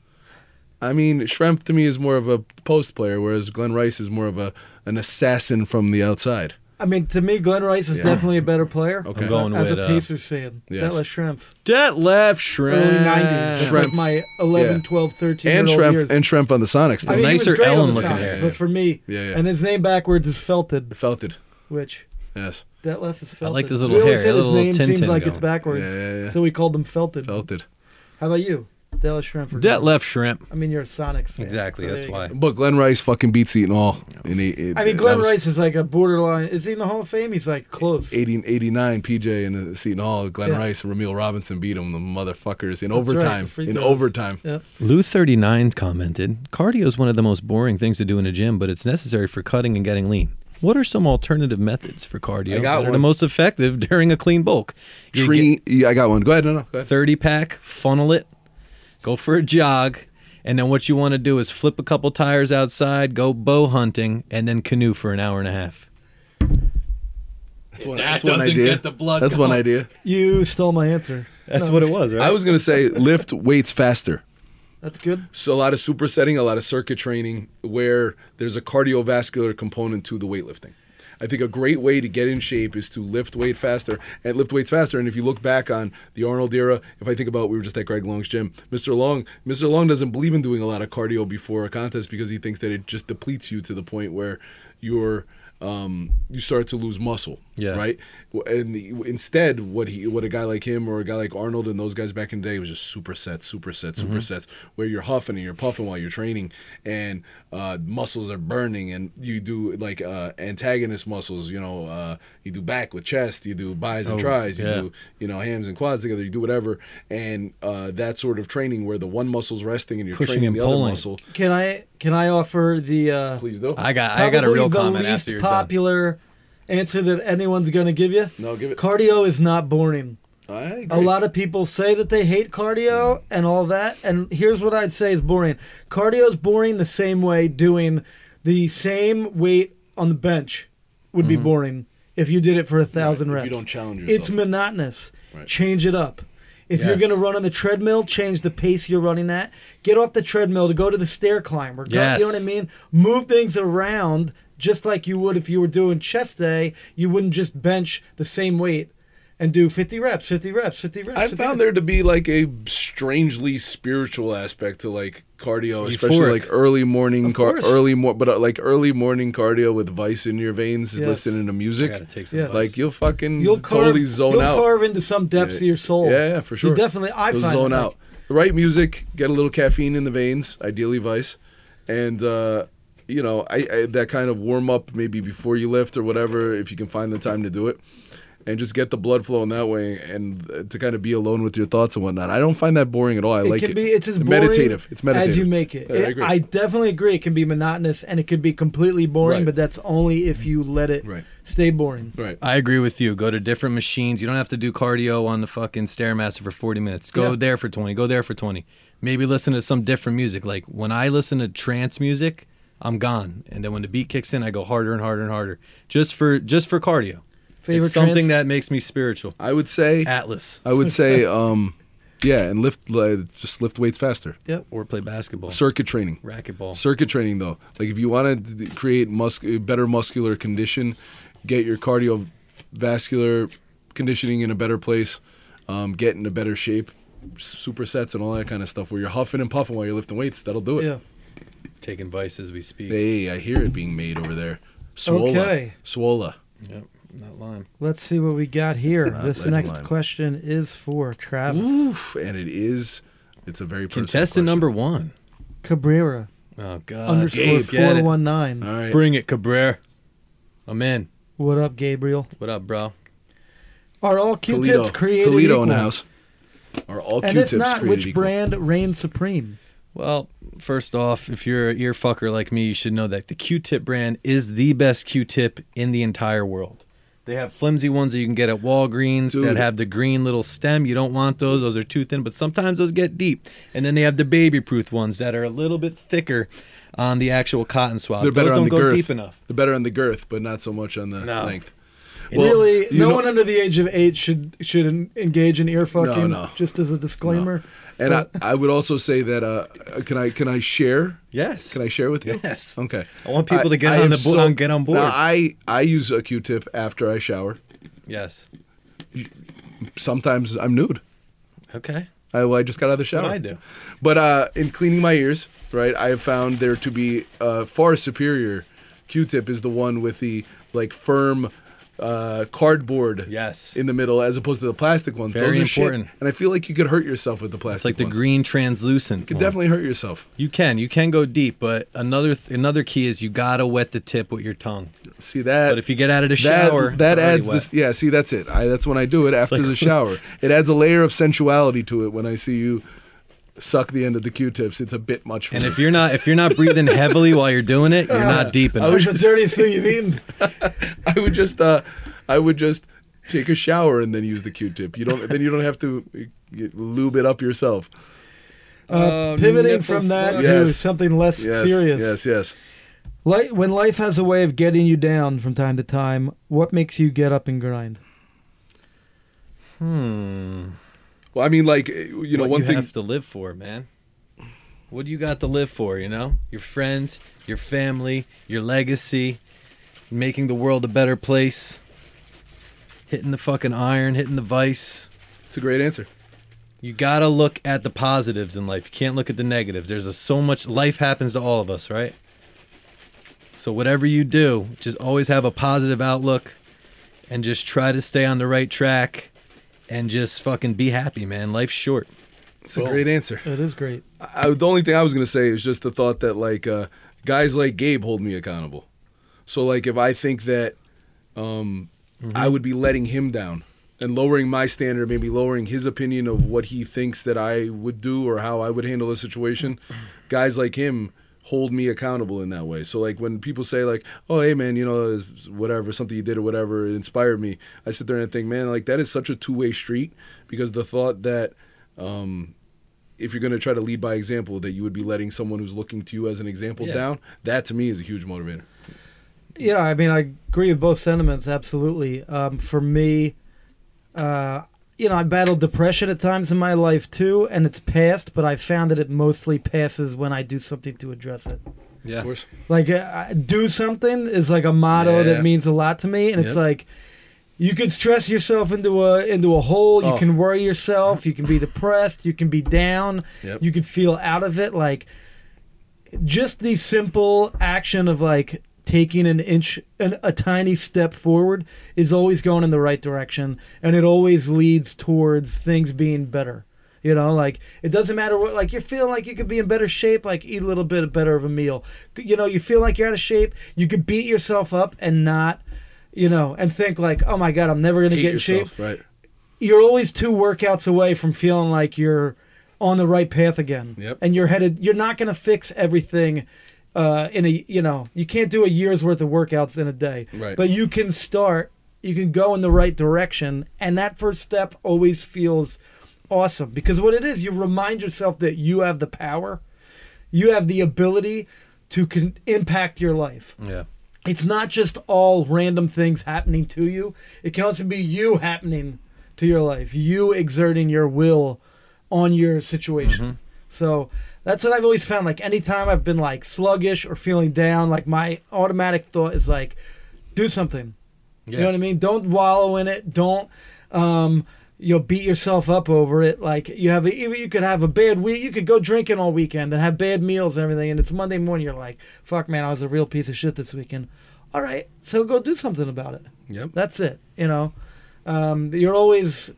Speaker 2: I mean, Shrimp to me is more of a post player, whereas Glenn Rice is more of a an assassin from the outside.
Speaker 9: I mean, to me, Glenn Rice is
Speaker 2: Yeah.
Speaker 9: definitely a better player.
Speaker 2: Okay. I'm
Speaker 3: going
Speaker 9: As
Speaker 3: with,
Speaker 9: a
Speaker 3: uh,
Speaker 9: Pacers fan,
Speaker 2: yes.
Speaker 9: Detlef Shrimp,
Speaker 3: Detlef Shrimp.
Speaker 9: early '90s. That's
Speaker 2: Shrimp.
Speaker 9: like my 11,
Speaker 2: Yeah.
Speaker 9: 12, 13
Speaker 2: And
Speaker 9: year old years.
Speaker 2: Shrimp and Shrimp on the Sonics.
Speaker 9: I
Speaker 2: Though.
Speaker 9: mean, he was
Speaker 3: nicer
Speaker 9: great on
Speaker 3: Ellen
Speaker 9: the
Speaker 3: looking
Speaker 9: Sonics,
Speaker 3: hair.
Speaker 9: But for me,
Speaker 2: Yeah, yeah.
Speaker 9: and his name backwards is Felton,
Speaker 2: felt it.
Speaker 9: which
Speaker 2: Yes,
Speaker 9: Detlef is Felton.
Speaker 3: I like this little
Speaker 9: we always
Speaker 3: hair,
Speaker 9: said
Speaker 3: a little
Speaker 9: his name
Speaker 3: Tintin
Speaker 9: seems like
Speaker 3: going.
Speaker 9: it's backwards,
Speaker 2: Yeah, yeah, yeah.
Speaker 9: so we called him Felton.
Speaker 2: felt it.
Speaker 9: How about you, Detlef Shrimp? or Glenn?
Speaker 3: Detlef Shrimp.
Speaker 9: I mean, you're a Sonics fan.
Speaker 3: Exactly.
Speaker 9: so
Speaker 3: that's
Speaker 9: there you
Speaker 3: why.
Speaker 9: go.
Speaker 2: But Glenn Rice fucking beats Eaton all. In eight,
Speaker 9: I mean, Glenn Rice is like a borderline. Is he in the Hall of Fame? He's like close.
Speaker 2: 80, 89 PJ and Seton Hall, Glenn
Speaker 9: Yeah.
Speaker 2: Rice and Ramil Robinson beat him, the motherfuckers, in
Speaker 9: That's right,
Speaker 2: overtime.
Speaker 9: the free
Speaker 2: in
Speaker 9: throws.
Speaker 2: overtime.
Speaker 9: Yep.
Speaker 3: Lou thirty nine commented, "Cardio is one of the most boring things to do in a gym, but it's necessary for cutting and getting lean." What are some alternative methods for cardio
Speaker 2: I got
Speaker 3: that are the
Speaker 2: one.
Speaker 3: most effective during a clean bulk? You
Speaker 2: Tree, yeah, I got one. Go ahead. No, no. Go
Speaker 3: get
Speaker 2: ahead.
Speaker 3: 30 pack, funnel it, go for a jog, and then what you want to do is flip a couple tires outside, go bow hunting, and then canoe for an hour and a half.
Speaker 2: That's one,
Speaker 3: That
Speaker 2: that's one
Speaker 3: doesn't
Speaker 2: idea.
Speaker 3: get the blood
Speaker 2: that's one
Speaker 3: going.
Speaker 2: idea.
Speaker 9: You stole my answer.
Speaker 3: That's what it was, right?
Speaker 2: I was gonna say lift weights faster.
Speaker 9: That's good.
Speaker 2: So a lot of supersetting, a lot of circuit training, where there's a cardiovascular component to the weightlifting. I think a great way to get in shape is to lift weight faster and lift weights faster. And if you look back on the Arnold era, if I think about we were just at Greg Long's gym, Mr. Long, Mr. Long doesn't believe in doing a lot of cardio before a contest because he thinks that it just depletes you to the point where you're um, you start to lose muscle.
Speaker 3: Yeah.
Speaker 2: Right right? And the- instead, what he, what a guy like him or a guy like Arnold and those guys back in the day was just supersets, supersets,
Speaker 3: Mm-hmm.
Speaker 2: supersets, where you're huffing and you're puffing while you're training, and uh, muscles are burning, and you do like uh, antagonist muscles. You know, uh, you do back with chest, you do buys and tries, you
Speaker 3: Oh, yeah.
Speaker 2: do you know hams and quads together, you do whatever, and uh, that sort of training where the one muscle's resting and you're
Speaker 3: Pushing
Speaker 2: training
Speaker 3: and
Speaker 2: the
Speaker 3: pulling.
Speaker 2: other muscle.
Speaker 9: Can I can I offer the uh,
Speaker 2: Please do.
Speaker 3: I got I got a
Speaker 9: probably
Speaker 3: real
Speaker 9: the
Speaker 3: comment
Speaker 9: least
Speaker 3: after you're done.
Speaker 9: popular answer that anyone's going to give you?
Speaker 2: No, give it.
Speaker 9: Cardio is not boring.
Speaker 2: I agree.
Speaker 9: A lot of people say that they hate cardio and all that, and here's what I'd say is boring. Cardio is boring the same way doing the same weight on the bench would
Speaker 3: Mm-hmm.
Speaker 9: be boring if you did it for a thousand
Speaker 2: Right, if
Speaker 9: reps.
Speaker 2: you don't challenge
Speaker 9: It's
Speaker 2: yourself.
Speaker 9: monotonous.
Speaker 2: Right.
Speaker 9: Change it up. If you're
Speaker 3: Yes.
Speaker 9: going to run on the treadmill, change the pace you're running at. Get off the treadmill to go to the stair climb or go, you know what I
Speaker 3: Yes.
Speaker 9: mean? Move things around just like you would if you were doing chest day. You wouldn't just bench the same weight and do 50 reps, 50 reps, 50 reps.
Speaker 2: I
Speaker 9: 50
Speaker 2: found
Speaker 9: reps.
Speaker 2: there to be like a strangely spiritual aspect to like cardio,
Speaker 3: Euphoric.
Speaker 2: especially like early morning
Speaker 3: Of
Speaker 2: car,
Speaker 3: course.
Speaker 2: early more, but uh, like early morning cardio with vice in your veins,
Speaker 9: Yes.
Speaker 2: listening to music.
Speaker 3: I gotta take some
Speaker 9: Yeah.
Speaker 3: bites.
Speaker 2: Like you'll fucking
Speaker 9: You'll carve,
Speaker 2: totally zone
Speaker 9: you'll
Speaker 2: out.
Speaker 9: carve into some depths of your soul.
Speaker 2: Yeah, yeah, for sure.
Speaker 9: You definitely, I
Speaker 2: You'll
Speaker 9: find
Speaker 2: zone
Speaker 9: it, like,
Speaker 2: out. The right music, get a little caffeine in the veins, ideally vice, and uh, you know I, I that kind of warm up maybe before you lift or whatever, if you can find the time to do it. And just get the blood flowing that way, and uh, to kind of be alone with your thoughts and whatnot. I don't find that boring at all. I
Speaker 9: it
Speaker 2: like
Speaker 9: can
Speaker 2: it.
Speaker 9: be it's as boring
Speaker 2: meditative. It's meditative
Speaker 9: as you make it.
Speaker 2: Yeah,
Speaker 9: It-
Speaker 2: I agree.
Speaker 9: definitely agree. It can be monotonous and it could be completely boring,
Speaker 2: Right.
Speaker 9: but that's only if you let it
Speaker 2: Right.
Speaker 9: stay boring.
Speaker 2: right.
Speaker 3: I agree with you. Go to different machines. You don't have to do cardio on the fucking Stairmaster for 40 minutes. Go
Speaker 9: Yeah.
Speaker 3: there for 20. Go there for 20. Maybe listen to some different music. Like when I listen to trance music, I'm gone. And then when the beat kicks in, I go harder and harder and harder. Just for just for cardio.
Speaker 9: Favorite
Speaker 3: it's something
Speaker 9: trance?
Speaker 3: that makes me spiritual.
Speaker 2: I would say.
Speaker 3: Atlas
Speaker 2: I would say. Um, yeah, and lift. Like, just lift weights faster.
Speaker 3: or play basketball,
Speaker 2: Circuit training.
Speaker 3: racquetball.
Speaker 2: Circuit training, though, like if you want to create mus- better muscular condition, get your cardiovascular conditioning in a better place, um, get in a better shape, supersets and all that kind of stuff, where you're huffing and puffing while you're lifting weights, that'll do it.
Speaker 9: Yeah.
Speaker 3: Taking vice as we speak.
Speaker 2: Hey, I hear it being made over there. Swola.
Speaker 9: Okay.
Speaker 2: Swola.
Speaker 3: Yep, not lying.
Speaker 9: Let's see what we got here. this
Speaker 2: legend
Speaker 9: next
Speaker 2: line.
Speaker 9: question is for Travis
Speaker 2: Oof, and it is. It's a very personal
Speaker 3: Contestant
Speaker 2: question.
Speaker 3: number one.
Speaker 9: Cabrera
Speaker 3: Oh God.
Speaker 2: Uh,
Speaker 9: underscore
Speaker 3: Gabe, get
Speaker 9: four
Speaker 3: it.
Speaker 9: one nine.
Speaker 2: All right.
Speaker 3: Bring it, Cabrera. I'm in.
Speaker 9: What up, Gabriel?
Speaker 3: What up, bro?
Speaker 9: Are all Q-tips
Speaker 2: Toledo,
Speaker 9: created
Speaker 2: Toledo
Speaker 9: equal?
Speaker 2: in the house. Are all
Speaker 9: and
Speaker 2: Q-tips
Speaker 9: if not,
Speaker 2: created
Speaker 9: which
Speaker 2: equal?
Speaker 9: brand reigns supreme?
Speaker 3: Well, first off, if you're an ear fucker like me, you should know that the Q-tip brand is the best Q-tip in the entire world. They have flimsy ones that you can get at Walgreens
Speaker 2: Dude.
Speaker 3: that have the green little stem. You don't want those; those are too thin. But sometimes those get deep, and then they have the baby-proof ones that are a little bit thicker on the actual cotton swab.
Speaker 2: They're better
Speaker 3: those
Speaker 2: on the
Speaker 3: don't go
Speaker 2: girth.
Speaker 3: deep enough.
Speaker 2: They're better on the girth, but not so much on the
Speaker 3: No.
Speaker 2: length.
Speaker 9: really,
Speaker 2: you
Speaker 9: no
Speaker 2: know-
Speaker 9: one under the age of eight should should en- engage in ear fucking.
Speaker 2: no.
Speaker 9: Just as a disclaimer.
Speaker 2: And I, I would also say that uh, can I can I share?
Speaker 3: Yes.
Speaker 2: Can I share with you?
Speaker 3: Yes.
Speaker 2: Okay.
Speaker 3: I want people to get on
Speaker 2: am
Speaker 3: the bo- on- get on board.
Speaker 2: Now, I I use a Q-tip after I shower.
Speaker 3: Yes.
Speaker 2: Sometimes I'm nude.
Speaker 3: Okay.
Speaker 2: I, well, I just got out of the shower.
Speaker 3: I do.
Speaker 2: But uh, in cleaning my ears, right, I have found there to be uh, far superior. Q-tip is the one with the like firm uh, cardboard
Speaker 3: Yes.
Speaker 2: in the middle, as opposed to the plastic ones.
Speaker 3: Very
Speaker 2: Those are shit,
Speaker 3: important.
Speaker 2: and I feel like you could hurt yourself with the plastic.
Speaker 3: It's like the
Speaker 2: ones.
Speaker 3: green translucent.
Speaker 2: You could
Speaker 3: one.
Speaker 2: definitely hurt yourself.
Speaker 3: You can you can go deep, but another th- another key is you gotta wet the tip with your tongue.
Speaker 2: See that?
Speaker 3: But if you get out of the
Speaker 2: that,
Speaker 3: shower, it's
Speaker 2: that
Speaker 3: already
Speaker 2: adds
Speaker 3: wet.
Speaker 2: this. Yeah, see, that's it. I, that's when I do it after
Speaker 3: like-
Speaker 2: the shower. It adds a layer of sensuality to it when I see you suck the end of the Q-tips. It's a bit much. For
Speaker 3: And
Speaker 2: me.
Speaker 3: if you're not if you're not breathing heavily while you're doing it, you're not deep
Speaker 9: That was
Speaker 3: enough.
Speaker 9: the dirtiest thing you've eaten.
Speaker 2: I would just, uh, I would just take a shower and then use the Q-tip. You don't. Then you don't have to uh, get- lube it up yourself.
Speaker 3: Oh,
Speaker 9: Uh, Pivoting
Speaker 3: nipple
Speaker 9: from that
Speaker 3: fuck.
Speaker 9: to
Speaker 2: Yes.
Speaker 9: something less
Speaker 2: Yes.
Speaker 9: serious.
Speaker 2: Yes. Yes.
Speaker 9: Like when life has a way of getting you down from time to time, what makes you get up and grind?
Speaker 2: Well, I mean, like you know,
Speaker 3: what
Speaker 2: one
Speaker 3: you
Speaker 2: thing.
Speaker 3: have to live for, man. What do you got to live for? You know, your friends, your family, your legacy, making the world a better place, hitting the fucking iron, hitting the vice.
Speaker 2: It's a great answer.
Speaker 3: You gotta look at the positives in life. You can't look at the negatives. There's a, so much. Life happens to all of us, right? So whatever you do, just always have a positive outlook, and just try to stay on the right track, and just fucking be happy, man. Life's short.
Speaker 2: It's a great answer.
Speaker 9: It is great.
Speaker 2: I, the only thing I was gonna say is just the thought that like uh, guys like Gabe hold me accountable. So like if I think that um, I would be letting him down and lowering my standard, maybe lowering his opinion of what he thinks that I would do or how I would handle a situation, guys like him hold me accountable in that way. So like when people say like, "Oh, hey man, you know, whatever, something you did or whatever, it inspired me." I sit there and think, "Man, like that is such a two-way street because the thought that um if you're going to try to lead by example, that you would be letting someone who's looking to you as an example
Speaker 3: Yeah.
Speaker 2: down, that to me is a huge motivator.
Speaker 9: Yeah, I mean, I agree with both sentiments, absolutely. Um, for me, uh, you know, I battled depression at times in my life too, and it's passed, but I found that it mostly passes when I do something to address it.
Speaker 3: Yeah.
Speaker 2: Of course.
Speaker 9: Like, uh, do something is like a motto
Speaker 2: Yeah.
Speaker 9: that means a lot to me, and it's
Speaker 3: Yep.
Speaker 9: like you can stress yourself into a into a hole. You
Speaker 2: Oh.
Speaker 9: can worry yourself. You can be depressed. You can be down.
Speaker 2: Yep.
Speaker 9: You can feel out of it. Like, just the simple action of like taking an inch an, a tiny step forward is always going in the right direction and it always leads towards things being better you know like it doesn't matter what like you're feeling like you could be in better shape like eat a little bit better of a meal you know you feel like you're out of shape you could beat yourself up and not you know and think like oh my god i'm never going to
Speaker 2: Hate
Speaker 9: get in shape
Speaker 2: yourself, right?
Speaker 9: you're always two workouts away from feeling like you're on the right path again.
Speaker 2: Yep.
Speaker 9: And you're headed. You're not going to fix everything uh, in a. You know, you can't do a year's worth of workouts in a day.
Speaker 2: Right.
Speaker 9: But you can start. You can go in the right direction, and that first step always feels awesome because what it is, you remind yourself that you have the power, you have the ability to con- impact your life
Speaker 3: Yeah.
Speaker 9: it's not just all random things happening to you. It can also be you happening to your life, you exerting your will on your situation. So that's what I've always found. Like anytime I've been like sluggish or feeling down, like my automatic thought is like, do something. You
Speaker 3: Yeah.
Speaker 9: know what I mean? Don't wallow in it. Don't um you know beat yourself up over it. Like you have a, even you could have a bad week. You could go drinking all weekend and have bad meals and everything. And it's Monday morning. You're like, fuck, man, I was a real piece of shit this weekend. All right, so go do something about it.
Speaker 2: Yep.
Speaker 9: That's it. You know, um, you're always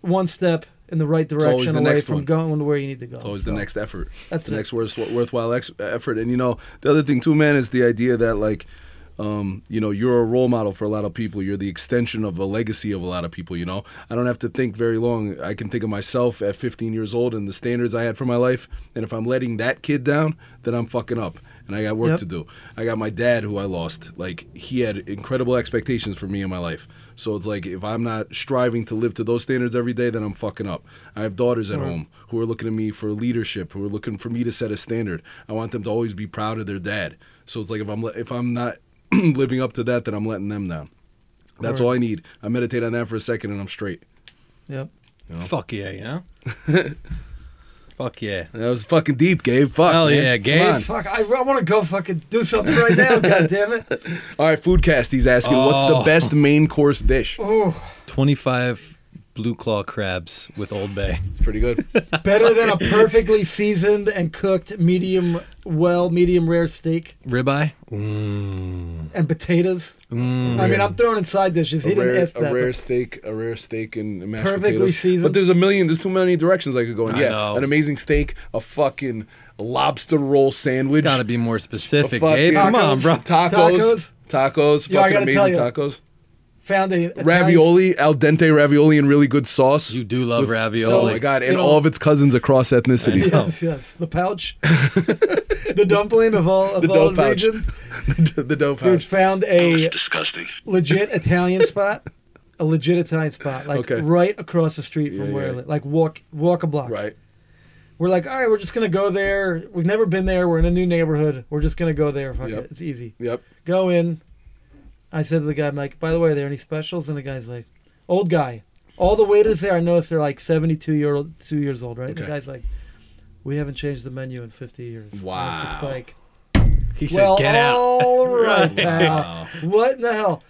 Speaker 9: one step in the right
Speaker 2: always
Speaker 9: direction
Speaker 2: the
Speaker 9: away
Speaker 2: next
Speaker 9: from
Speaker 2: one.
Speaker 9: going to where you need to go.
Speaker 2: It's always the
Speaker 9: So,
Speaker 2: next effort.
Speaker 9: That's
Speaker 2: the
Speaker 9: it.
Speaker 2: next worth, worthwhile ex- effort. And you know, the other thing too, man, is the idea that like um, you know, you're a role model for a lot of people. You're the extension of a legacy of a lot of people. You know, I don't have to think very long. I can think of myself at 15 years old and the standards I had for my life. And if I'm letting that kid down, then I'm fucking up. And I got work
Speaker 1: Yep.
Speaker 2: to do. I got my dad who I lost. Like he had incredible expectations for me in my life. So it's like if I'm not striving to live to those standards every day, then I'm fucking up. I have daughters at
Speaker 1: Right.
Speaker 2: home who are looking to me for leadership, who are looking for me to set a standard. I want them to always be proud of their dad. So it's like if I'm le- if I'm not living up to that, then I'm letting them down. That's
Speaker 1: Right.
Speaker 2: all I need. I meditate on that for a second and I'm straight.
Speaker 1: Yep.
Speaker 3: Fuck yeah, you know? Fuck yeah.
Speaker 2: That was fucking deep, Gabe. Fuck.
Speaker 3: Hell
Speaker 2: man.
Speaker 3: yeah,
Speaker 2: Come
Speaker 3: Gabe.
Speaker 2: on.
Speaker 9: Fuck, I, I want to go fucking do something right now, goddammit.
Speaker 2: All right, Foodcast. He's asking, what's the
Speaker 3: Oh.
Speaker 2: best main course dish?
Speaker 9: Oh,
Speaker 3: 25 blue claw crabs with Old Bay.
Speaker 2: It's pretty good.
Speaker 9: better than a perfectly seasoned and cooked medium, well, medium rare steak
Speaker 3: Ribeye? Mmm.
Speaker 9: and potatoes.
Speaker 3: Mmm.
Speaker 9: I mean, I'm throwing in side dishes. He
Speaker 2: Mm. a
Speaker 9: didn't
Speaker 2: rare,
Speaker 9: ask
Speaker 2: a
Speaker 9: that.
Speaker 2: rare
Speaker 9: but
Speaker 2: steak, a rare steak and mashed
Speaker 9: Perfectly
Speaker 2: potatoes.
Speaker 9: seasoned.
Speaker 2: But there's a million. There's too many directions I could go in.
Speaker 3: I
Speaker 2: yeah,
Speaker 3: know.
Speaker 2: an amazing steak, a fucking lobster roll sandwich.
Speaker 3: Gotta be more
Speaker 2: a
Speaker 3: specific,
Speaker 2: fucking-
Speaker 3: Gabe. Come on, bro.
Speaker 2: Tacos, tacos,
Speaker 9: Yo, I
Speaker 2: fucking
Speaker 9: gotta tell
Speaker 2: amazing
Speaker 9: you,
Speaker 2: tacos.
Speaker 9: found a Italian-
Speaker 2: Ravioli, al dente ravioli, and really good sauce.
Speaker 3: You do love ravioli.
Speaker 2: Oh my god!
Speaker 9: you
Speaker 2: And
Speaker 9: know-
Speaker 2: all of its cousins across ethnicities.
Speaker 9: Yes, yes. The pouch, the dumpling of all of
Speaker 2: The
Speaker 9: all
Speaker 2: dough pouch.
Speaker 9: regions.
Speaker 2: the dough
Speaker 9: Dude,
Speaker 2: pouch.
Speaker 9: found a
Speaker 13: It's disgusting.
Speaker 9: legit Italian spot, a legit Italian spot, like
Speaker 2: Okay.
Speaker 9: right across the street from
Speaker 2: Yeah,
Speaker 9: where I
Speaker 2: yeah.
Speaker 9: live, like walk walk a block.
Speaker 2: Right.
Speaker 9: We're like, all right, we're just gonna go there. We've never been there. We're in a new neighborhood. We're just gonna go there. Fuck
Speaker 2: Yep.
Speaker 9: it. It's easy.
Speaker 2: Yep.
Speaker 9: Go in. I said to the guy, I'm like, by the way, are there any specials? And the guy's like, old guy. All the waiters there, I noticed they're like 72 year old, two years old, right? And The
Speaker 2: Okay.
Speaker 9: guy's like, we haven't changed the menu in 50 years. And I was just
Speaker 2: Wow.
Speaker 9: like,
Speaker 3: He said,
Speaker 9: well,
Speaker 3: get out.
Speaker 9: all right now. What in the hell?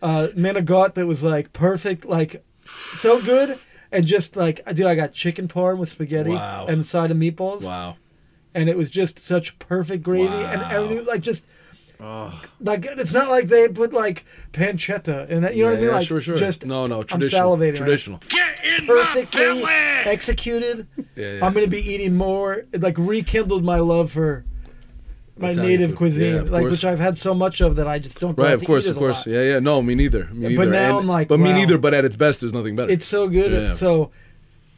Speaker 9: Uh, Manigot that was like perfect, like so good, and just like dude, I got chicken parm with spaghetti
Speaker 2: Wow.
Speaker 9: and a side of meatballs,
Speaker 2: Wow.
Speaker 9: and it was just such perfect gravy, and
Speaker 2: Wow.
Speaker 9: everything was, like just. Like it's not like they put like pancetta in that. You know what I mean? Like
Speaker 2: sure, sure.
Speaker 9: just
Speaker 2: no, no,
Speaker 9: I'm
Speaker 2: traditional.
Speaker 9: salivating right now.
Speaker 2: traditional.
Speaker 13: Get in
Speaker 9: perfectly executed.
Speaker 2: Yeah, yeah.
Speaker 9: I'm gonna be eating more. It like rekindled my love for my
Speaker 2: Italian
Speaker 9: native
Speaker 2: food.
Speaker 9: cuisine,
Speaker 2: Yeah, of
Speaker 9: like
Speaker 2: course.
Speaker 9: which I've had so much of that I just don't. go
Speaker 2: Right,
Speaker 9: out
Speaker 2: of
Speaker 9: to
Speaker 2: course,
Speaker 9: eat
Speaker 2: of
Speaker 9: it a
Speaker 2: course.
Speaker 9: lot.
Speaker 2: Yeah, yeah. No, me neither. Me neither.
Speaker 9: But now
Speaker 2: And-
Speaker 9: I'm like,
Speaker 2: but me
Speaker 9: wow.
Speaker 2: neither. But at its best, there's nothing better.
Speaker 9: It's so good.
Speaker 2: Yeah.
Speaker 9: So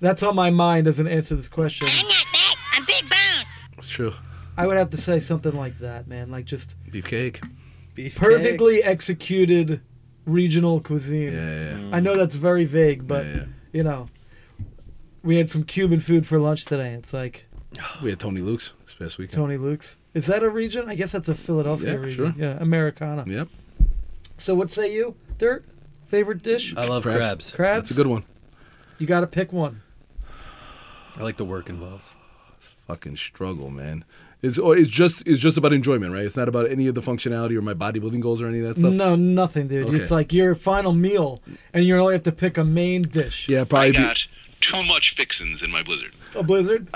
Speaker 9: that's on my mind as an answer to this question.
Speaker 7: I'm not fat. I'm big boned.
Speaker 2: It's true.
Speaker 9: I would have to say something like that, man. Like just
Speaker 2: Beefcake.
Speaker 9: perfectly executed regional cuisine.
Speaker 2: Yeah, yeah.
Speaker 9: I know that's very vague, but
Speaker 2: Yeah, yeah.
Speaker 9: you know, we had some Cuban food for lunch today. It's like
Speaker 2: We had Tony Luke's this past weekend.
Speaker 9: Tony Luke's. Is that a region? I guess that's a Philadelphia
Speaker 2: Yeah, sure.
Speaker 9: region. Yeah, Americana.
Speaker 2: Yep.
Speaker 9: So what say you? Dirt favorite dish?
Speaker 3: I love
Speaker 2: Crabs.
Speaker 3: crabs.
Speaker 9: Crabs.
Speaker 2: That's a good one.
Speaker 9: You got to pick one.
Speaker 3: I like the work involved.
Speaker 2: Fucking struggle, man. It's or it's just it's just about enjoyment, right? It's not about any of the functionality or my bodybuilding goals or any of that stuff.
Speaker 9: No, nothing, dude.
Speaker 2: Okay.
Speaker 9: It's like your final meal, and you only have to pick a main dish.
Speaker 2: Yeah, probably. be-
Speaker 13: too much fixins in my blizzard.
Speaker 9: A blizzard.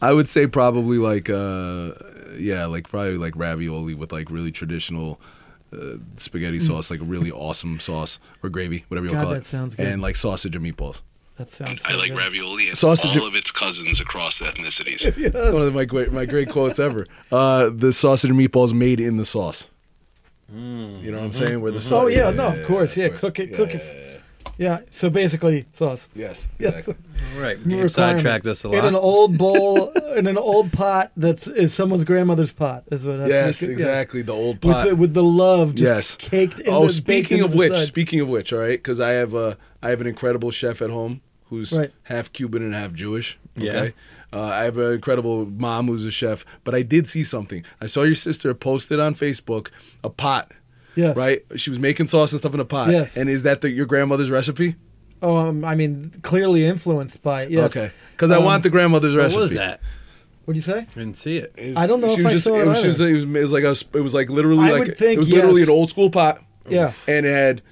Speaker 2: I would say probably like uh yeah, like probably like ravioli with like really traditional uh, spaghetti sauce, like a really awesome sauce or gravy, whatever you
Speaker 9: Mm. God,
Speaker 2: want to call it.
Speaker 9: that sounds good.
Speaker 2: And like sausage or meatballs.
Speaker 9: that sounds.
Speaker 13: I
Speaker 9: so
Speaker 13: like
Speaker 9: good.
Speaker 13: ravioli and
Speaker 2: Sausage-
Speaker 13: all of its cousins across ethnicities.
Speaker 2: One of my great my great quotes ever. Uh, the sausage and meatballs made in the sauce. You know what I'm saying? Where the sauce?
Speaker 9: Mm. Oh yeah, no, of course, yeah. cook it, cook
Speaker 2: yeah,
Speaker 9: it. Yeah. So basically, sauce.
Speaker 2: Yes,
Speaker 9: Yes.
Speaker 2: exactly.
Speaker 3: All right.
Speaker 9: New
Speaker 3: Gabe sidetracked
Speaker 9: requirement.
Speaker 3: us a
Speaker 9: In an
Speaker 3: lot.
Speaker 9: old bowl, in an old pot that's is someone's grandmother's pot. Is what. that's-
Speaker 2: Yes,
Speaker 9: yeah.
Speaker 2: exactly. The old
Speaker 9: With
Speaker 2: pot.
Speaker 9: the, with the love just
Speaker 2: yes.
Speaker 9: caked in
Speaker 2: oh,
Speaker 9: the baked
Speaker 2: speaking
Speaker 9: into
Speaker 2: of
Speaker 9: the
Speaker 2: which,
Speaker 9: side.
Speaker 2: speaking of which, all right, because I have a I have an incredible chef at home who's
Speaker 9: Right.
Speaker 2: half Cuban and half Jewish.
Speaker 3: Yeah.
Speaker 2: Okay. Uh, I have an incredible mom who's a chef, but I did see something. I saw your sister posted on Facebook a pot,
Speaker 9: yes.
Speaker 2: right? She was making sauce and stuff in a pot.
Speaker 9: Yes.
Speaker 2: And is that the, your grandmother's recipe?
Speaker 9: Oh, um, I mean, clearly influenced by it, yes.
Speaker 2: Okay. Because I
Speaker 9: Um,
Speaker 2: want the grandmother's
Speaker 3: What
Speaker 2: recipe.
Speaker 3: was that?
Speaker 9: What do you say?
Speaker 3: I didn't see it.
Speaker 2: Is-
Speaker 9: I don't know
Speaker 2: she
Speaker 9: if
Speaker 2: was
Speaker 9: I saw it
Speaker 2: it was, she was-
Speaker 9: either.
Speaker 2: it was- it was like a, sp- it was like literally
Speaker 9: I
Speaker 2: like
Speaker 9: would think
Speaker 2: it was literally
Speaker 9: yes.
Speaker 2: an old school pot.
Speaker 9: Yeah.
Speaker 2: and it had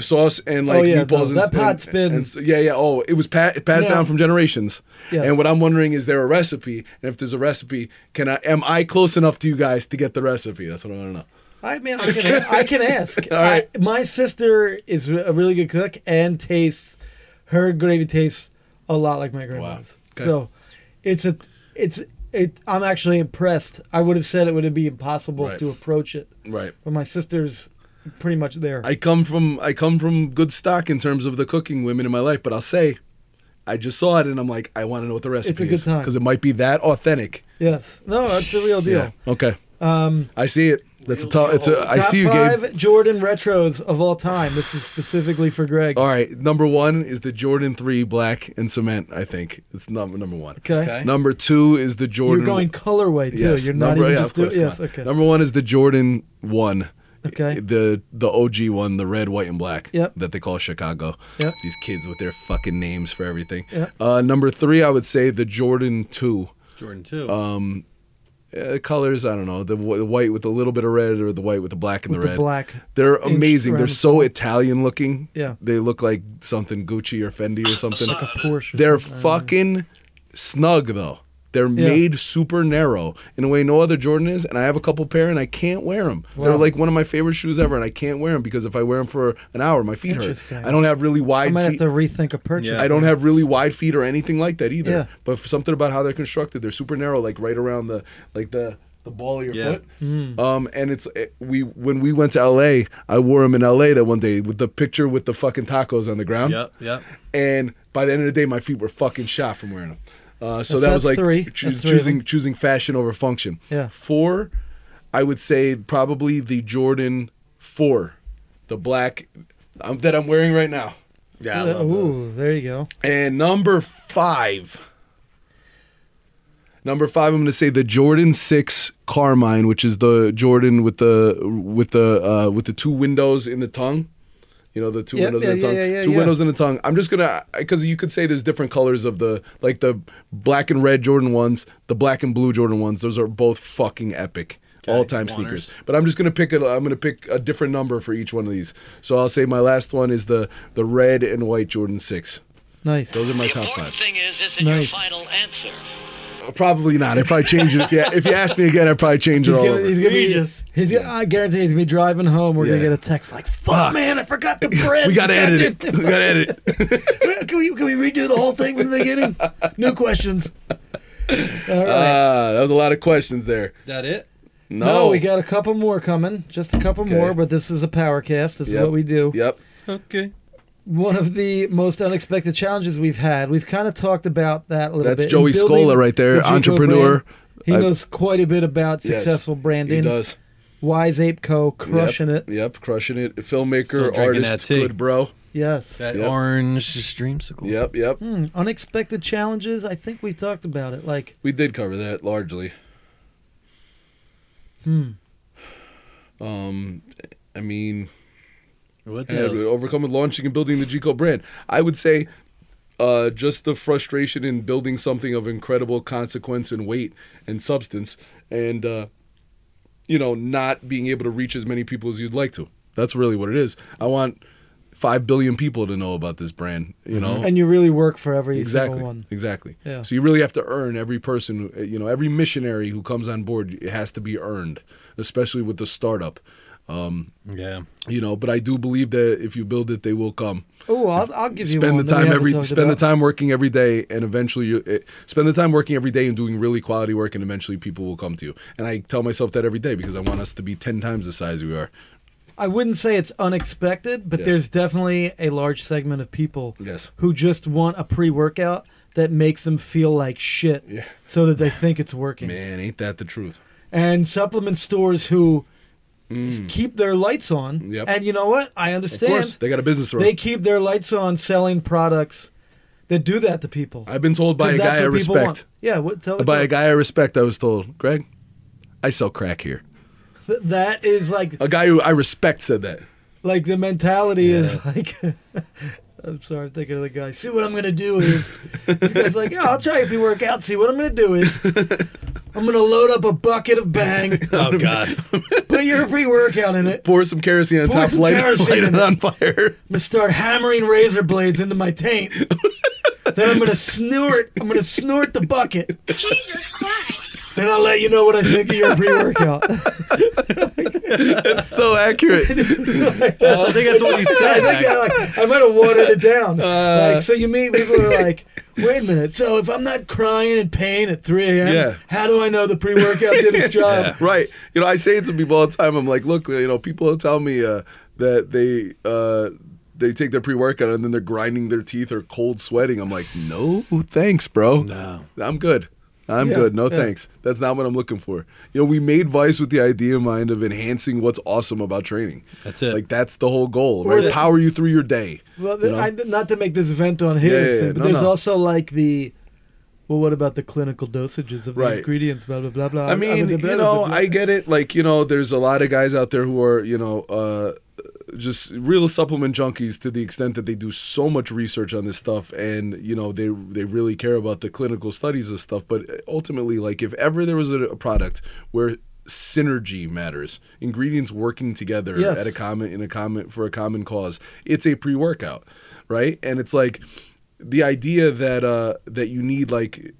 Speaker 2: sauce and like
Speaker 9: Oh, yeah,
Speaker 2: meatballs.
Speaker 9: no,
Speaker 2: and,
Speaker 9: that pot's
Speaker 2: and,
Speaker 9: been-
Speaker 2: and s- yeah, yeah. Oh, it was pa- passed
Speaker 9: Yeah.
Speaker 2: down from generations.
Speaker 9: Yes.
Speaker 2: And what I'm wondering is there a recipe? And if there's a recipe, can I am I close enough to you guys to get the recipe? That's what I want to know.
Speaker 9: I mean, I can, I can ask.
Speaker 2: All right.
Speaker 9: I- my sister is a really good cook and tastes her gravy tastes a lot like my grandmother's.
Speaker 2: Okay.
Speaker 9: So, it's a it's it, I'm actually impressed. I would have said it would be impossible
Speaker 2: Right.
Speaker 9: to approach it,
Speaker 2: Right.
Speaker 9: but my sister's pretty much there.
Speaker 2: I come from I come from good stock in terms of the cooking women in my life, but I'll say, I just saw it and I'm like, I want to know what the recipe
Speaker 9: a good
Speaker 2: is
Speaker 9: time.
Speaker 2: because it might be that authentic.
Speaker 9: yes, no, that's the real deal.
Speaker 2: Okay.
Speaker 9: Um,
Speaker 2: I see it. That's a tough. It's a. I
Speaker 9: top
Speaker 2: see you,
Speaker 9: five
Speaker 2: Gabe.
Speaker 9: Jordan retros of all time. This is specifically for Greg.
Speaker 2: All right. Number one is the Jordan three black and cement. I think it's number number one.
Speaker 9: Okay.
Speaker 2: Number two is the Jordan.
Speaker 9: You're going colorway too.
Speaker 2: Yes,
Speaker 9: You're not
Speaker 2: number-
Speaker 9: even
Speaker 2: yeah,
Speaker 9: just
Speaker 2: of course,
Speaker 9: doing.
Speaker 2: come
Speaker 9: Yes,
Speaker 2: on.
Speaker 9: okay.
Speaker 2: Number one is the Jordan one.
Speaker 9: Okay.
Speaker 2: The the OG one, the red, white, and black.
Speaker 9: Yep.
Speaker 2: That they call Chicago.
Speaker 9: Yep.
Speaker 2: These kids with their fucking names for everything.
Speaker 9: Yep.
Speaker 2: Uh, number three, I would say the Jordan two.
Speaker 3: Jordan too.
Speaker 2: Um, uh, colors, I don't know. The, wh- the white with a little bit of red, or the white with the black and
Speaker 9: With
Speaker 2: the
Speaker 9: the
Speaker 2: red.
Speaker 9: black
Speaker 2: They're
Speaker 9: inch
Speaker 2: amazing. They're
Speaker 9: around the
Speaker 2: so Italian looking.
Speaker 9: Yeah.
Speaker 2: They look like something Gucci or Fendi or something.
Speaker 9: like a Porsche. or
Speaker 2: They're
Speaker 9: something.
Speaker 2: fucking snug though. They're
Speaker 9: Yeah.
Speaker 2: made super narrow in a way no other Jordan is, and I have a couple pair and I can't wear them. They're
Speaker 9: Wow.
Speaker 2: like one of my favorite shoes ever, and I can't wear them because if I wear them for an hour, my feet hurt.
Speaker 9: Interesting.
Speaker 2: I don't have really
Speaker 9: I
Speaker 2: wide
Speaker 9: might have
Speaker 2: feet.
Speaker 9: to rethink a purchase.
Speaker 3: Yeah.
Speaker 2: I don't have really wide feet or anything like that either.
Speaker 9: Yeah.
Speaker 2: But for something about how they're constructed, they're super narrow, like right around the like the the ball of your
Speaker 3: Yeah.
Speaker 2: foot.
Speaker 9: Mm.
Speaker 2: Um, and it's it, we when we went to L.A., I wore them in L.A. that one day with the picture with the fucking tacos on the ground.
Speaker 3: Yep, yep.
Speaker 2: And by the end of the day, my feet were fucking shot from wearing them. Uh, so that
Speaker 9: That's-
Speaker 2: was
Speaker 9: that's
Speaker 2: like
Speaker 9: three.
Speaker 2: choo-
Speaker 9: That's three of
Speaker 2: choosing
Speaker 9: them.
Speaker 2: choosing fashion over function.
Speaker 9: Yeah.
Speaker 2: Four, I would say probably the Jordan Four, the black um, that I'm wearing right now.
Speaker 3: Yeah, I
Speaker 9: Uh,
Speaker 3: love
Speaker 9: Ooh,
Speaker 3: those.
Speaker 9: there you go.
Speaker 2: And number five. Number five, I'm going to say the Jordan Six Carmine, which is the Jordan with the with the uh, with the two windows in the tongue. You know the two
Speaker 9: Yeah,
Speaker 2: windows
Speaker 9: yeah,
Speaker 2: in the
Speaker 9: yeah,
Speaker 2: tongue.
Speaker 9: yeah, yeah,
Speaker 2: two
Speaker 9: yeah.
Speaker 2: windows in the tongue. I'm just gonna because you could say there's different colors of the like the black and red Jordan ones, the black and blue Jordan ones. Those are both fucking epic, all time
Speaker 3: Wanners.
Speaker 2: sneakers. But I'm just gonna pick a, I'm gonna pick a different number for each one of these. So I'll say my last one is the the red and white Jordan Six.
Speaker 9: Nice.
Speaker 2: Those are my
Speaker 10: The
Speaker 2: top
Speaker 10: important
Speaker 2: five.
Speaker 10: thing is, is it
Speaker 9: Nice.
Speaker 10: your final answer?
Speaker 2: Probably not. If I change it, if you, if you ask me again, I'd probably change it
Speaker 9: He's
Speaker 2: all
Speaker 9: gonna,
Speaker 2: over.
Speaker 9: he's gonna be
Speaker 3: Egregious.
Speaker 9: He's gonna, I guarantee he's gonna be driving home. We're gonna
Speaker 2: Yeah.
Speaker 9: get a text like, "Fuck, man, I forgot the bread."
Speaker 2: we gotta edit it. We gotta edit it.
Speaker 9: it. can we can we redo the whole thing from the beginning? No questions. All right.
Speaker 2: Ah, that was a lot of questions there.
Speaker 3: Is that it?
Speaker 2: No,
Speaker 9: no. we got a couple more coming. Just a couple more, but this is a power cast. This is
Speaker 2: Yep.
Speaker 9: what we do.
Speaker 2: Yep.
Speaker 3: Okay.
Speaker 9: One of the most unexpected challenges we've had. We've kind of talked about that a little
Speaker 2: That's
Speaker 9: bit. In
Speaker 2: Joey
Speaker 9: building
Speaker 2: Scola right there,
Speaker 9: the Juco
Speaker 2: entrepreneur.
Speaker 9: brand, He
Speaker 2: I-
Speaker 9: knows quite a bit about
Speaker 2: Yes,
Speaker 9: successful branding.
Speaker 2: He does.
Speaker 9: Wise Ape Co. crushing
Speaker 2: Yep,
Speaker 9: it.
Speaker 2: Yep, crushing it.
Speaker 3: Still
Speaker 2: Filmmaker,
Speaker 3: drinking
Speaker 2: artist,
Speaker 3: that tea.
Speaker 2: good bro.
Speaker 9: Yes.
Speaker 3: That
Speaker 2: Yep.
Speaker 3: orange streamsicle.
Speaker 2: Yep, yep.
Speaker 9: Hmm, unexpected challenges. I think we talked about it. Like,
Speaker 2: We did cover that largely.
Speaker 9: hmm,
Speaker 2: Um, I mean,
Speaker 3: What
Speaker 2: and
Speaker 3: else?
Speaker 2: overcome with launching and building the Gico brand. I would say uh, just the frustration in building something of incredible consequence and weight and substance, and uh, you know, not being able to reach as many people as you'd like to. That's really what it is. I want five billion people to know about this brand. You know,
Speaker 9: Mm-hmm. and you really work for every
Speaker 2: exactly,
Speaker 9: single one.
Speaker 2: exactly.
Speaker 9: Yeah.
Speaker 2: So you really have to earn every person. who- You know, every missionary who comes on board, it has to be earned, especially with the startup. Um,
Speaker 3: yeah.
Speaker 2: you know, but I do believe that if you build it, they will come
Speaker 9: Oh, I'll, I'll give you
Speaker 2: spend
Speaker 9: one
Speaker 2: the
Speaker 9: that we
Speaker 2: time
Speaker 9: haven't
Speaker 2: every
Speaker 9: talked
Speaker 2: spend
Speaker 9: about.
Speaker 2: the time working every day and eventually you it, spend the time working every day and doing really quality work and eventually people will come to you and i tell myself that every day because i want us to be 10 times the size we are
Speaker 9: I wouldn't say it's unexpected, but
Speaker 2: Yeah.
Speaker 9: there's definitely a large segment of people
Speaker 2: Yes.
Speaker 9: who just want a pre-workout that makes them feel like shit,
Speaker 2: Yeah.
Speaker 9: so that they think it's working.
Speaker 2: man ain't that the truth
Speaker 9: And supplement stores who s- keep their lights on.
Speaker 2: Mm. Yep.
Speaker 9: And you know what? I
Speaker 2: of
Speaker 9: understand.
Speaker 2: course they got a business to run.
Speaker 9: they keep their lights on selling products that do that to people.
Speaker 2: i've been told by a
Speaker 9: 'Cause that's
Speaker 2: guy i
Speaker 9: what people want.
Speaker 2: respect
Speaker 9: Yeah, what, tell the
Speaker 2: by a
Speaker 9: guy.
Speaker 2: guy i respect i was told greg i sell crack here
Speaker 9: That is like
Speaker 2: a guy who i respect said that
Speaker 9: like the mentality is like. I'm sorry, I'm thinking of the guy. See what I'm gonna do is, this guy's like, yeah, I'll try if you work out. See what I'm gonna do is, I'm gonna load up a bucket of bang,
Speaker 3: Oh God.
Speaker 9: put your pre-workout in it, I'm
Speaker 2: pour some kerosene on
Speaker 9: Pour
Speaker 2: top
Speaker 9: some
Speaker 2: light,
Speaker 9: kerosene
Speaker 2: light
Speaker 9: in
Speaker 2: it on fire
Speaker 9: gonna start hammering razor blades into my taint. Then I'm gonna snort. I'm gonna snort the bucket.
Speaker 7: Jesus Christ.
Speaker 9: Then I'll let you know what I think of your pre-workout.
Speaker 2: That's so accurate.
Speaker 3: I think that's what he
Speaker 9: I
Speaker 3: said.
Speaker 9: think I, like, I might have watered it down.
Speaker 2: Uh,
Speaker 9: like, so you meet people who are like, wait a minute. So if I'm not crying in pain at 3 a.m.,
Speaker 2: Yeah.
Speaker 9: how do I know the pre-workout did its job?
Speaker 2: right. You know, I say it to people all the time. I'm like, look, you know, people tell me uh, that they uh, they take their pre workout and then they're grinding their teeth or cold sweating. I'm like, no, thanks, bro. No, I'm good. I'm
Speaker 9: Yeah,
Speaker 2: good. No
Speaker 9: yeah.
Speaker 2: thanks. That's not what I'm looking for. You know, we made Vice with the idea in mind of enhancing what's awesome about training.
Speaker 3: That's it.
Speaker 2: Like that's the whole goal, right?
Speaker 9: the-
Speaker 2: Power you through your day.
Speaker 9: Well,
Speaker 2: you know?
Speaker 9: I, not to make this event on haters,
Speaker 2: yeah,
Speaker 9: thing,
Speaker 2: yeah.
Speaker 9: but
Speaker 2: No,
Speaker 9: there's
Speaker 2: no.
Speaker 9: also like the. Well, what about the clinical dosages of
Speaker 2: Right.
Speaker 9: the ingredients? Blah blah blah blah.
Speaker 2: I mean,
Speaker 9: blah, blah,
Speaker 2: you
Speaker 9: blah,
Speaker 2: know,
Speaker 9: blah, blah.
Speaker 2: I get it. Like, you know, there's a lot of guys out there who are, you know, uh, just real supplement junkies to the extent that they do so much research on this stuff, and you know, they they really care about the clinical studies of stuff. But ultimately, like, if ever there was a, a product where synergy matters ingredients working together
Speaker 9: Yes.
Speaker 2: at a common in a common for a common cause it's a pre-workout right and it's like the idea that uh that you need like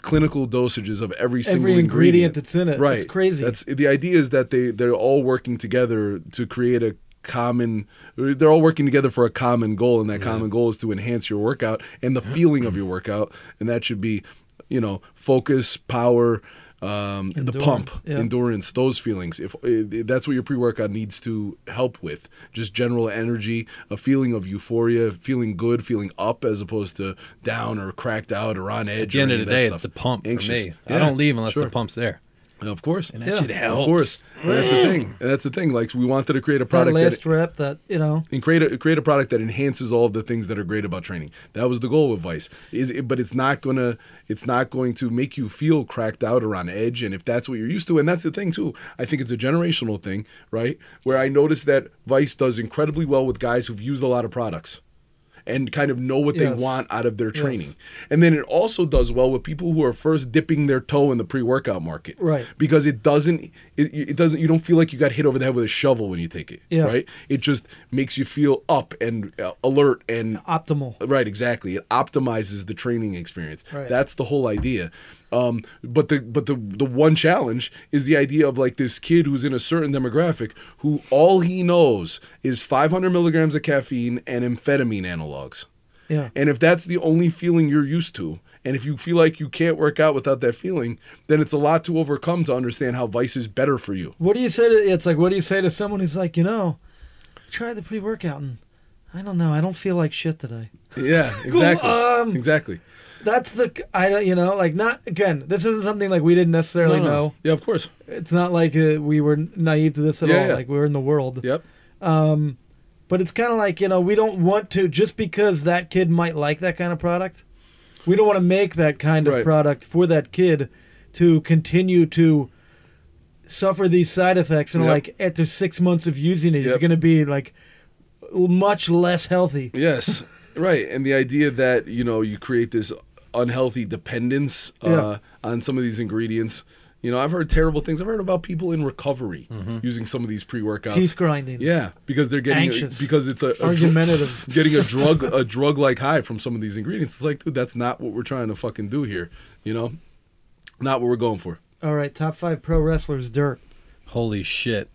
Speaker 2: clinical dosages of every single
Speaker 9: Every ingredient that's in it.
Speaker 2: Right.
Speaker 9: It's crazy.
Speaker 2: That's the idea is that they they're all working together to create a common they're all working together for a common goal and that common goal is to enhance your workout and the feeling of your workout and that should be you know focus power um, the pump
Speaker 9: Endurance, yeah.
Speaker 2: endurance those feelings if, if that's what your pre-workout needs to help with just general energy a feeling of euphoria feeling good feeling up as opposed to down or cracked out or on edge
Speaker 3: At the
Speaker 2: or
Speaker 3: end of
Speaker 2: any
Speaker 3: the
Speaker 2: that
Speaker 3: day, it's
Speaker 2: stuff.
Speaker 3: the pump
Speaker 2: Anxious.
Speaker 3: for me.
Speaker 2: Yeah,
Speaker 3: I don't leave unless
Speaker 2: sure.
Speaker 3: the pump's there.
Speaker 2: Of course. And
Speaker 3: that shit
Speaker 2: Of
Speaker 3: helps.
Speaker 2: course. And that's the thing. And that's the thing. Like we wanted to create a
Speaker 9: that
Speaker 2: product that,
Speaker 9: last rep that you know.
Speaker 2: and create a create a product that enhances all the things that are great about training. That was the goal with Vice. Is it, but it's not gonna it's not going to make you feel cracked out or on edge. And if that's what you're used to, and that's the thing too. I think it's a generational thing, right? Where I noticed that Vice does incredibly well with guys who've used a lot of products and kind of know what
Speaker 9: Yes.
Speaker 2: they want out of their training. And then it also does well with people who are first dipping their toe in the pre-workout market.
Speaker 9: Right.
Speaker 2: Because it doesn't it, it doesn't you don't feel like you got hit over the head with a shovel when you take it,
Speaker 9: Yeah.
Speaker 2: right? It just makes you feel up and uh, alert and
Speaker 9: Optimal.
Speaker 2: Right, exactly. It optimizes the training experience.
Speaker 9: Right.
Speaker 2: That's the whole idea. Um, but the but the the one challenge is the idea of like this kid who's in a certain demographic who all he knows is 500 milligrams of caffeine and amphetamine analogs.
Speaker 9: Yeah.
Speaker 2: And if that's the only feeling you're used to, and if you feel like you can't work out without that feeling, then it's a lot to overcome to understand how vice is better for you.
Speaker 9: What do you say to? It's like what do you say to someone who's like you know, try the pre-workout and I don't know. I don't feel like shit today.
Speaker 2: Yeah, exactly.
Speaker 9: um,
Speaker 2: exactly.
Speaker 9: That's the I don't you know like not again. This isn't something like we didn't necessarily
Speaker 2: No, no.
Speaker 9: know.
Speaker 2: Yeah, of course.
Speaker 9: It's not like uh, we were naive to this at
Speaker 2: Yeah,
Speaker 9: all.
Speaker 2: yeah.
Speaker 9: Like we were in the world.
Speaker 2: Yep.
Speaker 9: But it's kind of like, you know, we don't want to, just because that kid might like that kind of product, we don't want to make that kind of
Speaker 2: Right.
Speaker 9: product for that kid to continue to suffer these side effects. And
Speaker 2: Yep.
Speaker 9: like after six months of using it, he's
Speaker 2: Yep.
Speaker 9: going to be like much less healthy.
Speaker 2: Yes, right. And the idea that you know you create this unhealthy dependence uh, on some of these ingredients. You know, I've heard terrible things. I've heard about people in recovery
Speaker 3: Mm-hmm.
Speaker 2: using some of these pre-workouts.
Speaker 9: Teeth grinding.
Speaker 2: Yeah, because they're getting
Speaker 9: Anxious.
Speaker 2: because it's a, a
Speaker 9: Argumentative.
Speaker 2: getting a drug a drug like high from some of these ingredients. It's like, dude, that's not what we're trying to fucking do here. You know, not what we're going for.
Speaker 9: All right. Top five pro wrestlers, dirt.
Speaker 3: Holy shit.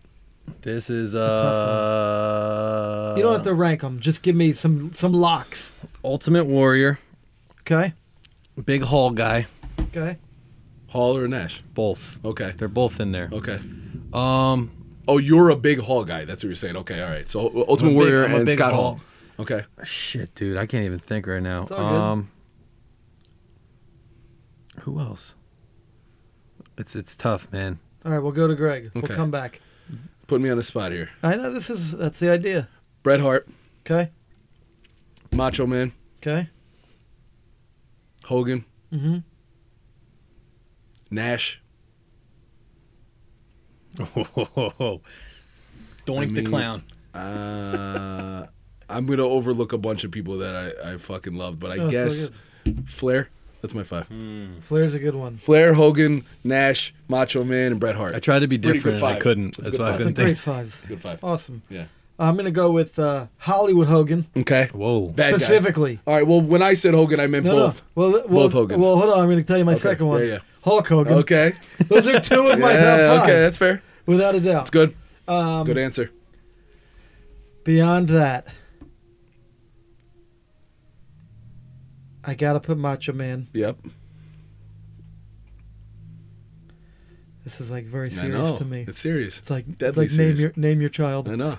Speaker 3: This is
Speaker 9: tough
Speaker 3: uh
Speaker 9: You don't have to rank them. Just give me some, some locks.
Speaker 3: Ultimate Warrior,
Speaker 9: Okay.
Speaker 3: Big Hall guy,
Speaker 9: Okay.
Speaker 2: Hall or Nash?
Speaker 3: both.
Speaker 2: Okay,
Speaker 3: They're both in there.
Speaker 2: okay.
Speaker 3: Um
Speaker 2: Oh, you're a big Hall guy. That's what you're saying. Okay, all right. So Ultimate
Speaker 3: I'm a big-
Speaker 2: Warrior
Speaker 3: I'm a
Speaker 2: and
Speaker 3: big
Speaker 2: Scott
Speaker 3: Hall.
Speaker 2: Hall. Okay.
Speaker 3: shit, dude, I can't even think right now.
Speaker 9: It's all good.
Speaker 3: um Who else? It's it's tough, man.
Speaker 9: All right. We'll go to Greg.
Speaker 2: Okay.
Speaker 9: We'll come back.
Speaker 2: Put me on the spot here.
Speaker 9: I know this is, that's the idea.
Speaker 2: Bret Hart,
Speaker 9: Okay.
Speaker 2: Macho Man,
Speaker 9: Okay.
Speaker 2: Hogan,
Speaker 9: Mm-hmm.
Speaker 2: Nash.
Speaker 3: Doink
Speaker 2: mean-
Speaker 3: the clown.
Speaker 2: Uh, I'm gonna overlook a bunch of people that I, I fucking love, but I
Speaker 9: No, it's
Speaker 2: guess Flair. That's my five.
Speaker 9: Flair's a good one.
Speaker 2: Flair, Hogan, Nash, Macho Man, and Bret Hart.
Speaker 3: I tried to be
Speaker 2: It's a pretty
Speaker 3: different and
Speaker 2: good
Speaker 3: I
Speaker 2: five.
Speaker 3: couldn't.
Speaker 2: It's a
Speaker 3: That's
Speaker 2: good
Speaker 3: why I
Speaker 2: five.
Speaker 9: That's a
Speaker 3: couldn't
Speaker 9: great
Speaker 3: think.
Speaker 9: five.
Speaker 2: Good five.
Speaker 9: Awesome.
Speaker 2: Yeah.
Speaker 9: I'm gonna go with uh, Hollywood Hogan
Speaker 2: Okay.
Speaker 3: Whoa.
Speaker 2: Bad guy.
Speaker 9: specifically.
Speaker 2: All right. Well, when I said Hogan, I meant
Speaker 9: No,
Speaker 2: both.
Speaker 9: no. Well, th- well,
Speaker 2: Both Hogans.
Speaker 9: Well, hold on. I'm gonna tell you my
Speaker 2: Okay.
Speaker 9: second one.
Speaker 2: Yeah, yeah.
Speaker 9: Hulk Hogan.
Speaker 2: Okay.
Speaker 9: Those are two of my
Speaker 2: Yeah,
Speaker 9: top five.
Speaker 2: Okay, that's fair.
Speaker 9: Without a doubt.
Speaker 2: That's good.
Speaker 9: Um,
Speaker 2: good answer.
Speaker 9: Beyond that, I gotta put Macho Man.
Speaker 2: Yep.
Speaker 9: This is like very
Speaker 2: I
Speaker 9: serious
Speaker 2: know.
Speaker 9: to me.
Speaker 2: It's serious.
Speaker 9: It's like it's
Speaker 2: deadly
Speaker 9: like name
Speaker 2: serious.
Speaker 9: your name your child.
Speaker 2: I know.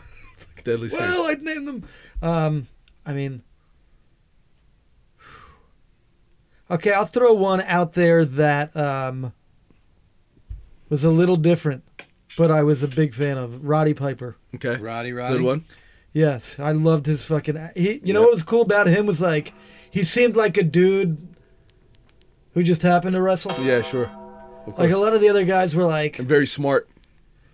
Speaker 2: Deadly serious.
Speaker 9: Well, I'd name them. Um, I mean, okay, I'll throw one out there that um, was a little different, but I was a big fan of Roddy Piper.
Speaker 2: okay.
Speaker 3: Roddy, Roddy.
Speaker 2: Good one.
Speaker 9: Yes, I loved his fucking. He, you know what was cool about him was like, he seemed like a dude who just happened to wrestle.
Speaker 2: Yeah, sure. Of
Speaker 9: Like
Speaker 2: course.
Speaker 9: a lot of the other guys were like,
Speaker 2: And very smart.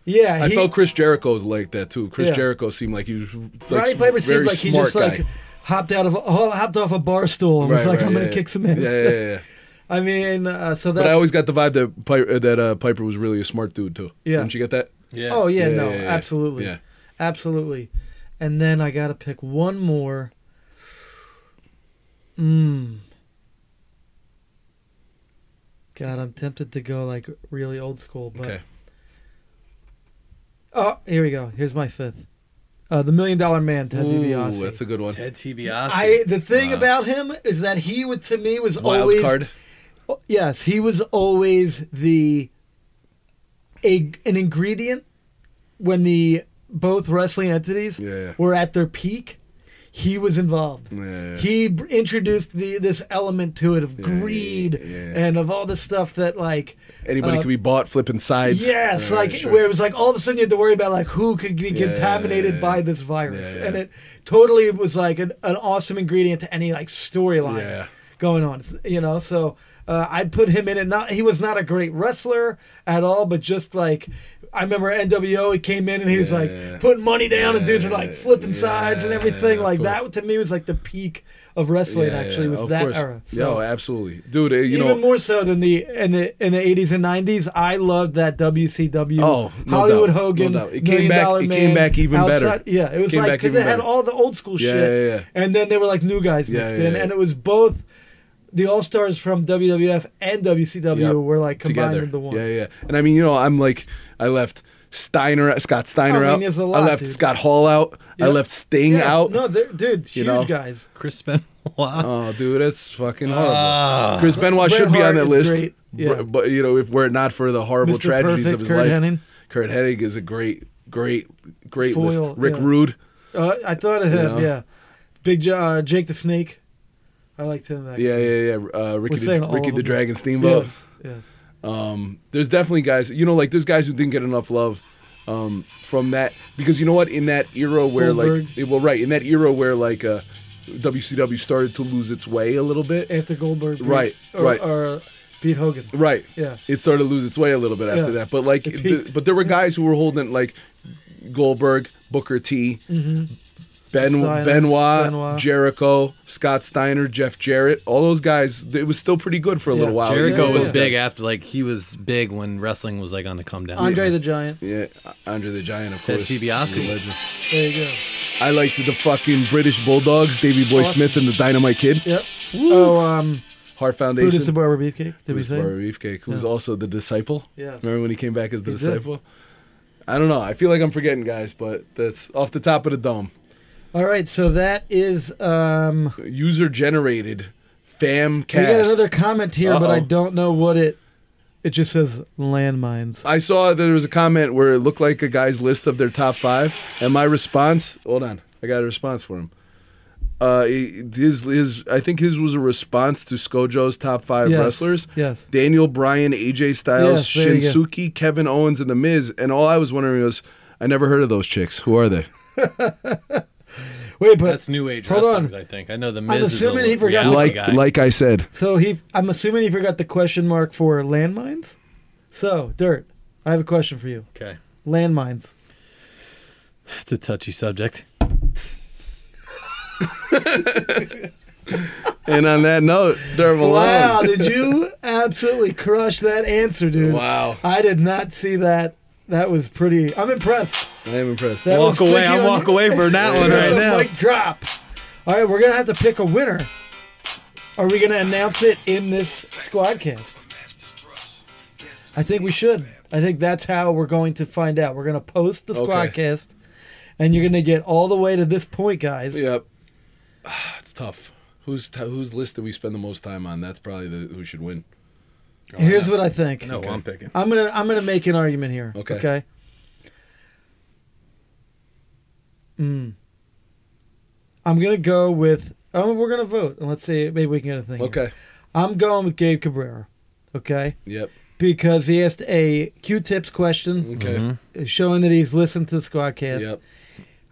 Speaker 9: yeah.
Speaker 2: I
Speaker 9: he-
Speaker 2: felt Chris Jericho was like that too. Chris
Speaker 9: Yeah.
Speaker 2: Jericho seemed like he was like
Speaker 9: Roddy
Speaker 2: sm-
Speaker 9: Piper
Speaker 2: very
Speaker 9: seemed like he
Speaker 2: smart
Speaker 9: just
Speaker 2: guy.
Speaker 9: like hopped out of hopped off a bar stool and was
Speaker 2: Right,
Speaker 9: like,
Speaker 2: right,
Speaker 9: "I'm
Speaker 2: yeah,
Speaker 9: gonna kick some ass."
Speaker 2: Yeah, yeah, yeah. yeah.
Speaker 9: I mean, uh, so that's.
Speaker 2: But I always got the vibe that Piper, that uh, Piper was really a smart dude too.
Speaker 9: Yeah.
Speaker 2: Didn't you get that?
Speaker 3: Yeah.
Speaker 9: Oh yeah,
Speaker 2: Yeah,
Speaker 9: no,
Speaker 2: yeah, yeah.
Speaker 9: absolutely,
Speaker 2: Yeah.
Speaker 9: absolutely. And then I gotta pick one more. Mmm. God, I'm tempted to go like really old school, but
Speaker 2: Okay.
Speaker 9: oh, here we go. Here's my fifth. Uh, the Million Dollar Man, Ted DiBiase.
Speaker 2: Ooh, that's a good one.
Speaker 3: Ted DiBiase.
Speaker 9: I the thing
Speaker 3: Wow.
Speaker 9: about him is that he would to me was
Speaker 2: Wild
Speaker 9: always oh,
Speaker 2: card.
Speaker 9: Yes, he was always the a an ingredient when the both wrestling entities
Speaker 2: Yeah.
Speaker 9: were at their peak. He was involved.
Speaker 2: Yeah.
Speaker 9: He b- introduced the this element to it of greed
Speaker 2: yeah.
Speaker 9: and of all the stuff that like
Speaker 2: Anybody
Speaker 9: uh,
Speaker 2: could be bought flipping sides.
Speaker 9: Yes,
Speaker 2: Right,
Speaker 9: like
Speaker 2: right, sure.
Speaker 9: where it was like all of a sudden you had to worry about like who could be
Speaker 2: Yeah,
Speaker 9: contaminated
Speaker 2: yeah,
Speaker 9: by
Speaker 2: yeah.
Speaker 9: this virus,
Speaker 2: Yeah, yeah.
Speaker 9: and it totally was like an, an awesome ingredient to any like storyline
Speaker 2: Yeah.
Speaker 9: going on. You know, so uh, I'd put him in it. Not he was not a great wrestler at all, but just like. I remember NWO. He came in and he was
Speaker 2: Yeah.
Speaker 9: like putting money down, and dudes were like flipping
Speaker 2: Yeah,
Speaker 9: sides and everything.
Speaker 2: yeah,
Speaker 9: like
Speaker 2: of
Speaker 9: that to me was like the peak of wrestling.
Speaker 2: Yeah,
Speaker 9: actually,
Speaker 2: yeah,
Speaker 9: was
Speaker 2: of
Speaker 9: that
Speaker 2: course.
Speaker 9: era. So-
Speaker 2: No, absolutely, dude. uh, You
Speaker 9: even
Speaker 2: know,
Speaker 9: more so than the in the in the 80s and 90s i loved that wcw
Speaker 2: Oh, no
Speaker 9: hollywood
Speaker 2: doubt, no
Speaker 9: hogan
Speaker 2: doubt. It came
Speaker 9: Million
Speaker 2: back-
Speaker 9: Dollar
Speaker 2: it came
Speaker 9: Man,
Speaker 2: back even better.
Speaker 9: outside- yeah it was
Speaker 2: Came
Speaker 9: like
Speaker 2: back
Speaker 9: because it
Speaker 2: even
Speaker 9: had
Speaker 2: better.
Speaker 9: all the old school
Speaker 2: Yeah,
Speaker 9: shit
Speaker 2: yeah, yeah.
Speaker 9: and then they were like new guys
Speaker 2: Yeah,
Speaker 9: mixed
Speaker 2: yeah,
Speaker 9: in
Speaker 2: yeah.
Speaker 9: and it was both the all-stars from wwf and wcw
Speaker 2: Yep.
Speaker 9: were like combined
Speaker 2: together.
Speaker 9: into one
Speaker 2: Yeah, yeah. And I mean, you know, I'm like, I left Steiner, Scott Steiner
Speaker 9: mean,
Speaker 2: out.
Speaker 9: Oh, there's a lot,
Speaker 2: I left
Speaker 9: dude.
Speaker 2: Scott Hall out. I
Speaker 9: Yep.
Speaker 2: left Sting
Speaker 9: Yeah,
Speaker 2: out.
Speaker 9: no they're- dude
Speaker 2: You
Speaker 9: huge
Speaker 2: know?
Speaker 9: guys
Speaker 3: Chris Benoit.
Speaker 2: Oh, dude, that's fucking horrible.
Speaker 3: Ah.
Speaker 2: Chris Benoit
Speaker 9: Bret
Speaker 2: should be
Speaker 9: Hart
Speaker 2: on that
Speaker 9: is
Speaker 2: list.
Speaker 9: great.
Speaker 2: br-
Speaker 9: Yeah.
Speaker 2: But, you know, if were it not for the horrible
Speaker 9: Mr.
Speaker 2: tragedies
Speaker 9: Perfect,
Speaker 2: of his
Speaker 9: Kurt
Speaker 2: life,
Speaker 9: Hennig.
Speaker 2: Kurt Hennig is a great, great, great
Speaker 9: Foil,
Speaker 2: list. Rick
Speaker 9: yeah.
Speaker 2: Rude.
Speaker 9: uh, i thought of him
Speaker 2: know?
Speaker 9: yeah big J- uh, jake the snake i liked him back
Speaker 2: Yeah,
Speaker 9: then.
Speaker 2: yeah, yeah. Uh, Ricky,
Speaker 9: saying
Speaker 2: the,
Speaker 9: all
Speaker 2: Ricky
Speaker 9: of
Speaker 2: the
Speaker 9: them.
Speaker 2: Dragon Steamboat.
Speaker 9: yes, yes.
Speaker 2: Um, there's definitely guys, you know, like there's guys who didn't get enough love um, from that because you know what, in that era where like,
Speaker 9: Goldberg.
Speaker 2: it- well, right, in that era where like uh, WCW started to lose its way a little bit,
Speaker 9: after Goldberg, beat-
Speaker 2: Right,
Speaker 9: or,
Speaker 2: right.
Speaker 9: or beat Hogan.
Speaker 2: right?
Speaker 9: Yeah.
Speaker 2: it started to lose its way a little bit after
Speaker 9: Yeah.
Speaker 2: that. But like,
Speaker 9: It
Speaker 2: th-
Speaker 9: peaked.
Speaker 2: but there were guys who were holding like Goldberg, Booker T, Ben
Speaker 9: Steiners,
Speaker 2: Benoit,
Speaker 9: Mm-hmm. Benoit.
Speaker 2: Jericho, Scott Steiner, Jeff Jarrett, all those guys. It was still pretty good for a
Speaker 9: Yeah.
Speaker 2: little while.
Speaker 3: Jericho
Speaker 9: yeah,
Speaker 3: was
Speaker 9: yeah.
Speaker 3: big after, like, he was big when wrestling was like on the come down.
Speaker 9: Andre the Giant.
Speaker 2: Yeah, Andre the Giant, of
Speaker 3: Ted
Speaker 2: course.
Speaker 3: DiBiase.
Speaker 2: He's a legend.
Speaker 9: There you go.
Speaker 2: I liked the fucking British Bulldogs, Davy Boy
Speaker 9: Awesome.
Speaker 2: Smith and the Dynamite Kid.
Speaker 9: Yep. Oh, um,
Speaker 2: Heart Foundation.
Speaker 9: Buddha Sabara Beefcake. Did we
Speaker 2: Brutus
Speaker 9: say?
Speaker 2: Barber Beefcake, who's
Speaker 9: Yeah.
Speaker 2: also the disciple.
Speaker 9: Yes.
Speaker 2: Remember when he came back as the
Speaker 9: He did.
Speaker 2: disciple? I don't know. I feel like I'm forgetting guys, but that's off the top of the dome.
Speaker 9: All right, so that is. Um,
Speaker 2: User generated fam
Speaker 9: we got
Speaker 2: cast.
Speaker 9: another comment here, but I
Speaker 2: Uh-oh.
Speaker 9: don't know what it. It just says landmines.
Speaker 2: I saw that there was a comment where it looked like a guy's list of their top five, and my response. Hold on, I got a response for him. Uh, he- his his I think his was a response to Skojo's top five
Speaker 9: Yes,
Speaker 2: wrestlers.
Speaker 9: yes.
Speaker 2: Daniel Bryan, AJ Styles,
Speaker 9: Yes, there you go.
Speaker 2: Shinsuke, Kevin Owens, and The Miz. And all I was wondering was, I never heard of those chicks. Who are they?
Speaker 9: Wait, but
Speaker 3: That's new age
Speaker 9: Hold
Speaker 3: wrestlers,
Speaker 9: on.
Speaker 3: I think. I know the Miz is
Speaker 9: assuming
Speaker 3: a
Speaker 9: he forgot
Speaker 3: reality
Speaker 2: like
Speaker 3: guy.
Speaker 2: like I said,
Speaker 9: So he, I'm assuming he forgot the question mark for landmines. So dirt, I have a question for you.
Speaker 3: Okay.
Speaker 9: Landmines.
Speaker 3: It's a touchy subject.
Speaker 2: and on that note, they're
Speaker 9: Wow,
Speaker 2: alone.
Speaker 9: did you absolutely crush that answer, dude?
Speaker 2: Wow.
Speaker 9: I did not see that. That was pretty. I'm impressed.
Speaker 2: I am impressed.
Speaker 9: That
Speaker 3: Walk
Speaker 9: was
Speaker 3: away.
Speaker 9: sticky
Speaker 3: I'll
Speaker 9: on
Speaker 3: walk
Speaker 9: you.
Speaker 3: away for that one
Speaker 9: That's
Speaker 3: right
Speaker 9: a
Speaker 3: now.
Speaker 9: Mic drop. All right, we're gonna have to pick a winner. Are we gonna announce it in this squadcast? I think we should. I think that's how we're going to find out. We're going to post the
Speaker 2: Okay.
Speaker 9: Squadcast, and you're going to get all the way to this point, guys.
Speaker 2: Yep. Ah, It's tough. Who's t- whose list did we spend the most time on? That's probably the who should win.
Speaker 9: Here's what I think.
Speaker 2: No, I'm picking.
Speaker 9: I'm gonna I'm gonna make an argument here.
Speaker 2: Okay.
Speaker 9: Okay. Mm. I'm gonna go with. Oh, we're gonna vote, and let's see. Maybe we can get a thing. here.
Speaker 2: Okay.
Speaker 9: I'm going with Gabe Cabrera. Okay.
Speaker 2: Yep.
Speaker 9: Because he asked a Q-tips question,
Speaker 2: Okay. Mhm.
Speaker 9: showing that he's listened to the Squadcast.
Speaker 2: Yep.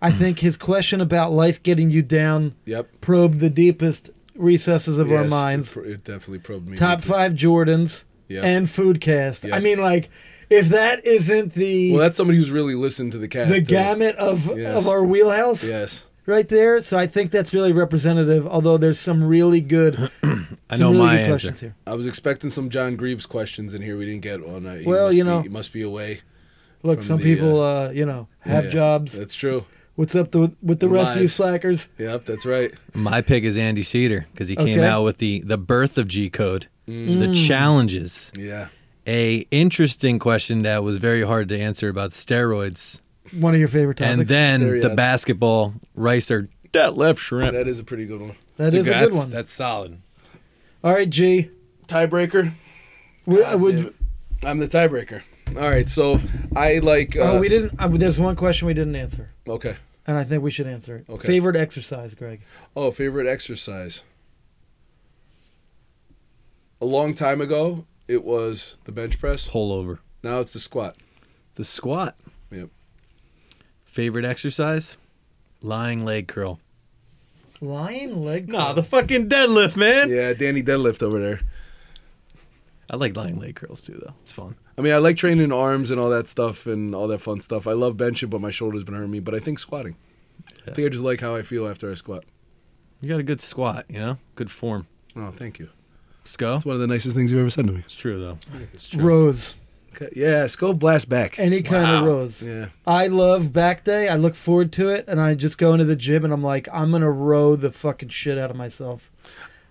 Speaker 9: I think his question about life getting you down
Speaker 2: Yep.
Speaker 9: probed the deepest recesses of our
Speaker 2: Yes,
Speaker 9: minds.
Speaker 2: It, pr- it definitely probed me.
Speaker 9: Top
Speaker 2: deeply.
Speaker 9: five Jordans
Speaker 2: Yeah.
Speaker 9: and Foodcast.
Speaker 2: Yeah.
Speaker 9: I mean, like, if that isn't the
Speaker 2: Well, that's somebody who's really listened to the cast.
Speaker 9: the
Speaker 2: too.
Speaker 9: gamut of
Speaker 2: Yes.
Speaker 9: of our wheelhouse,
Speaker 2: Yes.
Speaker 9: right there. So I think that's really representative. Although there's some really good, some really good questions here.
Speaker 2: I was expecting some John Greaves questions in here. We didn't get one. Uh, he
Speaker 9: Well,
Speaker 2: must
Speaker 9: you
Speaker 2: be-
Speaker 9: know,
Speaker 2: he must be away.
Speaker 9: Look,
Speaker 2: from
Speaker 9: some
Speaker 2: the,
Speaker 9: people,
Speaker 2: uh,
Speaker 9: uh, you know, have
Speaker 2: yeah,
Speaker 9: jobs.
Speaker 2: That's true.
Speaker 9: What's up to, with the rest of you
Speaker 2: Lives.
Speaker 9: slackers?
Speaker 2: Yep, that's right.
Speaker 3: My pick is Andy Cedar because he came
Speaker 9: Okay.
Speaker 3: out with the the birth of G code,
Speaker 2: Mm.
Speaker 3: the
Speaker 2: Mm.
Speaker 3: challenges.
Speaker 2: Yeah.
Speaker 3: A interesting question that was very hard to answer about steroids,
Speaker 9: One of your favorite topics.
Speaker 3: and then the
Speaker 2: Steroids.
Speaker 3: basketball rice or that left shrimp.
Speaker 2: That is a pretty good one.
Speaker 9: That
Speaker 3: That's
Speaker 9: is a good
Speaker 3: that's-
Speaker 9: one.
Speaker 3: That's solid.
Speaker 9: All right, G.
Speaker 2: Tiebreaker.
Speaker 9: We, I would.
Speaker 2: I'm the tiebreaker. All right, so I like. Uh,
Speaker 9: oh, we didn't. Uh, there's one question we didn't answer,
Speaker 2: Okay.
Speaker 9: and I think we should answer it.
Speaker 2: Okay.
Speaker 9: Favorite exercise, Greg.
Speaker 2: Oh, favorite exercise. A long time ago, it was the bench press.
Speaker 3: Pull over.
Speaker 2: Now it's the squat.
Speaker 3: The squat.
Speaker 2: Yep.
Speaker 3: Favorite exercise? Lying leg curl.
Speaker 9: Lion leg.
Speaker 3: Nah, the fucking deadlift, man.
Speaker 2: Yeah, Danny deadlift over there.
Speaker 3: I like lying leg curls too, though. It's fun.
Speaker 2: I mean, I like training arms and all that stuff and all that fun stuff. I love benching, but my shoulder's been hurting me. But I think squatting. I think I just like how I feel after I squat.
Speaker 3: You got a good squat, you know? Good form.
Speaker 2: Oh, thank you.
Speaker 3: Sco?
Speaker 2: It's one of the nicest things you've ever said to me.
Speaker 3: It's true, though. It's true.
Speaker 9: Rose.
Speaker 2: Okay. Yeah, go blast back.
Speaker 9: Any kind of
Speaker 3: Wow.
Speaker 9: rose.
Speaker 2: Yeah.
Speaker 9: I love back day. I look forward to it, and I just go into the gym and I'm like, I'm gonna row the fucking shit out of myself.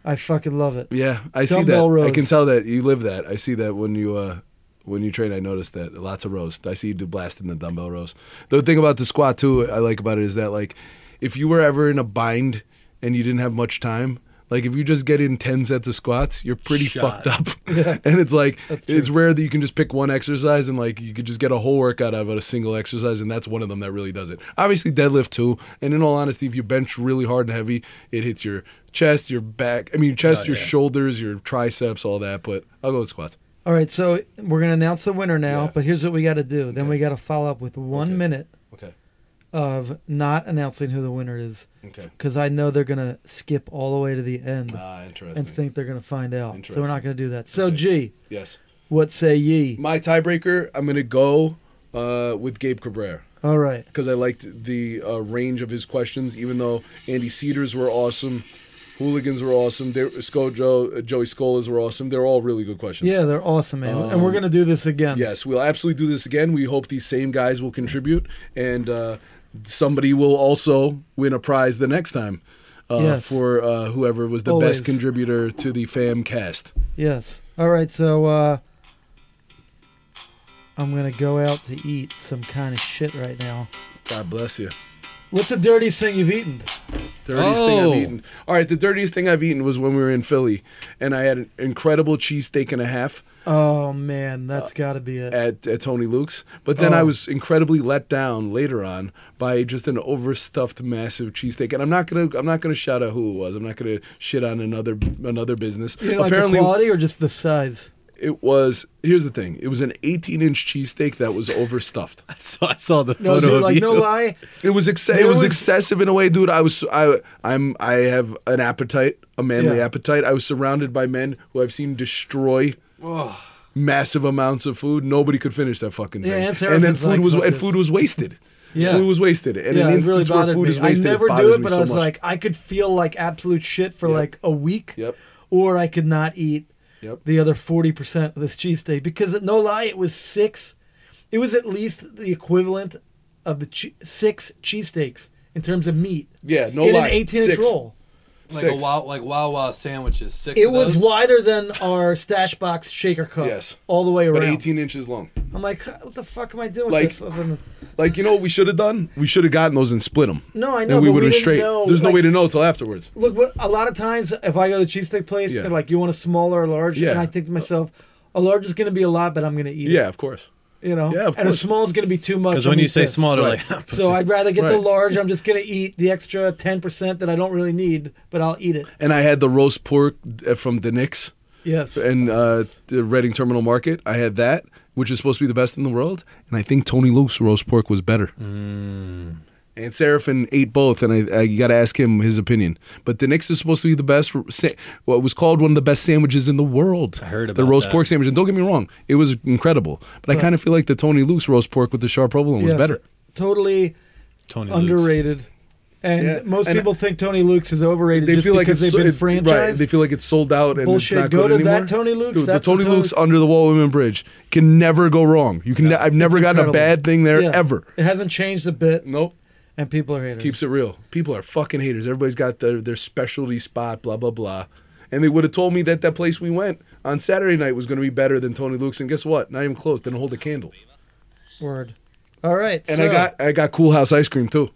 Speaker 9: I fucking love it.
Speaker 2: Yeah, I see that.
Speaker 9: Dumbbell rows.
Speaker 2: I can tell that you live that. I see that when you uh when you train. I noticed that lots of rows. I see you do blasting the dumbbell rows. The thing about the squat too, I like about it is that like if you were ever in a bind and you didn't have much time. Like if you just get in ten sets of squats, you're pretty
Speaker 3: Shot.
Speaker 2: fucked up, and it's like
Speaker 9: That's true.
Speaker 2: it's rare that you can just pick one exercise and like you could just get a whole workout out of a single exercise, and that's one of them that really does it. Obviously, deadlift too, and in all honesty, if you bench really hard and heavy, it hits your chest, your back. I mean, your chest,
Speaker 3: Oh,
Speaker 2: your
Speaker 3: yeah.
Speaker 2: shoulders, your triceps, all that. But I'll go with squats.
Speaker 9: All right, so we're gonna announce the winner now,
Speaker 2: Yeah.
Speaker 9: but here's what we got to do. Then we got to follow up with one
Speaker 2: Okay.
Speaker 9: minute
Speaker 2: Okay.
Speaker 9: of not announcing who the winner is,
Speaker 2: Okay.
Speaker 9: because I know they're gonna skip all the way to the end
Speaker 2: Ah, interesting.
Speaker 9: and think they're gonna find out. So we're not
Speaker 2: Interesting.
Speaker 9: gonna do that. So
Speaker 2: Okay.
Speaker 9: G,
Speaker 2: yes.
Speaker 9: what say ye?
Speaker 2: My tiebreaker. I'm gonna go uh, with Gabe Cabrera.
Speaker 9: All right.
Speaker 2: because I liked the uh, range of his questions. Even though Andy Cedars were awesome, Hooligans were awesome, they, Sco, Joe, uh, Joey Scolas were awesome. They're all really good questions.
Speaker 9: Yeah, they're awesome, man. and
Speaker 2: Um,
Speaker 9: we're gonna do this again.
Speaker 2: Yes, we'll absolutely do this again. We hope these same guys will contribute, and uh, somebody will also win a prize the next time uh,
Speaker 9: Yes.
Speaker 2: for uh, whoever was the
Speaker 9: Always.
Speaker 2: best contributor to the fam cast.
Speaker 9: Yes. All right. So uh, I'm gonna go out to eat some kind of shit right now.
Speaker 2: God bless you.
Speaker 9: What's the dirtiest thing you've eaten?
Speaker 2: Dirtiest thing
Speaker 3: Oh.
Speaker 2: I've eaten. All right, the dirtiest thing I've eaten was when we were in Philly, and I had an incredible cheesesteak and a half.
Speaker 9: Oh man,
Speaker 3: Uh,
Speaker 9: that's got to be it.
Speaker 2: at, at Tony Luke's. But then
Speaker 9: Oh.
Speaker 2: I was incredibly let down later on by just an overstuffed massive cheesesteak. And I'm not gonna I'm not gonna shout out who it was. I'm not gonna shit on another another business.
Speaker 9: You didn't like the quality or just the size?
Speaker 2: it was here's the thing. It was an 18 inch cheesesteak that was overstuffed.
Speaker 3: I saw, I saw the
Speaker 9: No,
Speaker 3: photo
Speaker 9: dude,
Speaker 3: of
Speaker 9: like
Speaker 3: you.
Speaker 9: no lie.
Speaker 2: It was ex- it
Speaker 9: There
Speaker 2: was,
Speaker 9: was-
Speaker 2: excessive in a way, dude. I was I I'm I have an appetite, a manly
Speaker 9: Yeah.
Speaker 2: appetite. I was surrounded by men who I've seen destroy massive amounts of food. Nobody could finish that fucking thing.
Speaker 9: Yeah, and
Speaker 2: and then
Speaker 9: Saracen's
Speaker 2: food
Speaker 9: like,
Speaker 2: was
Speaker 9: "Fuck
Speaker 2: and
Speaker 9: this."
Speaker 2: food was wasted.
Speaker 9: Yeah.
Speaker 2: Food was wasted. And
Speaker 9: yeah,
Speaker 2: an
Speaker 9: it really
Speaker 2: instance where
Speaker 9: bothered
Speaker 2: food
Speaker 9: me.
Speaker 2: is wasted.
Speaker 9: I never do
Speaker 2: bothers
Speaker 9: it,
Speaker 2: me
Speaker 9: but
Speaker 2: so
Speaker 9: I was
Speaker 2: much.
Speaker 9: like, I could feel like absolute shit for
Speaker 2: Yep.
Speaker 9: like a week,
Speaker 2: Yep.
Speaker 9: or I could not eat
Speaker 2: Yep.
Speaker 9: the other forty percent of this cheesesteak because no lie, it was six. It was at least the equivalent of the che- six cheesesteaks in terms of meat
Speaker 2: Yeah, no
Speaker 9: in
Speaker 2: lie.
Speaker 9: an eighteen-inch
Speaker 2: Six.
Speaker 9: roll.
Speaker 3: Like a wow, like Wawa sandwiches. Six.
Speaker 9: It
Speaker 3: of
Speaker 9: was
Speaker 3: those?
Speaker 9: wider than our stash box shaker cup.
Speaker 2: Yes.
Speaker 9: All the way around.
Speaker 2: But 18 inches long.
Speaker 9: I'm like, what the fuck am I doing?
Speaker 2: Like-
Speaker 9: with this? Other than-
Speaker 2: Like you know what we should have done? We should have gotten those and split them.
Speaker 9: No, I know,
Speaker 2: And we
Speaker 9: but we
Speaker 2: would have
Speaker 9: didn't
Speaker 2: straight.
Speaker 9: know,
Speaker 2: There's no
Speaker 9: like-
Speaker 2: way to know till afterwards.
Speaker 9: Look, what, a lot of times if I go to a cheesesteak place,
Speaker 2: Yeah.
Speaker 9: they're like, you want a small or a large?
Speaker 2: Yeah.
Speaker 9: And I think to myself, a large is going to be a lot, but I'm going to eat it.
Speaker 2: Yeah, of course.
Speaker 9: You know?
Speaker 2: Yeah, of
Speaker 9: And a
Speaker 2: course.
Speaker 9: small is going to be too much.
Speaker 3: 'Cause when
Speaker 9: I'm
Speaker 3: you say
Speaker 9: pissed.
Speaker 3: small, they're Right. like,
Speaker 9: so I'd rather get the
Speaker 2: Right.
Speaker 9: large. I'm just going to eat the extra 10% that I don't really need, but I'll eat it.
Speaker 2: And I had the roast pork uh, from the Knicks.
Speaker 9: Yes.
Speaker 2: And uh, the Reading Terminal Market. I had that, which is supposed to be the best in the world. And I think Tony Luke's roast pork was better. And Seraphin ate both, and I, I you got to ask him his opinion. But the Knicks is supposed to be the best, sa- what was called one of the best sandwiches in the world. I heard
Speaker 3: about
Speaker 2: the roast
Speaker 3: that.
Speaker 2: pork sandwich. And don't get me wrong, it was incredible. But I
Speaker 9: Right.
Speaker 2: kind of feel like the Tony Luke's roast pork with the sharp provolone was
Speaker 9: Yes,
Speaker 2: better.
Speaker 9: Totally
Speaker 3: Tony
Speaker 9: underrated. And
Speaker 2: Yeah,
Speaker 9: most
Speaker 2: and-
Speaker 9: people think Tony Luke's is overrated
Speaker 2: They
Speaker 9: just
Speaker 2: feel like
Speaker 9: because
Speaker 2: it's so-
Speaker 9: they've
Speaker 2: it's-
Speaker 9: been franchised.
Speaker 2: Right, they feel like it's sold out and
Speaker 9: Bullshit.
Speaker 2: it's not
Speaker 9: Go
Speaker 2: good
Speaker 9: to
Speaker 2: anymore.
Speaker 9: that Tony Luke's,
Speaker 2: Dude, the
Speaker 9: that's
Speaker 2: Tony
Speaker 9: the Tony-
Speaker 2: Luke's under the Wall Women Bridge can never go wrong. You can. ne- I've never gotten a
Speaker 9: incredible.
Speaker 2: bad thing there
Speaker 9: Yeah.
Speaker 2: ever.
Speaker 9: It hasn't changed a bit.
Speaker 2: Nope.
Speaker 9: And people are haters.
Speaker 2: Keeps it real. People are fucking haters. Everybody's got their their specialty spot. Blah blah blah. And they would have told me that that place we went on Saturday night was going to be better than Tony Luke's, and guess what? Not even close. Didn't hold a candle.
Speaker 9: Word. All right.
Speaker 2: And
Speaker 9: so-
Speaker 2: I got I got Cool House ice cream too.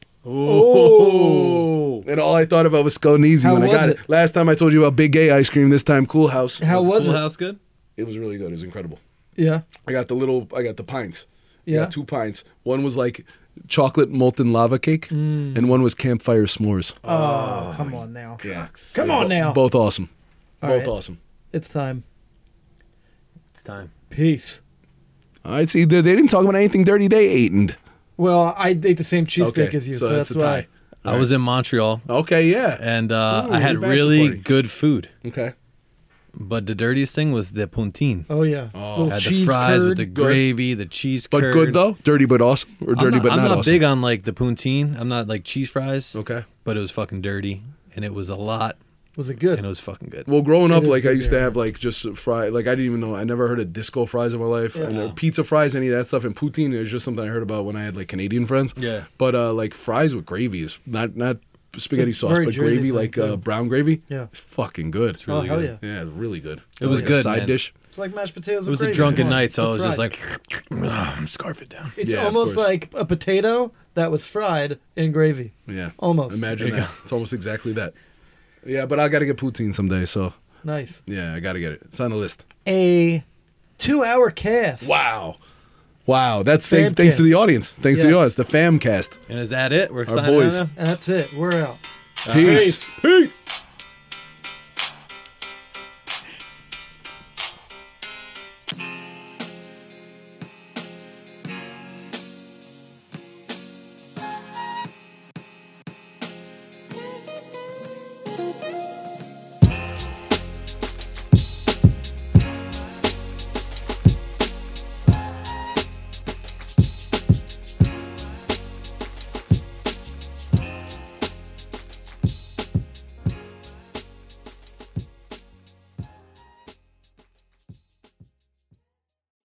Speaker 9: Oh.
Speaker 2: And all I thought about was Sconeasy
Speaker 9: How
Speaker 2: when I
Speaker 9: was
Speaker 2: got
Speaker 9: it?
Speaker 2: it? Last time I told you about Big Gay ice cream. This time Cool House.
Speaker 9: How was, it?
Speaker 3: House good?
Speaker 2: It was really good. It was incredible.
Speaker 9: Yeah.
Speaker 2: I got the little. I got the pints. I
Speaker 9: Yeah.
Speaker 2: got two pints. One was like chocolate molten lava cake,
Speaker 9: Mm.
Speaker 2: and one was campfire s'mores.
Speaker 9: Oh, come on now.
Speaker 2: Yeah.
Speaker 9: Come on now.
Speaker 2: Both awesome.
Speaker 9: All
Speaker 2: Both
Speaker 9: right.
Speaker 2: awesome.
Speaker 9: It's time.
Speaker 3: It's time.
Speaker 9: Peace.
Speaker 2: All right. See, they, they didn't talk about anything dirty. They ate and
Speaker 9: Well, I ate the same cheesesteak as you, so, that's
Speaker 2: it's
Speaker 9: why.
Speaker 3: I was in Montreal
Speaker 2: Okay. Yeah.
Speaker 3: and uh,
Speaker 2: Ooh,
Speaker 3: I had
Speaker 2: your bachelor
Speaker 3: really
Speaker 2: party.
Speaker 3: good food,
Speaker 2: Okay.
Speaker 3: but the dirtiest thing was the poutine.
Speaker 9: Oh yeah.
Speaker 3: I had the fries with the
Speaker 9: curd.
Speaker 3: gravy, the cheese
Speaker 2: But
Speaker 3: curd.
Speaker 2: good though. Dirty but awesome, or
Speaker 3: I'm
Speaker 2: dirty
Speaker 3: not,
Speaker 2: but
Speaker 3: I'm
Speaker 2: not,
Speaker 3: not
Speaker 2: awesome.
Speaker 3: big on like the poutine. I'm not like cheese fries.
Speaker 2: Okay.
Speaker 3: But it was fucking dirty, and it was a lot,
Speaker 9: Was it
Speaker 3: and it
Speaker 9: good?
Speaker 3: was fucking good.
Speaker 2: Well, growing up,
Speaker 9: is
Speaker 2: like I
Speaker 9: good
Speaker 2: used to
Speaker 9: there.
Speaker 2: have like just fry. Like I didn't even know. I never heard of disco fries in my life, and uh, pizza fries, any of that stuff. And poutine is just something I heard about when I had like Canadian friends.
Speaker 3: Yeah.
Speaker 2: But uh, like fries with gravy is not not spaghetti
Speaker 9: It's a
Speaker 2: sauce,
Speaker 9: very
Speaker 2: but
Speaker 9: Jersey
Speaker 2: gravy
Speaker 9: thing,
Speaker 2: like
Speaker 9: too.
Speaker 2: uh, brown gravy.
Speaker 9: Yeah.
Speaker 2: It's fucking good. It's
Speaker 9: really Oh, hell good.
Speaker 2: Yeah, it's really good.
Speaker 3: It was
Speaker 2: Like a
Speaker 3: good,
Speaker 2: side
Speaker 3: man.
Speaker 2: dish.
Speaker 9: It's like mashed potatoes.
Speaker 3: it
Speaker 9: with
Speaker 3: was a
Speaker 9: gravy.
Speaker 3: drunken
Speaker 9: Come on,
Speaker 3: night, so I was
Speaker 9: it's
Speaker 3: just
Speaker 9: fried.
Speaker 3: like, I'm scarf it down.
Speaker 9: it's
Speaker 2: Yeah, of
Speaker 9: almost
Speaker 2: course.
Speaker 9: like a potato that was fried in gravy.
Speaker 2: Yeah.
Speaker 9: Almost.
Speaker 2: Imagine
Speaker 3: There you
Speaker 2: that. It's almost exactly that. Yeah, but I got to get poutine someday. So
Speaker 9: Nice.
Speaker 2: yeah, I got to get it. It's on the list.
Speaker 9: A two-hour cast.
Speaker 2: Wow. Wow. That's thanks,
Speaker 9: Famcast.
Speaker 2: thanks to the audience. Thanks to the
Speaker 9: Yes.
Speaker 2: audience. The fam cast.
Speaker 3: And is that it? We're
Speaker 2: Our
Speaker 3: signing
Speaker 2: boys.
Speaker 3: out now?
Speaker 9: And that's it. We're out.
Speaker 2: Peace. Peace.